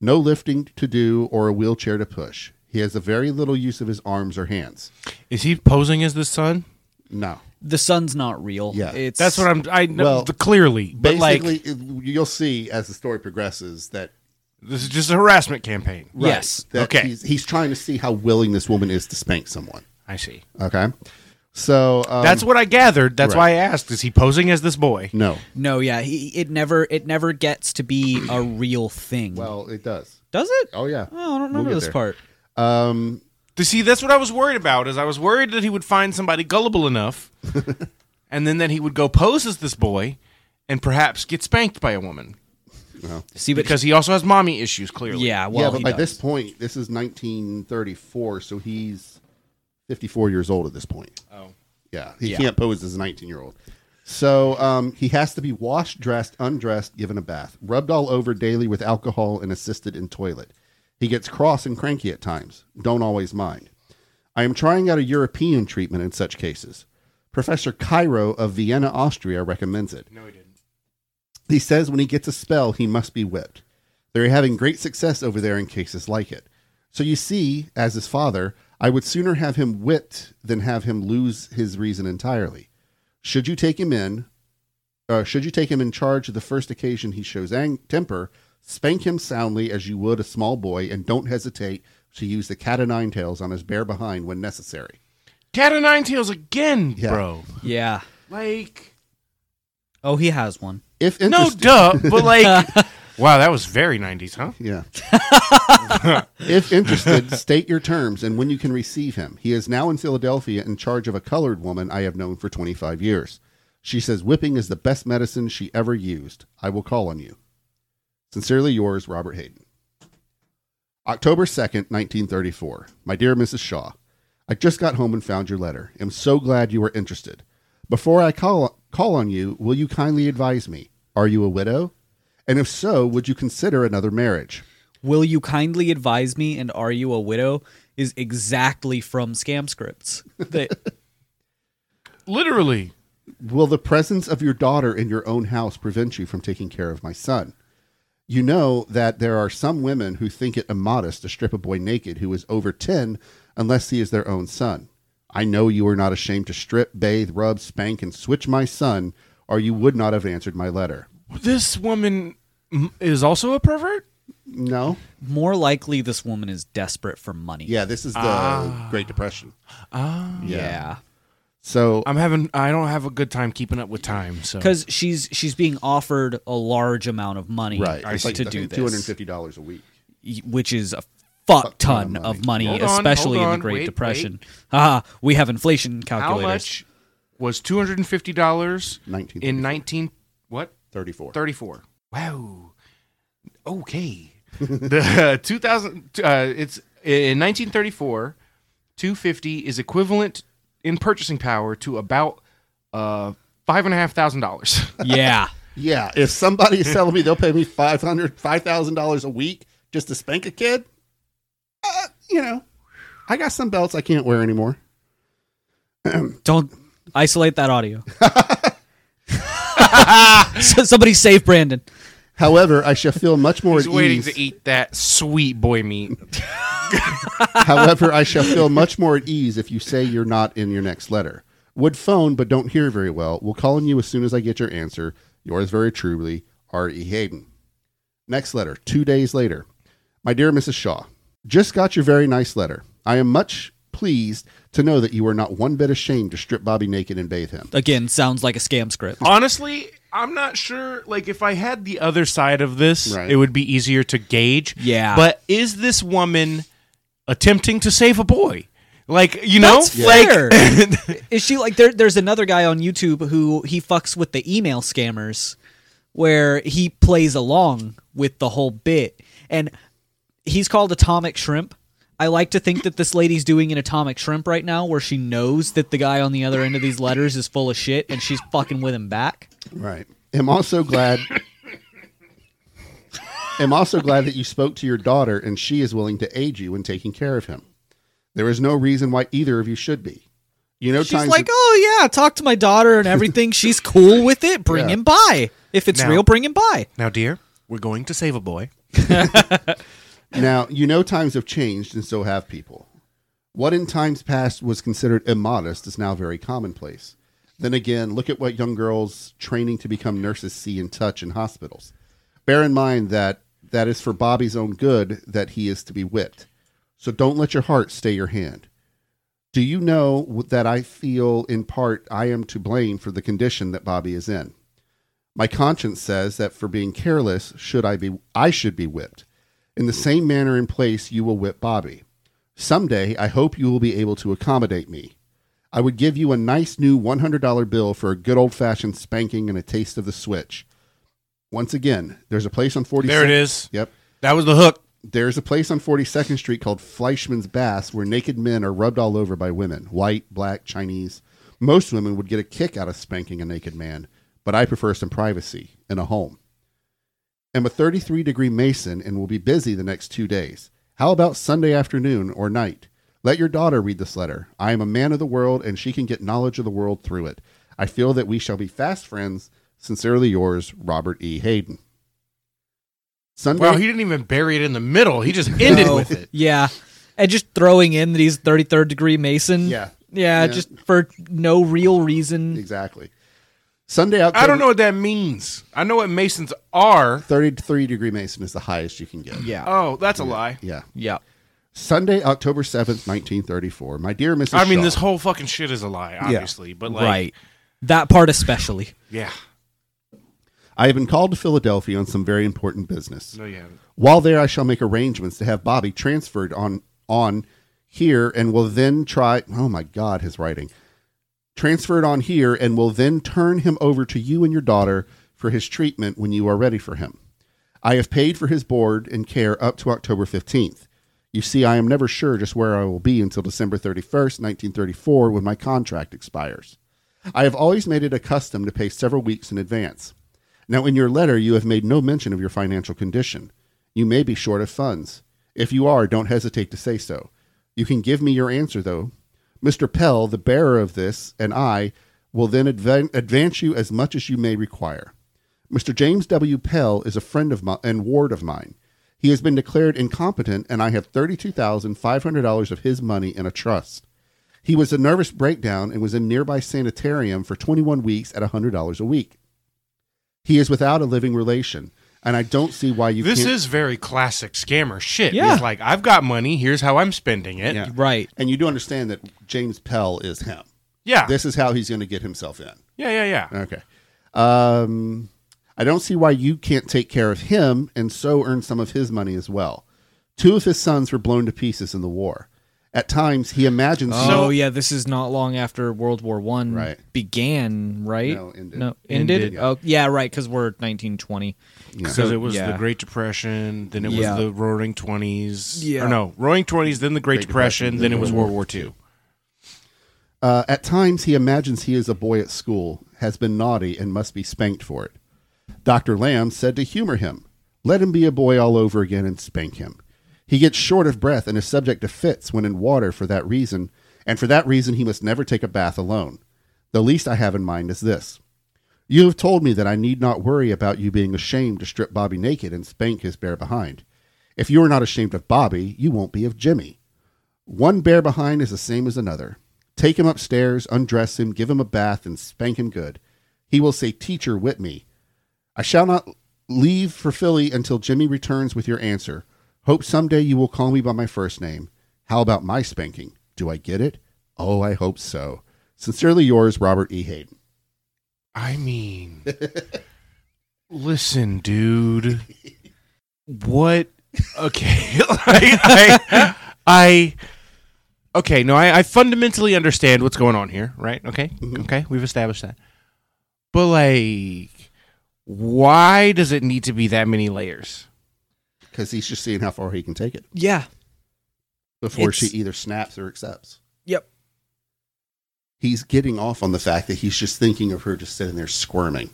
C: No lifting to do or a wheelchair to push. He has a very little use of his arms or hands.
A: Is he posing as the son?
C: No.
B: The sun's not real.
C: Yeah.
B: It's
A: That's what I'm. I know
C: Well-
A: clearly, but like
C: Basically, it- you'll see as the story progresses that,
A: this is just a harassment campaign.
B: Yes.
C: that
A: Okay.
C: he's, he's trying to see how willing this woman is to spank someone.
A: I see.
C: Okay. So um,
A: That's what I gathered. That's
C: right.
A: why I asked. Is he posing as this boy?
C: no.
B: No, yeah, he, it never it never gets to be a real thing.
C: Well, it does.
B: does it?
C: Oh, yeah.
B: Oh, I don't
C: We'll
B: remember
C: get
B: this
C: there.
B: part.
C: Um,
A: To see, that's what I was worried about. Is I was worried that he would find somebody gullible enough, and then that he would go pose as this boy, and perhaps get spanked by a woman
B: See, but
A: because he also has mommy issues. Clearly,
B: yeah, well,
C: yeah, but
B: he
C: by
B: does.
C: this point, this is 1934, so he's 54 years old at this point.
A: Oh.
C: Yeah, he
B: Yeah.
C: can't pose as a 19 year old. So um, he has to be washed, dressed, undressed, given a bath, rubbed all over daily with alcohol, and assisted in toilet. He gets cross and cranky at times. Don't always mind. I am trying out a European treatment in such cases. Professor Cairo of Vienna, Austria recommends it.
A: No, he didn't.
C: He says when he gets a spell, he must be whipped. They're having great success over there in cases like it. So you see, as his father, I would sooner have him whipped than have him lose his reason entirely. Should you take him in, uh, should you take him in charge the first occasion he shows ang- temper, spank him soundly as you would a small boy, and don't hesitate to use the cat o' nine tails on his bare behind when necessary.
A: Cat o' nine tails again,
C: Yeah.
A: bro.
B: yeah.
A: Like,
B: Oh, he has one.
C: If
A: no,
C: interest-
A: duh. But like, wow, that was very nineties, huh?
C: Yeah. if interested, state your terms and when you can receive him. He is now in Philadelphia in charge of a colored woman I have known for 25 years. She says whipping is the best medicine she ever used. I will call on you. Sincerely yours, Robert Hayden. October 2nd, 1934. My dear Mrs. Shaw, I just got home and found your letter. Am so glad you are interested. Before I call call on you, will you kindly advise me? Are you a widow? And if so, would you consider another marriage?
B: Will you kindly advise me and are you a widow is exactly from scam scripts. They-
A: Literally.
C: Will the presence of your daughter in your own house prevent you from taking care of my son? You know that there are some women who think it immodest to strip a boy naked who is over 10 unless he is their own son. I know you are not ashamed to strip, bathe, rub, spank, and switch my son, or you would not have answered my letter.
A: This woman mm, is also a pervert?
C: No?
B: more likely this woman is desperate for money.
C: Yeah, this is the Great Depression.
A: Ah.
B: Yeah.
C: So,
A: I'm having I don't have a good time keeping up with time, so
B: Cuz she's she's being offered a large amount of money
C: right.
B: to
C: it's like, I
B: do
C: think
B: this.
C: $250 a week.
B: y- which is a fuck ton
C: ton
B: of money,
A: Hold on,
B: especially
A: hold
B: in
A: on,
B: the Great
A: wait,
B: Depression. Haha, we have inflation
A: how
B: calculators.
A: much was two hundred and fifty dollars in
C: 1934.
A: nineteen what?
C: 34.
A: Thirty four. Wow. Okay. the two thousand uh, it's in nineteen thirty four, two fifty is equivalent in purchasing power to about uh five and a half thousand dollars.
B: Yeah.
C: Yeah, if somebody is telling me they'll pay me five hundred, five thousand dollars a week just to spank a kid, uh, you know, I got some belts I can't wear anymore.
B: Don't isolate that audio. so somebody save Brandon.
C: However, I shall feel much more
A: He's
C: at
A: waiting
C: ease.
A: to eat that sweet boy meat.
C: However, I shall feel much more at ease if you say you're not in your next letter. Would phone, but don't hear very well. Will call on you as soon as I get your answer. Yours very truly, R.E. Hayden. Next letter, two days later. My dear Mrs. Shaw, just got your very nice letter. I am much pleased to know that you are not one bit ashamed to strip Bobby naked and bathe him.
B: Again, sounds like a scam script.
A: Honestly, I'm not sure. Like, if I had the other side of this,
C: Right.
A: it would be easier to gauge.
B: Yeah.
A: But is this woman attempting to save a boy? Like, you know,
B: That's
A: like
B: fair. Is she like there? There's another guy on YouTube who he fucks with the email scammers, where he plays along with the whole bit, and he's called Atomic Shrimp. I like to think that this lady's doing an atomic shrimp right now, where she knows that the guy on the other end of these letters is full of shit, and she's fucking with him back.
C: Right. I'm also glad. I'm also glad that you spoke to your daughter and she is willing to aid you in taking care of him. There is no reason why either of you should be. You know,
B: She's
C: times
B: like, "Oh yeah, talk to my daughter and everything. She's cool with it. Bring
C: Yeah.
B: him by. If it's
A: Now-
B: real, bring him by."
A: now, dear, we're going to save a boy.
C: now you know times have changed, and so have people. What in times past was considered immodest is now very commonplace. Then again, look at what young girls training to become nurses see and touch in hospitals. Bear in mind that that is for Bobby's own good that he is to be whipped. So don't let your heart stay your hand. Do you know w- that I feel in part I am to blame for the condition that Bobby is in? My conscience says that for being careless should I be I should be whipped. In the same manner and place you will whip Bobby. Someday I hope you will be able to accommodate me. I would give you a nice new $100 bill for a good old-fashioned spanking and a taste of the switch. Once again, there's a place on 40
A: There it is.
C: Yep.
A: That was the hook.
C: There's a place on 42nd Street called Fleischman's Bass where naked men are rubbed all over by women white, black, Chinese. Most women would get a kick out of spanking a naked man, but I prefer some privacy in a home. I'm a 33 degree Mason and will be busy the next two days. How about Sunday afternoon or night? Let your daughter read this letter. I am a man of the world and she can get knowledge of the world through it. I feel that we shall be fast friends. Sincerely yours, Robert E. Hayden. Sunday.
A: Wow, he didn't even bury it in the middle. He just ended
B: No.
A: with it.
B: Yeah. And just throwing in that he's 33rd degree Mason.
C: Yeah.
B: Yeah,
C: Yeah.
B: just for no real reason.
C: Exactly. Sunday out.
A: I don't know what that means. I know what Masons are.
C: 33 degree Mason is the highest you can get.
B: Yeah.
A: Oh, that's a lie.
C: Yeah.
B: Yeah.
C: Sunday, October 7th, 1934. My dear Mrs.
A: I mean,
C: Shaw,
A: this whole fucking shit is a lie, obviously. But like,
B: right. That part especially.
A: yeah,
C: I have been called to Philadelphia on some very important business.
A: no, you haven't.
C: While there, I shall make arrangements to have Bobby transferred on on here, and will then try. Oh my God, his writing transferred on here, and will then turn him over to you and your daughter for his treatment when you are ready for him. I have paid for his board and care up to October fifteenth. You see, I am never sure just where I will be until December thirty first, nineteen thirty four, when my contract expires. I have always made it a custom to pay several weeks in advance. Now, in your letter, you have made no mention of your financial condition. You may be short of funds. If you are, don't hesitate to say so. You can give me your answer, though. Mr. Pell, the bearer of this, and I will then advan- advance you as much as you may require. Mr. James W. Pell is a friend of mine and ward of mine. He has been declared incompetent, and I have $32,500 of his money in a trust. He was a nervous breakdown and was in nearby sanitarium for 21 weeks at $100 a week. He is without a living relation, and I don't see why you
A: This
C: can't,
A: is very classic scammer shit.
B: Yeah.
A: It's like I've got money. Here's how I'm spending it.
C: Yeah.
B: Right.
C: and you do understand that James Pell is him.
A: Yeah.
C: This is how he's going to get himself in.
A: yeah. Yeah. Yeah.
C: Okay. Um, I don't see why you can't take care of him and so earn some of his money as well. Two of his sons were blown to pieces in the war. At times, he imagines
B: Oh yeah, this is not long after World War One
C: Right.
B: began, right?
C: No, ended.
B: No, ended.
A: Ended.
B: Oh yeah, right, because we're 1920.
A: Because
B: So,
A: it was
B: yeah.
A: the Great Depression, then it
B: Yeah.
A: was the Roaring Twenties.
B: Yeah.
A: Or no, Roaring Twenties, then the Great,
C: Great
A: Depression,
C: Depression,
A: then
C: then
A: it was
C: World
A: World War Two.
C: Uh, at times, he imagines he is a boy at school, has been naughty, and must be spanked for it. Dr. Lamb said to humor him, let him be a boy all over again and spank him. He gets short of breath and is subject to fits when in water for that reason, and for that reason, he must never take a bath alone. The least I have in mind is this You have told me that I need not worry about you being ashamed to strip Bobby naked and spank his bear behind. If you are not ashamed of Bobby, you won't be of Jimmy. One bear behind is the same as another. Take him upstairs, undress him, give him a bath, and spank him good. He will say, Teacher, whip me. I shall not leave for Philly until Jimmy returns with your answer. Hope someday you will call me by my first name. How about my spanking? Do I get it? Oh, I hope so. Sincerely yours, Robert E. Hayden.
A: I mean, listen, dude. What? Okay, I, I, I. Okay, no, I, I fundamentally understand what's going on here, right? Okay, okay, we've established that. But like, why does it need to be that many layers?
C: Because he's just seeing how far he can take it
B: Yeah.
C: before
B: It's-
C: she either snaps or accepts.
B: Yep.
C: He's getting off on the fact that he's just thinking of her just sitting there squirming.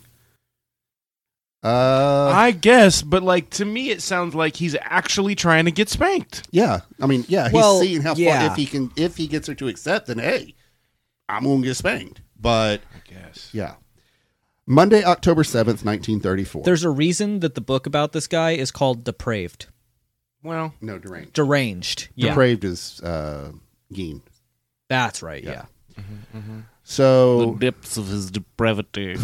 C: Uh,
A: I guess, but like to me, it sounds like he's actually trying to get spanked.
C: Yeah, I mean, yeah, he's
B: Well,
C: seeing how far
B: yeah.
C: if he can if he gets her to accept, then hey, I'm gonna get spanked. But
A: I guess.
C: yeah, Monday, October seventh, nineteen thirty four.
B: There's a reason that the book about this guy is called Depraved.
A: Well,
C: no deranged.
B: Deranged. Yeah.
C: Depraved is uh, Gene.
B: That's right. Yeah. Mm-hmm,
C: So
A: depths of his depravity.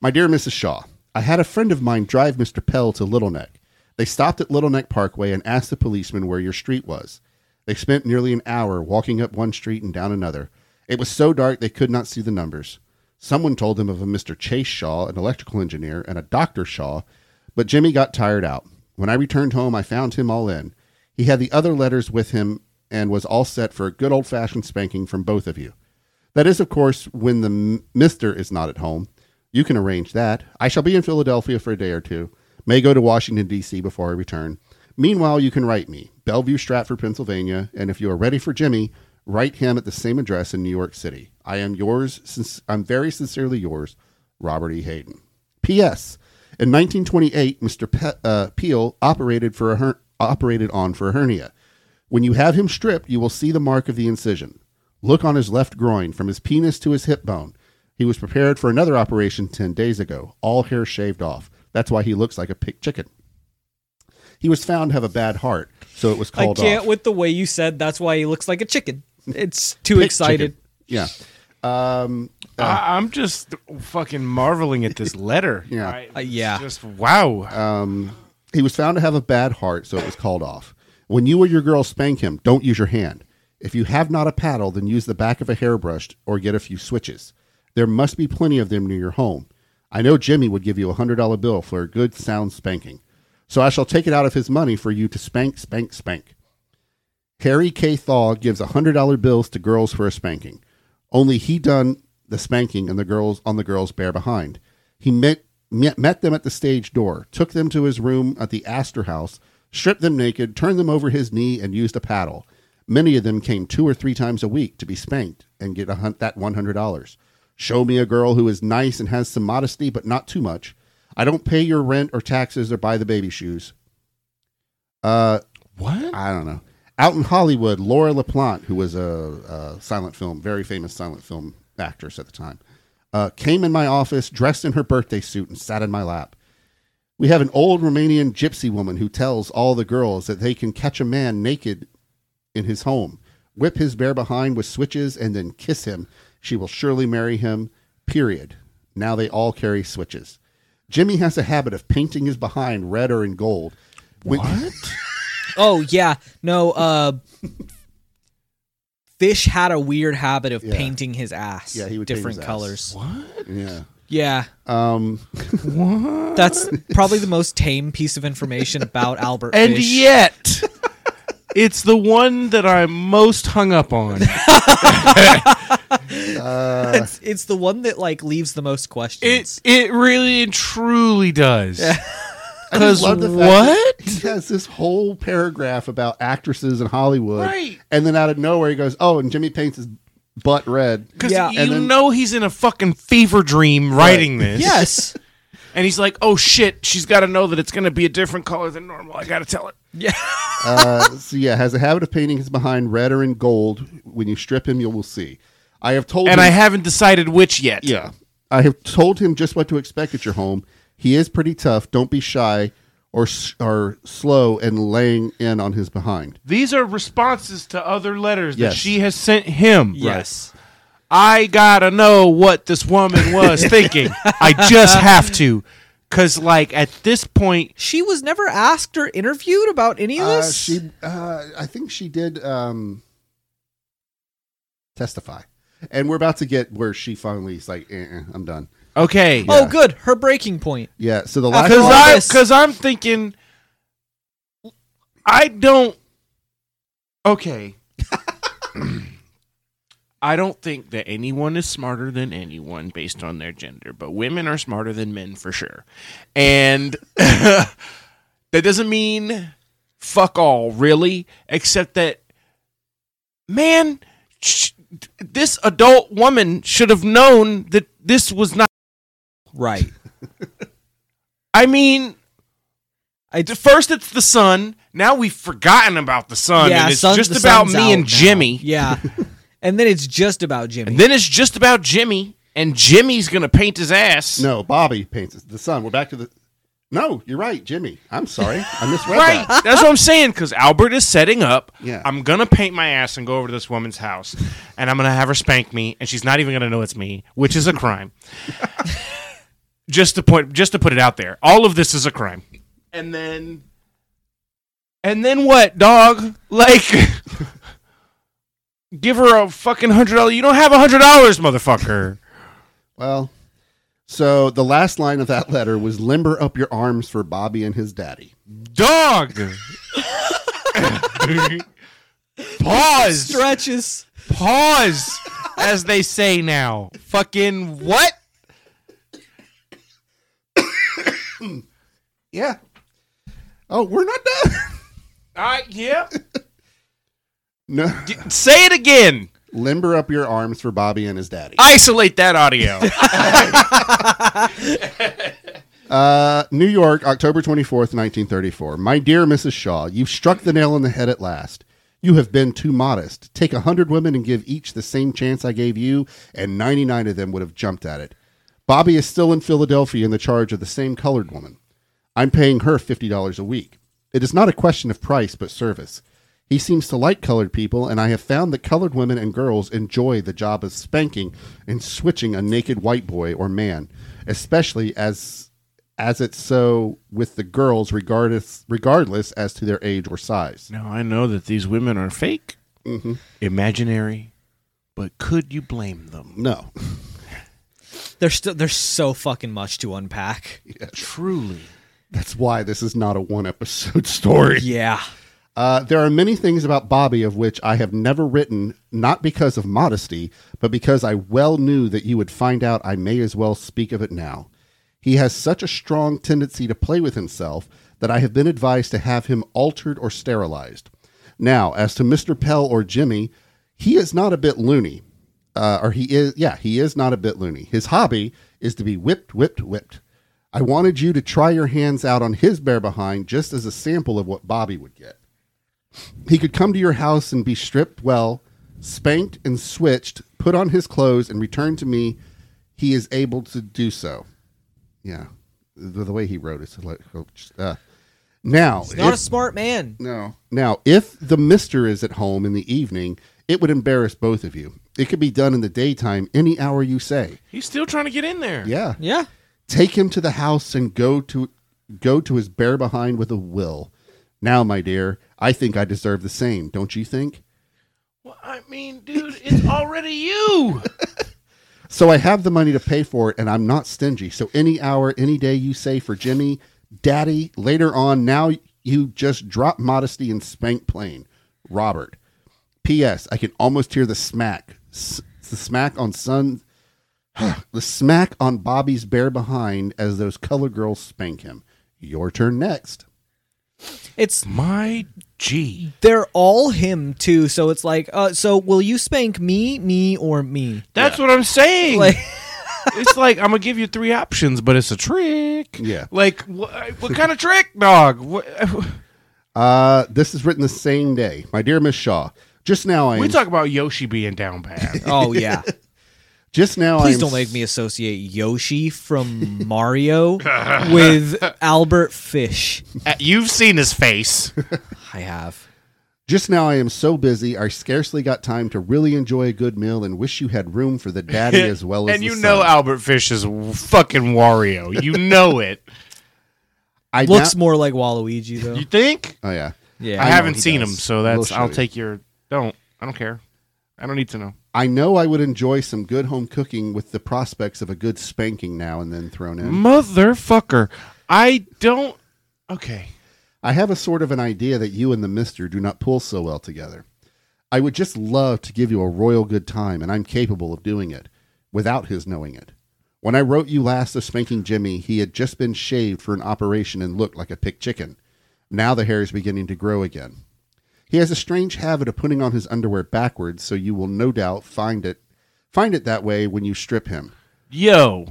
C: My dear Mrs. Shaw, I had a friend of mine drive Mr. Pell to Little Neck. They stopped at Little Neck Parkway and asked the policeman where your street was. They spent nearly an hour walking up one street and down another. It was so dark they could not see the numbers. Someone told them of a Mr. Chase Shaw, an electrical engineer, and a Dr. Shaw, but Jimmy got tired out. When I returned home, I found him all in. He had the other letters with him and was all set for a good old fashioned spanking from both of you. That is, of course, when the m- mister is not at home. You can arrange that. I shall be in Philadelphia for a day or two. May go to Washington, D.C. before I return. Meanwhile, you can write me, Bellevue, Stratford, Pennsylvania, and if you are ready for Jimmy, write him at the same address in New York City. I am yours, since I'm very sincerely yours, Robert E. Hayden. P.S. In 1928, Mr. Pe- uh, Peel operated for a her- operated on for a hernia. When you have him stripped, you will see the mark of the incision. Look on his left groin, from his penis to his hip bone. He was prepared for another operation 10 days ago, all hair shaved off. That's why he looks like a picked chicken. He was found to have a bad heart, so it was
B: I
C: called
B: can't
C: off.
B: with the way you said that's why he looks like a chicken. It's too
C: Picked
B: excited.
C: chicken. Yeah. Um,
A: I, I'm just fucking marveling at this letter.
C: Yeah. Uh,
A: I-
B: Uh, yeah.
A: Just wow.
C: He was found to have a bad heart, so it was called off. When you or your girl spank him, don't use your hand. If you have not a paddle, then use the back of a hairbrush or get a few switches. There must be plenty of them near your home. I know Jimmy would give you a $100 bill for a good, sound spanking. So I shall take it out of his money for you to spank, spank, spank. Harry K. Thaw gives $100 bills to girls for a spanking. Only he done the spanking and the girls on the girls bear behind. He met, met, met them at the stage door, took them to his room at the Astor House, stripped them naked, turned them over his knee, and used a paddle. Many of them came two or three times a week to be spanked and get a hunt that $100. Show me a girl who is nice and has some modesty, but not too much. I don't pay your rent or taxes or buy the baby shoes. Uh,
A: what?
C: I don't know. Out in Hollywood, Laura LaPlante, who was a, a silent film, very famous silent film actress at the time, uh, came in my office dressed in her birthday suit and sat in my lap. We have an old Romanian gypsy woman who tells all the girls that they can catch a man naked in his home, whip his bear behind with switches, and then kiss him. She will surely marry him, period. Now they all carry switches. Jimmy has a habit of painting his behind red or in gold. When-
B: Oh yeah. No, uh Fish had a weird habit of
C: Yeah.
B: painting his ass.
C: Yeah, he would paint
B: different
C: his ass.
B: colors.
A: What?
C: Yeah.
B: Yeah.
C: Um,
A: What?
B: That's probably the most tame piece of information about Albert
A: And
B: Fish.
A: yet, it's the one that I'm most hung up on.
B: it's, it's the one that like leaves the most questions.
A: It it really and truly does.
C: I
A: 'Cause
C: just love the fact that
A: what?
C: he has this whole paragraph about actresses in Hollywood,
A: Right.
C: And then out of nowhere, he goes, "Oh, and Jimmy paints his butt red."
A: Because
B: Yeah.
A: you
C: And then-
A: know he's in a fucking fever dream writing this.
B: yes.
A: And he's like, oh shit, she's got to know that it's going to be a different color than normal. I got to tell it.
B: yeah.
C: Uh, so yeah, has a habit of painting his behind red or in gold. When you strip him, you will see. I have told
A: And
C: him,
A: I haven't decided which yet.
C: yeah. I have told him just what to expect at your home. He is pretty tough. Don't be shy or s- or slow and laying in on his behind.
A: These are responses to other letters
C: Yes.
A: that she has sent him.
B: Yes.
A: I gotta know what this woman was thinking. I just have to. Cause like at this point,
B: She was never asked or interviewed about any of
C: Uh,
B: this.
C: she, uh, I think she did um, testify, and we're about to get where she finally is like, eh, eh, "I'm done."
A: okay.
B: Oh, good. Her breaking point.
C: Yeah. So the
B: Uh,
C: last
A: Cause
B: all
A: I
B: this-
A: cause I'm thinking I don't Okay. I don't think that anyone is smarter than anyone based on their gender, but women are smarter than men for sure. And that doesn't mean fuck all, really, except that man, sh- this adult woman should have known that this was not
B: Right.
A: I mean,
B: I,
A: The- First, it's the sun. Now we've forgotten about the sun, and it's
B: sun-
A: just
B: the
A: about
B: sun's
A: me
B: out
A: and
B: now.
A: Jimmy.
B: Yeah. and then it's just about Jimmy.
A: And then it's just about Jimmy, and Jimmy's gonna paint his ass.
C: No, Bobby paints it. the sun. We're back to the. No, you're right, Jimmy. I'm sorry, I misread
A: Right,
C: that.
A: that's what I'm saying. Because Albert is setting up.
C: Yeah.
A: I'm gonna paint my ass and go over to this woman's house, and I'm gonna have her spank me, and she's not even gonna know it's me, which is a crime. just to point, just to put it out there, all of this is a crime. And then, and then what, dog? Like, give her a fucking hundred dollars. You don't have a hundred dollars, motherfucker.
C: Well, so the last line of that letter was "Limber up your arms for Bobby and his daddy."
A: dog. Pause.
B: stretches.
A: pause as they say now fucking what
C: Yeah. Oh, we're not done.
A: i yeah
C: no,
A: say it again
C: limber up your arms for Bobby and his daddy.
A: isolate that audio
C: Uh, New York, October 24th, 1934. My dear Mrs. Shaw, you've struck the nail on the head at last. You have been too modest. Take a hundred women and give each the same chance I gave you, and 99 of them would have jumped at it. Bobby is still in Philadelphia in the charge of the same colored woman. I'm paying her $50 a week. It is not a question of price, but service. He seems to like colored people, and I have found that colored women and girls enjoy the job of spanking and switching a naked white boy or man, especially as as it's so with the girls regardless regardless as to their age or size.
A: now i know that these women are fake imaginary but could you blame them
C: No.
B: There's still there's so fucking much to unpack.
A: truly
C: That's why this is not a one episode story.
B: Yeah.
C: Uh, there are many things about Bobby of which I have never written, not because of modesty, but because I well knew that you would find out I may as well speak of it now. He has such a strong tendency to play with himself that I have been advised to have him altered or sterilized. Now, as to Mr. Pell or Jimmy, he is not a bit loony. Uh, or he is, yeah, he is not a bit loony. His hobby is to be whipped, whipped, whipped. I wanted you to try your hands out on his bare behind just as a sample of what Bobby would get. He could come to your house and be stripped well, spanked and switched, put on his clothes, and return to me. He is able to do so. Yeah, the, the way he wrote it. so like, oh, just, Uh, now,
B: He's not
C: if-
B: a smart man.
C: no. Now, if the mister is at home in the evening, it would embarrass both of you. It could be done in the daytime, any hour you say.
A: he's still trying to get in there
C: Yeah
B: Yeah.
C: take him to the house and go to go to his bare behind with a will. Now, my dear, I think I deserve the same, don't you think?
A: well, i mean dude it's already you
C: So I have the money to pay for it, and I'm not stingy. So any hour, any day you say for Jimmy, Daddy, later on, now you just drop modesty and spank plain. Robert. P.S. I can almost hear the smack. S- the smack on son. the smack on Bobby's bare behind as those color girls spank him. Your turn next.
B: It's
A: my g
B: they're all him too, so it's like, uh, so will you spank me, me, or me?
A: that's what i'm saying
B: Like
A: it's like i'm gonna give you three options but it's a trick
C: Yeah.
A: like wh- what kind of trick dog Wh-
C: Uh, this is written the same day. My dear Miss Shaw, just now I
A: we
C: am,
A: talk about yoshi being down bad
B: Oh yeah.
C: Just now,
B: Please
C: I'm
B: don't make me associate Yoshi from Mario with Albert Fish.
A: Uh, you've seen his face.
B: I have.
C: Just now, I am so busy, I scarcely got time to really enjoy a good meal, and wish you had room for the daddy as well as
A: and
C: the
A: you know
C: son.
A: Albert Fish is w- fucking Wario. You know it.
C: I
B: Looks
C: now-
B: more like Waluigi though.
A: You think?
C: oh yeah,
B: Yeah,
A: I,
B: know
A: haven't
B: he
A: seen
B: does.
A: him, so
C: We'll
A: that's.
C: show
A: I'll
C: you.
A: take your. Don't. I don't care. I don't need to know.
C: I know I would enjoy some good home cooking with the prospects of a good spanking now and then thrown in.
A: Motherfucker. I don't. Okay.
C: I have a sort of an idea that you and the mister do not pull so well together. I would just love to give you a royal good time, and I'm capable of doing it without his knowing it. When I wrote you last of spanking Jimmy, he had just been shaved for an operation and looked like a picked chicken. Now the hair is beginning to grow again. He has a strange habit of putting on his underwear backwards, so you will no doubt find it find it that way when you strip him.
A: Yo,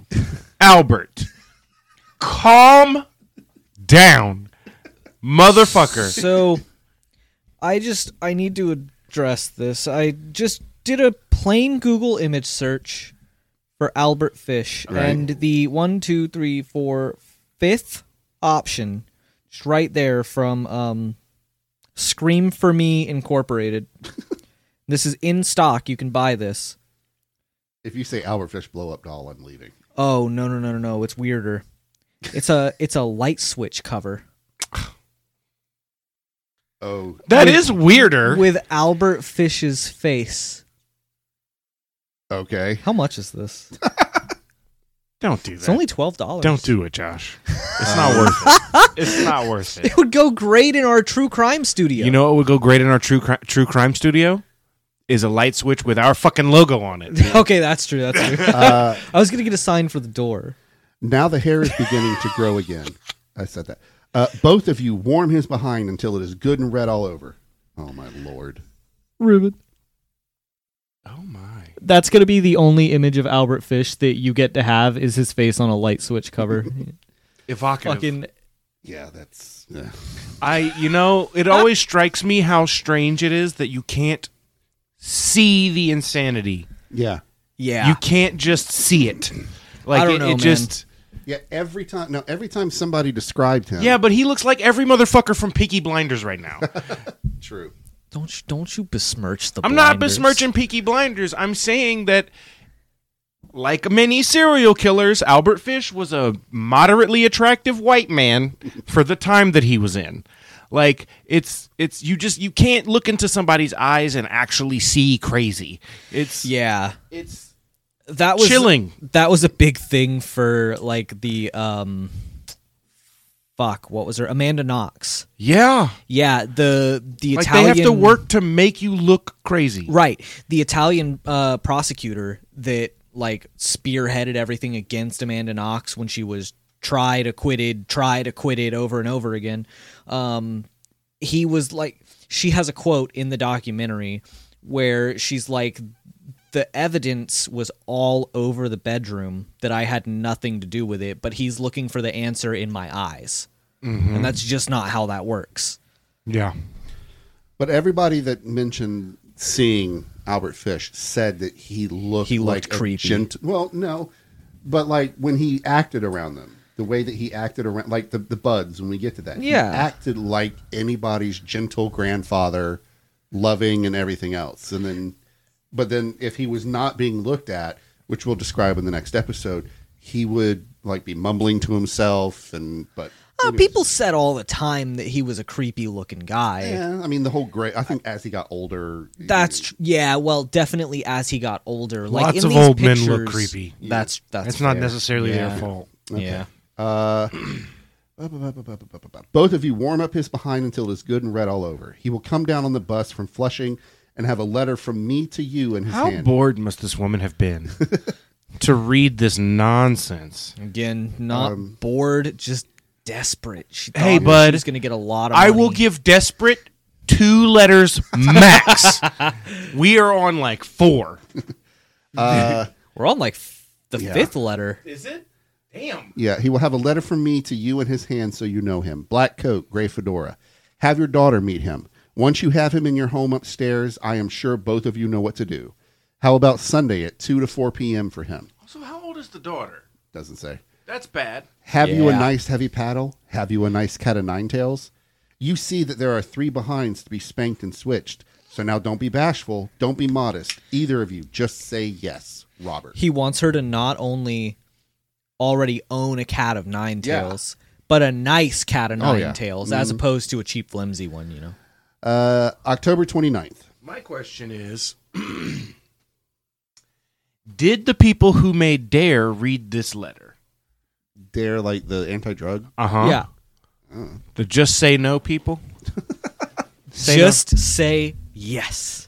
A: Albert, calm down, motherfucker.
B: So I just I need to address this. I just did a plain Google image search for Albert Fish
C: Right.
B: and the one, two, three, four, fifth option just right there from um Scream for Me Incorporated. this is in stock. You can buy this.
C: If you say Albert Fish blow up doll, I'm leaving.
B: Oh no no no no no! It's weirder. It's a it's a light switch cover
C: Oh,
A: That
B: With-
A: is weirder.
B: with Albert Fish's face.
C: okay.
B: How much is this?
A: don't do
B: It's
A: that.
B: only twelve dollars.
A: don't do it, Josh. It's not worth it. It's not worth it.
B: It would go great in our true crime studio.
A: You know what would go great in our true cri- true crime studio is a light switch with our fucking logo on it.
B: Okay, that's true. That's true.
C: Uh,
B: I was gonna get a sign for the door.
C: Now the hair is beginning to grow again. I said that. Uh, both of you warm his behind until it is good and red all over. Oh my lord!
B: Ruben.
A: Oh my.
B: That's gonna be the only image of Albert Fish that you get to have is his face on a light switch cover.
A: Evocative.
B: Fucking
C: Yeah, that's yeah.
A: I you know, it always strikes me how strange it is that you can't see the insanity.
C: yeah,
B: yeah.
A: You can't just see it. Like
B: don't
A: it,
B: know,
A: it
B: man.
A: just
C: Every time, no, every time somebody described him.
A: Yeah, but he looks like every motherfucker from Peaky Blinders right now.
C: true.
B: don't you, don't you besmirch the.
A: I'm not
B: blinders.
A: besmirching Peaky Blinders. I'm saying that, like many serial killers, Albert Fish was a moderately attractive white man for the time that he was in. Like it's it's you just you can't look into somebody's eyes and actually see crazy. It's
B: Yeah,
A: it's
B: that was
A: chilling.
B: That was a big thing for like the um. Fuck, what was her? Amanda Knox.
A: Yeah,
B: Yeah, the the
A: like
B: Italian.
A: they have to work to make you look crazy.
B: Right. The Italian uh, prosecutor that like spearheaded everything against Amanda Knox when she was tried, acquitted, tried, acquitted over and over again. Um, he was like, she has a quote in the documentary where she's like, the evidence was all over the bedroom that I had nothing to do with it, but he's looking for the answer in my eyes. And that's just not how that works.
A: Yeah,
C: But everybody that mentioned seeing Albert Fish said that he looked
B: He
C: like
B: looked
C: a
B: creepy.
C: gent- well, no, but like when he acted around them, the way that he acted around, like the the buds. When we get to that, he
B: Yeah.
C: acted like anybody's gentle grandfather, loving and everything else. And then, but then if he was not being looked at, which we'll describe in the next episode, he would like be mumbling to himself and but.
B: Uh, people said all the time that he was a creepy looking guy.
C: Yeah, I mean the whole gray. I think as he got older,
B: That's tr- yeah. Well, definitely as he got older, like
A: Lots
B: in
A: of
B: these
A: old men look
B: pictures,
A: creepy.
B: That's that's
A: it's not
B: fair.
A: necessarily
B: Yeah.
A: their fault.
B: Yeah,
C: Uh, both of you warm up his behind until it is good and red all over. He will come down on the bus from Flushing and have a letter from me to you in his
A: How
C: hand.
A: bored must this woman have been to read this nonsense?
B: again, not bored, just desperate. She thought
A: Hey,
B: that
A: bud,
B: she was gonna get a lot of.
A: I will
B: money.
A: give desperate two letters max. we are on like four.
B: We're on like f- the
C: Yeah.
B: fifth letter.
A: Is it? Damn.
C: yeah, he will have a letter from me to you in his hand so you know him. Black coat, gray fedora. Have your daughter meet him. Once you have him in your home upstairs, I am sure both of you know what to do. How about Sunday at 2 to 4 p.m. for him?
A: So how old is the daughter?
C: Doesn't say.
A: That's bad.
C: Have you a
B: Yeah.
C: nice heavy paddle? Have you a nice cat of nine tails? You see that there are three behinds to be spanked and switched. So now don't be bashful. Don't be modest. Either of you, just say yes, Robert.
D: He wants her to not only already own a cat of nine
C: Yeah.
D: tails, but a nice cat of
C: Oh,
D: nine
C: yeah.
D: tails,
B: Mm-hmm.
D: as opposed to a cheap, flimsy one. You know,
C: Uh, October 29th.
A: My question is Did the people who made Dare read this letter?
C: They're like the anti drug.
A: Uh huh.
D: yeah.
A: The just say no people? Say no.
D: Just say yes.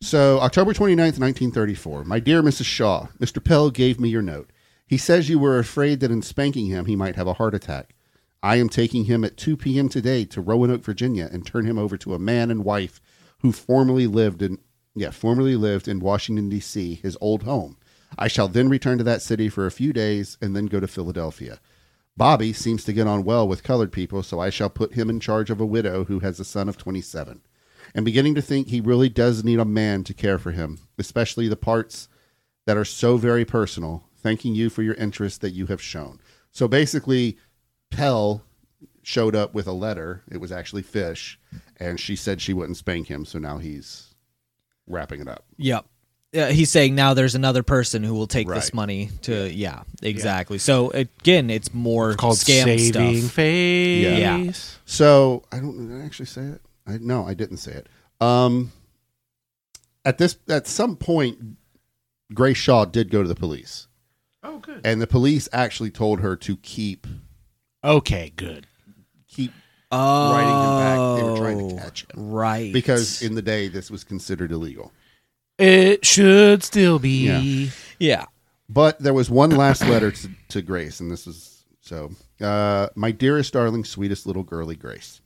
C: So, October 29th, 1934. My dear Mrs. Shaw, Mr. Pell gave me your note. He says you were afraid that in spanking him, he might have a heart attack. I am taking him at 2 p.m. today to Roanoke, Virginia, and turn him over to a man and wife who formerly lived in yeah, formerly lived in Washington D.C., his old home. I shall then return to that city for a few days and then go to Philadelphia. Bobby seems to get on well with colored people, so I shall put him in charge of a widow who has a son of 27. And beginning to think he really does need a man to care for him, especially the parts that are so very personal. Thanking you for your interest that you have shown. So basically, Pell showed up with a letter. It was actually Fish, and she said she wouldn't spank him. So now he's wrapping it up.
D: Yep. Yeah, he's saying now there's another person who will take
C: Right.
D: this money to yeah, exactly. So again, it's more scam
A: saving
D: stuff.
A: face.
D: Yeah.
C: So I don't did I actually say it. I no, I didn't say it. Um, at this at some point, Grace Shaw did go to the police,
A: Oh, good.
C: and the police actually told her to keep
A: Okay, good.
C: keep
D: Oh,
C: writing him back. They were trying to catch him
D: Right.
C: because in the day this was considered illegal.
A: It should still be.
D: yeah.
C: But there was one last letter to, to Grace, and this is so. Uh, my dearest, darling, sweetest little girly Grace.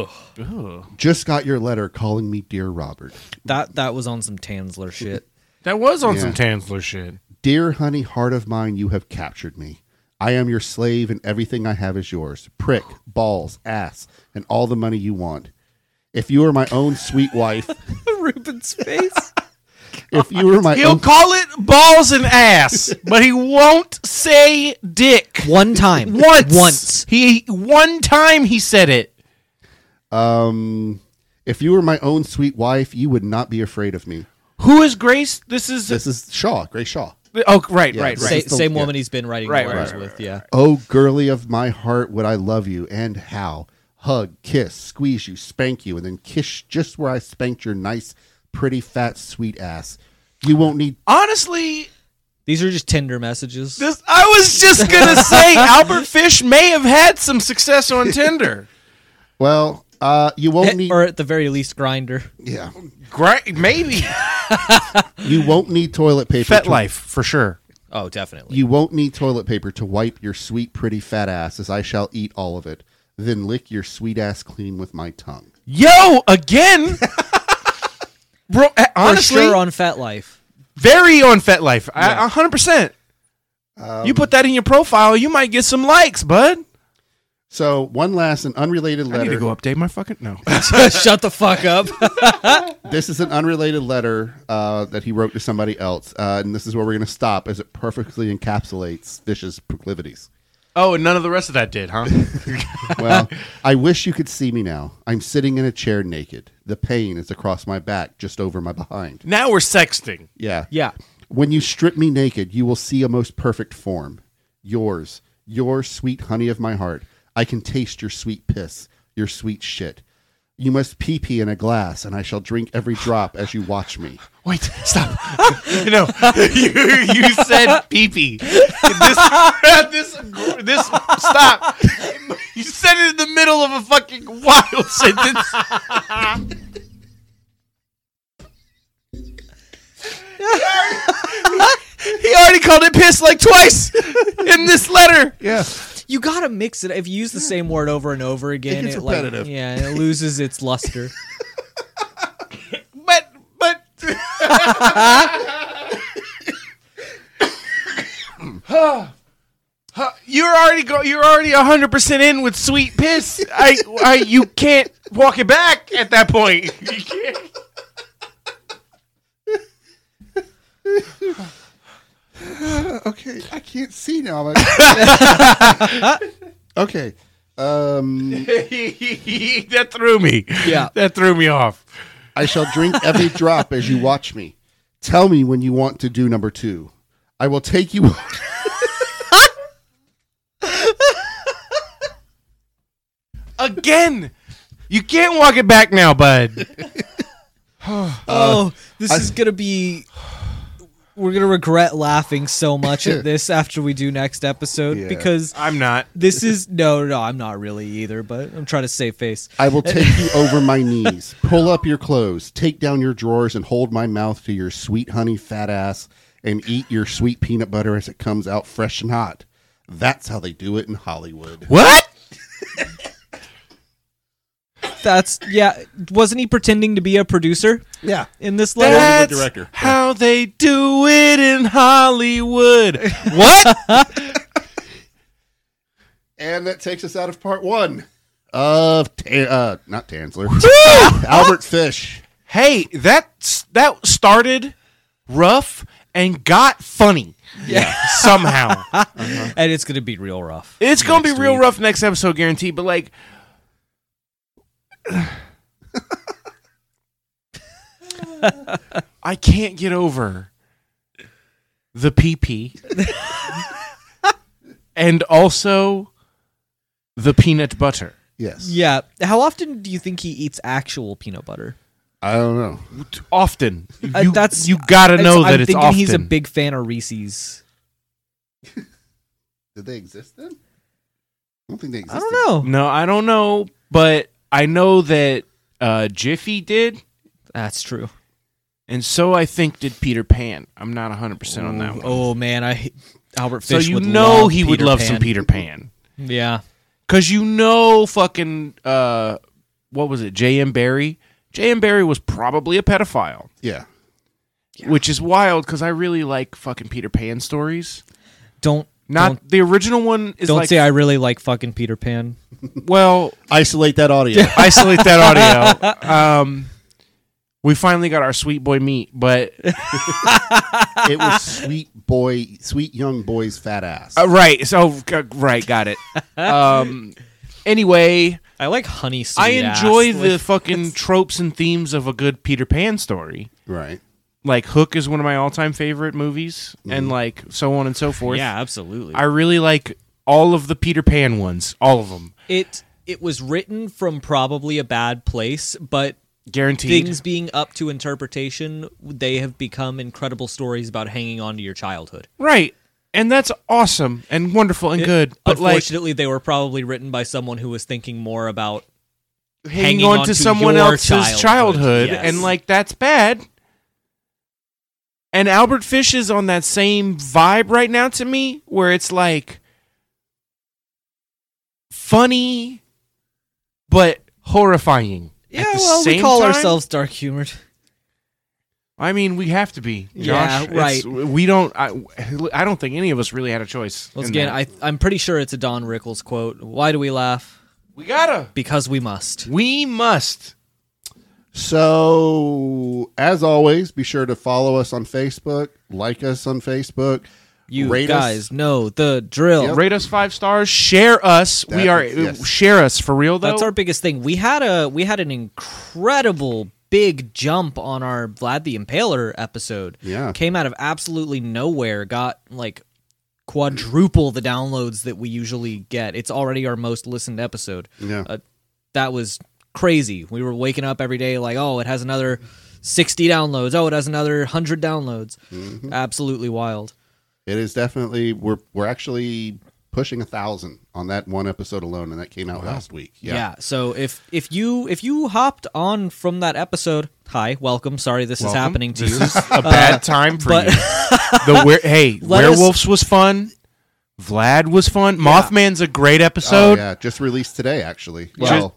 A: Ugh.
C: Just got your letter calling me dear Robert.
D: That that was on some Tansler shit.
A: That was on
C: Yeah.
A: some Tansler shit.
C: Dear honey, heart of mine, you have captured me. I am your slave, and everything I have is yours prick, balls, ass, and all the money you want. If you were my own sweet wife,
D: Ruben's face.
C: if you were
D: Uh,
C: my
A: He'll
C: own.
A: call it balls and ass, but he won't say dick.
D: One time.
A: Once.
D: Once.
A: He one time he said it.
C: Um, if you were my own sweet wife, you would not be afraid of me.
A: Who is Grace? This is
C: This is Shaw, Grace Shaw.
A: Oh, right, right,
C: this
A: right.
C: is the-
D: same
C: yeah.
D: woman he's been writing
A: Right,
D: letters
A: right,
D: with.
A: right,
D: yeah.
C: Oh, girly of my heart, would I love you, and how? Hug, kiss, squeeze you, spank you, and then kiss just where I spanked your nice, pretty, fat, sweet ass. You won't need.
A: Honestly,
D: These are just Tinder messages.
A: this I was just gonna say Albert Fish may have had some success on Tinder.
C: Well, uh, you
B: Eh,
C: won't need.
D: Eh, or at the very least, grinder.
C: yeah,
A: Great, maybe
C: you won't need toilet paper. to-
A: for sure.
D: Oh, definitely.
C: You won't need toilet paper to wipe your sweet, pretty, fat ass, as I shall eat all of it. Then lick your sweet ass clean with my tongue.
A: Yo, again, bro. eh, Honestly,
D: For sure on Fat Life.
A: very on FetLife, a hundred percent.
D: Um,
A: You put that in your profile, you might get some likes, bud.
C: So one last and unrelated
A: I
C: letter.
A: need to go update my fucking no.
D: Shut the fuck up.
C: this is an unrelated letter uh, that he wrote to somebody else, uh, and this is where we're going to stop, as it perfectly encapsulates Fish's proclivities.
A: oh, and none of the rest of that did, huh?
C: Well, I wish you could see me now. I'm sitting in a chair naked. The pain is across my back, just over my behind.
A: now we're sexting.
C: Yeah.
D: yeah.
C: When you strip me naked, you will see a most perfect form. Yours, your sweet honey of my heart. I can taste your sweet piss, your sweet shit. You must pee pee in a glass, and I shall drink every drop as you watch me.
A: Wait, stop. no, you, you said pee pee. This, this, this, stop. You said it in the middle of a fucking wild sentence. he already called it piss like twice in this letter.
C: Yeah.
D: You gotta mix it. If you use the same word over and over again,
C: gets
D: it, like
C: repetitive.
D: yeah, it loses its luster.
A: But, but. You're already go. You're already hundred percent in with sweet piss. I, I, you can't walk it back at that point. You can't.
C: okay, I can't see now. okay. Um,
A: that threw me.
B: Yeah.
A: That threw me off.
C: I shall drink every drop as you watch me. Tell me when you want to do number two. I will take you.
A: Again. You can't walk it back now, bud.
B: oh, this is gonna be. We're gonna regret laughing so much at this after we do next episode
C: Yeah.
B: because
A: I'm not.
B: this is no, no, I'm not really either, but I'm trying to save face.
C: I will take you over my knees. Pull up your clothes. Take down your drawers and hold my mouth to your sweet honey fat ass and eat your sweet peanut butter as it comes out fresh and hot. That's how they do it in Hollywood.
A: What?
B: That's yeah. Wasn't he pretending to be a producer
C: Yeah.
B: in this letter?
A: That's
C: director.
A: how they do it in Hollywood. What?
C: And that takes us out of part one of Ta- uh, not Tansler, Albert Fish.
A: hey, that that started rough and got funny. Yeah. Somehow.
B: and it's gonna be real rough.
A: It's gonna be real rough next episode, guaranteed. But like, I can't get over the PP, and also the peanut butter.
C: Yes.
B: Yeah. How often do you think he eats actual peanut butter?
C: I don't know.
A: Often, you,
B: Uh, that's-
A: you gotta know
B: It's-
A: that
B: I'm
A: it's
B: thinking
A: often.
B: he's a big fan of Reese's.
C: Did they exist then? I don't think they
B: I
C: existed.
B: don't know.
A: no, I don't know, but I know that uh, Jiffy did,
B: That's true.
A: and so I think did Peter Pan. I'm not 100 percent on that one.
B: Oh man, I Albert
A: So
B: Fish.
A: you
B: would
A: know
B: love
A: he would
B: Peter
A: love
B: Pan.
A: some Peter Pan.
B: Yeah.
A: Cause you know fucking uh what was it, J. M. Barry? J. M. Barry was probably a pedophile.
C: Yeah.
A: Which is wild because I really like fucking Peter Pan stories.
B: Don't
A: Not
B: don't,
A: the original one is
B: don't
A: like
B: say I really like fucking Peter Pan.
A: well
C: Isolate that audio.
A: isolate that audio. Um we finally got our sweet boy meat, but
C: it was sweet boy, sweet young boy's fat ass.
A: uh, right, so uh, right, got it. Um anyway,
B: I like honey. Sweet
A: I enjoy
B: ass.
A: the
B: Like,
A: fucking tropes and themes of a good Peter Pan story.
C: right.
A: like Hook is one of my all-time favorite movies, and like so on and so forth.
B: Mm-hmm. yeah, absolutely.
A: I really like all of the Peter Pan ones, all of them,
B: it it was written from probably a bad place, but
A: guaranteed.
B: things being up to interpretation, they have become incredible stories about hanging on to your childhood.
A: Right, and that's awesome and wonderful and good. But like
B: Unfortunately, they were probably written by someone who was thinking more about
A: hanging
B: hanging
A: on
B: on
A: to
B: to
A: someone
B: your
A: else's childhood,
B: childhood, yes.
A: and like that's bad. And Albert Fish is on that same vibe right now to me, where it's like funny but horrifying. at the same time.
B: dark humored.
A: I mean, we have to be. Josh.
B: Yeah,
A: It's-
B: right.
A: We don't. I, I don't think any of us really had a choice.
B: Once
A: in
B: again,
A: that.
B: I I'm pretty sure it's a Don Rickles quote. Why do we laugh?
A: we gotta.
B: Because we must.
A: We must.
C: So, as always, be sure to follow us on Facebook, like us on Facebook.
B: You
C: rate us.
B: guys know the drill.
C: Yep.
A: Rate us five stars. Share us.
C: That-
A: we are.
C: yes.
A: Share us for real though.
B: That's our biggest thing. We had a we had an incredible big jump on our Vlad the Impaler episode.
C: Yeah.
B: Came out of absolutely nowhere, got like quadruple the downloads that we usually get. It's already our most listened episode.
C: Yeah.
B: Uh, that was crazy. We were waking up every day like, "Oh, it has another 60 downloads. Oh, it has another 100 downloads."
A: Mm-hmm.
B: Absolutely wild.
C: It is definitely we're we're actually pushing a thousand on that one episode alone, and that came out last week.
B: Yeah.
C: Yeah.
B: So if if you if you hopped on from that episode, hi, welcome. Sorry, this is
A: Welcome.
B: happening to
A: This
B: you.
A: is a bad time for
B: Uh, but-
A: you. The were- hey,
B: Let us-
A: werewolves was fun. Vlad was fun. Mothman's a great
C: Oh
A: episode.
C: yeah, just released today actually. Well,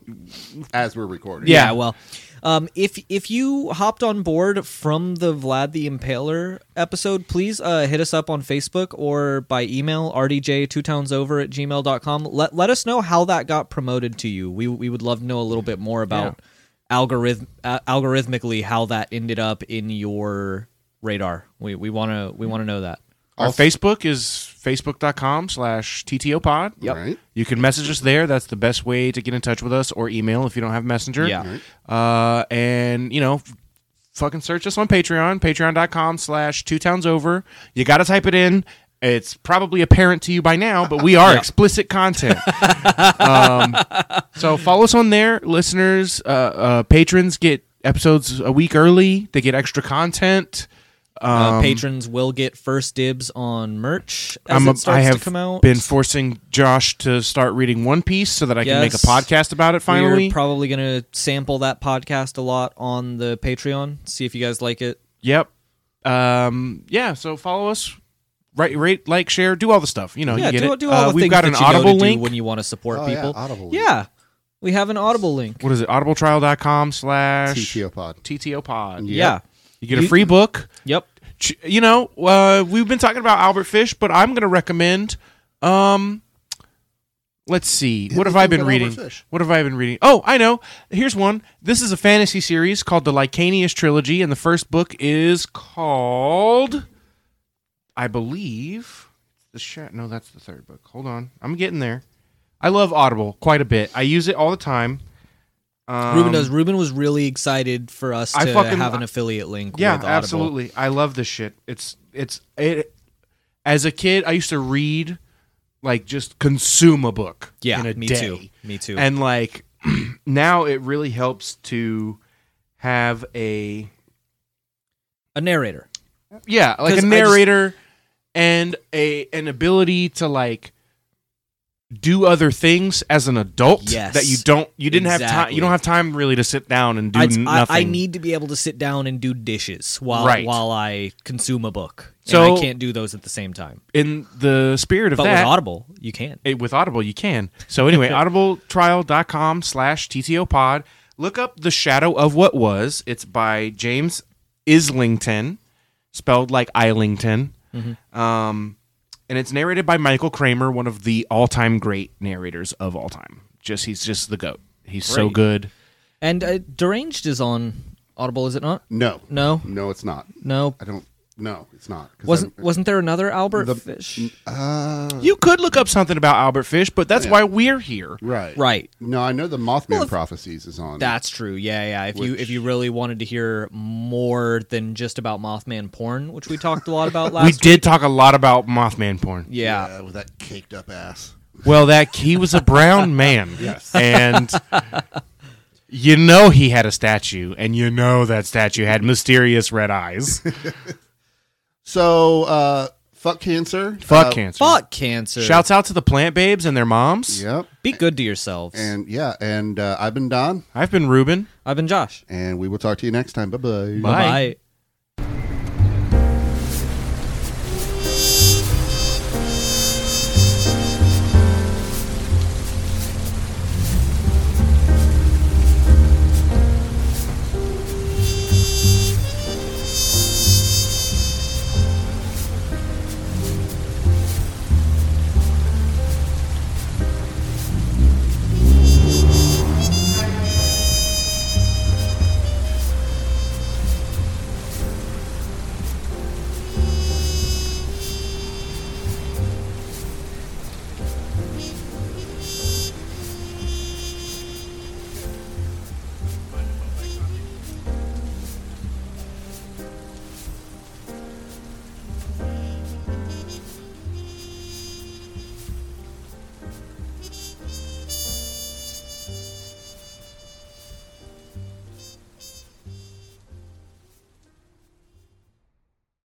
C: as we're recording.
A: Yeah.
B: yeah. well, um, if if you hopped on board from the Vlad the Impaler episode, please uh, hit us up on Facebook or by email rdj two towns over at gmail.com. Let let us know how that got promoted to you. We we would love to know a little bit more about algorithm uh, algorithmically how that ended up in your
E: radar. We we want to we want to know that.
A: Our
C: Also-
A: Facebook is facebook.com slash TTO pod.
C: Yep. Right.
A: You can message us there. That's the best way to get in touch with us or email if you don't have Messenger.
E: Yeah.
A: Uh, and, you know, f- fucking search us on Patreon, patreon.com slash two towns over. You got to type it in. It's probably apparent to you by now, but we are explicit content. um, so follow us on there. Listeners, uh, uh, patrons get episodes a week early, they get extra content. Um,
B: uh, patrons will get first dibs on merch as
A: I'm a,
B: it starts
A: I have
B: to come out.
A: been forcing Josh to start reading One Piece so that I can make a
B: Yes.
A: podcast about it finally.
B: We're probably going to sample that podcast a lot on the Patreon. See if you guys like it.
A: yep. Um, yeah. So follow us. Right, rate, like, share, do all the stuff. You know,
B: Yeah,
A: you get
B: do,
A: it.
B: do all
A: Uh,
B: the
A: we've
B: things
A: got
B: that
A: an
B: you know
A: Audible
B: to do
A: link.
B: when you want to support
C: Oh,
B: people.
C: Yeah, Audible.
B: Yeah, we have an Audible link.
A: what is it? Audibletrial.com slash
C: TTO pod.
A: TTO pod.
C: Yeah.
B: Yeah.
A: You get a free book.
B: Yep.
A: Ch- You know, uh, we've been talking about Albert Fish, but I'm going to recommend. Um, let's see. What have
C: me
A: I
C: with
A: been
C: an Albert
A: reading?
C: Fish.
A: What have I been reading? Oh, I know. Here's one. This is a fantasy series called the Lycanius Trilogy, and the first book is called, I believe, the Shat. No, that's the third book. Hold on, I'm getting there. I love Audible quite a bit. I use it all the time. Um,
B: Ruben does. Ruben was really excited for us to
A: I fucking-
B: have an affiliate link.
A: Yeah,
B: with Audible.
A: absolutely. I love this shit. It's it's it. As a kid, I used to read, like just consume a book.
B: Yeah,
A: in a
B: me
A: day.
B: too. Me too.
A: And like now, it really helps to have a
B: a narrator.
A: yeah, like
B: 'Cause
A: a
B: I just-
A: narrator and a an ability to like do other things as an adult
B: Yes.
A: that you don't you didn't have time
B: Exactly.
A: you don't have time really to sit down and do
B: I,
A: nothing.
B: I, I need to be able to sit down and do dishes while
A: Right.
B: while I consume a book.
A: So-
B: and I can't do those at the same time.
A: in the spirit of
B: But
A: that.
B: with Audible, you can.
A: it, with Audible, you can. So anyway, audibletrial.com slash TTO pod. Look up The Shadow of What Was. It's by James Islington, spelled like Islington. Um, and it's narrated by Michael Kramer, one of the all time great narrators of all time. Just He's just the GOAT. He's so
B: Great.
A: good.
B: And uh, Deranged is on Audible, is it not?
C: No.
B: No,
C: No, it's not.
B: no.
C: I don't. No, it's not. 'Cause
B: Wasn't
C: I'm-
B: wasn't there another Albert
C: The-
B: Fish?
C: Uh,
A: You could look up something about Albert Fish, but that's why we're here.
C: right.
B: Right.
C: No, I know the Mothman prophecies is on.
B: That's true. Yeah, yeah. If you if you really wanted to hear more than just about Mothman porn, which we talked a lot about last
A: We did talk a lot about Mothman porn.
B: Yeah.
C: with that caked up ass.
A: Well, that he was a brown man.
C: Yes.
A: And you know he had a statue, and you know that statue had mysterious red eyes.
C: So, uh, fuck cancer.
A: Fuck
C: Uh,
A: cancer.
B: Fuck cancer.
A: Shouts out to the plant babes and their moms.
C: Yep.
B: Be good to yourselves.
C: And yeah, and uh, I've been Don,
A: I've been Ruben.
B: I've been Josh.
C: and we will talk to you next time. Bye
A: Bye.
C: bye.
B: Bye.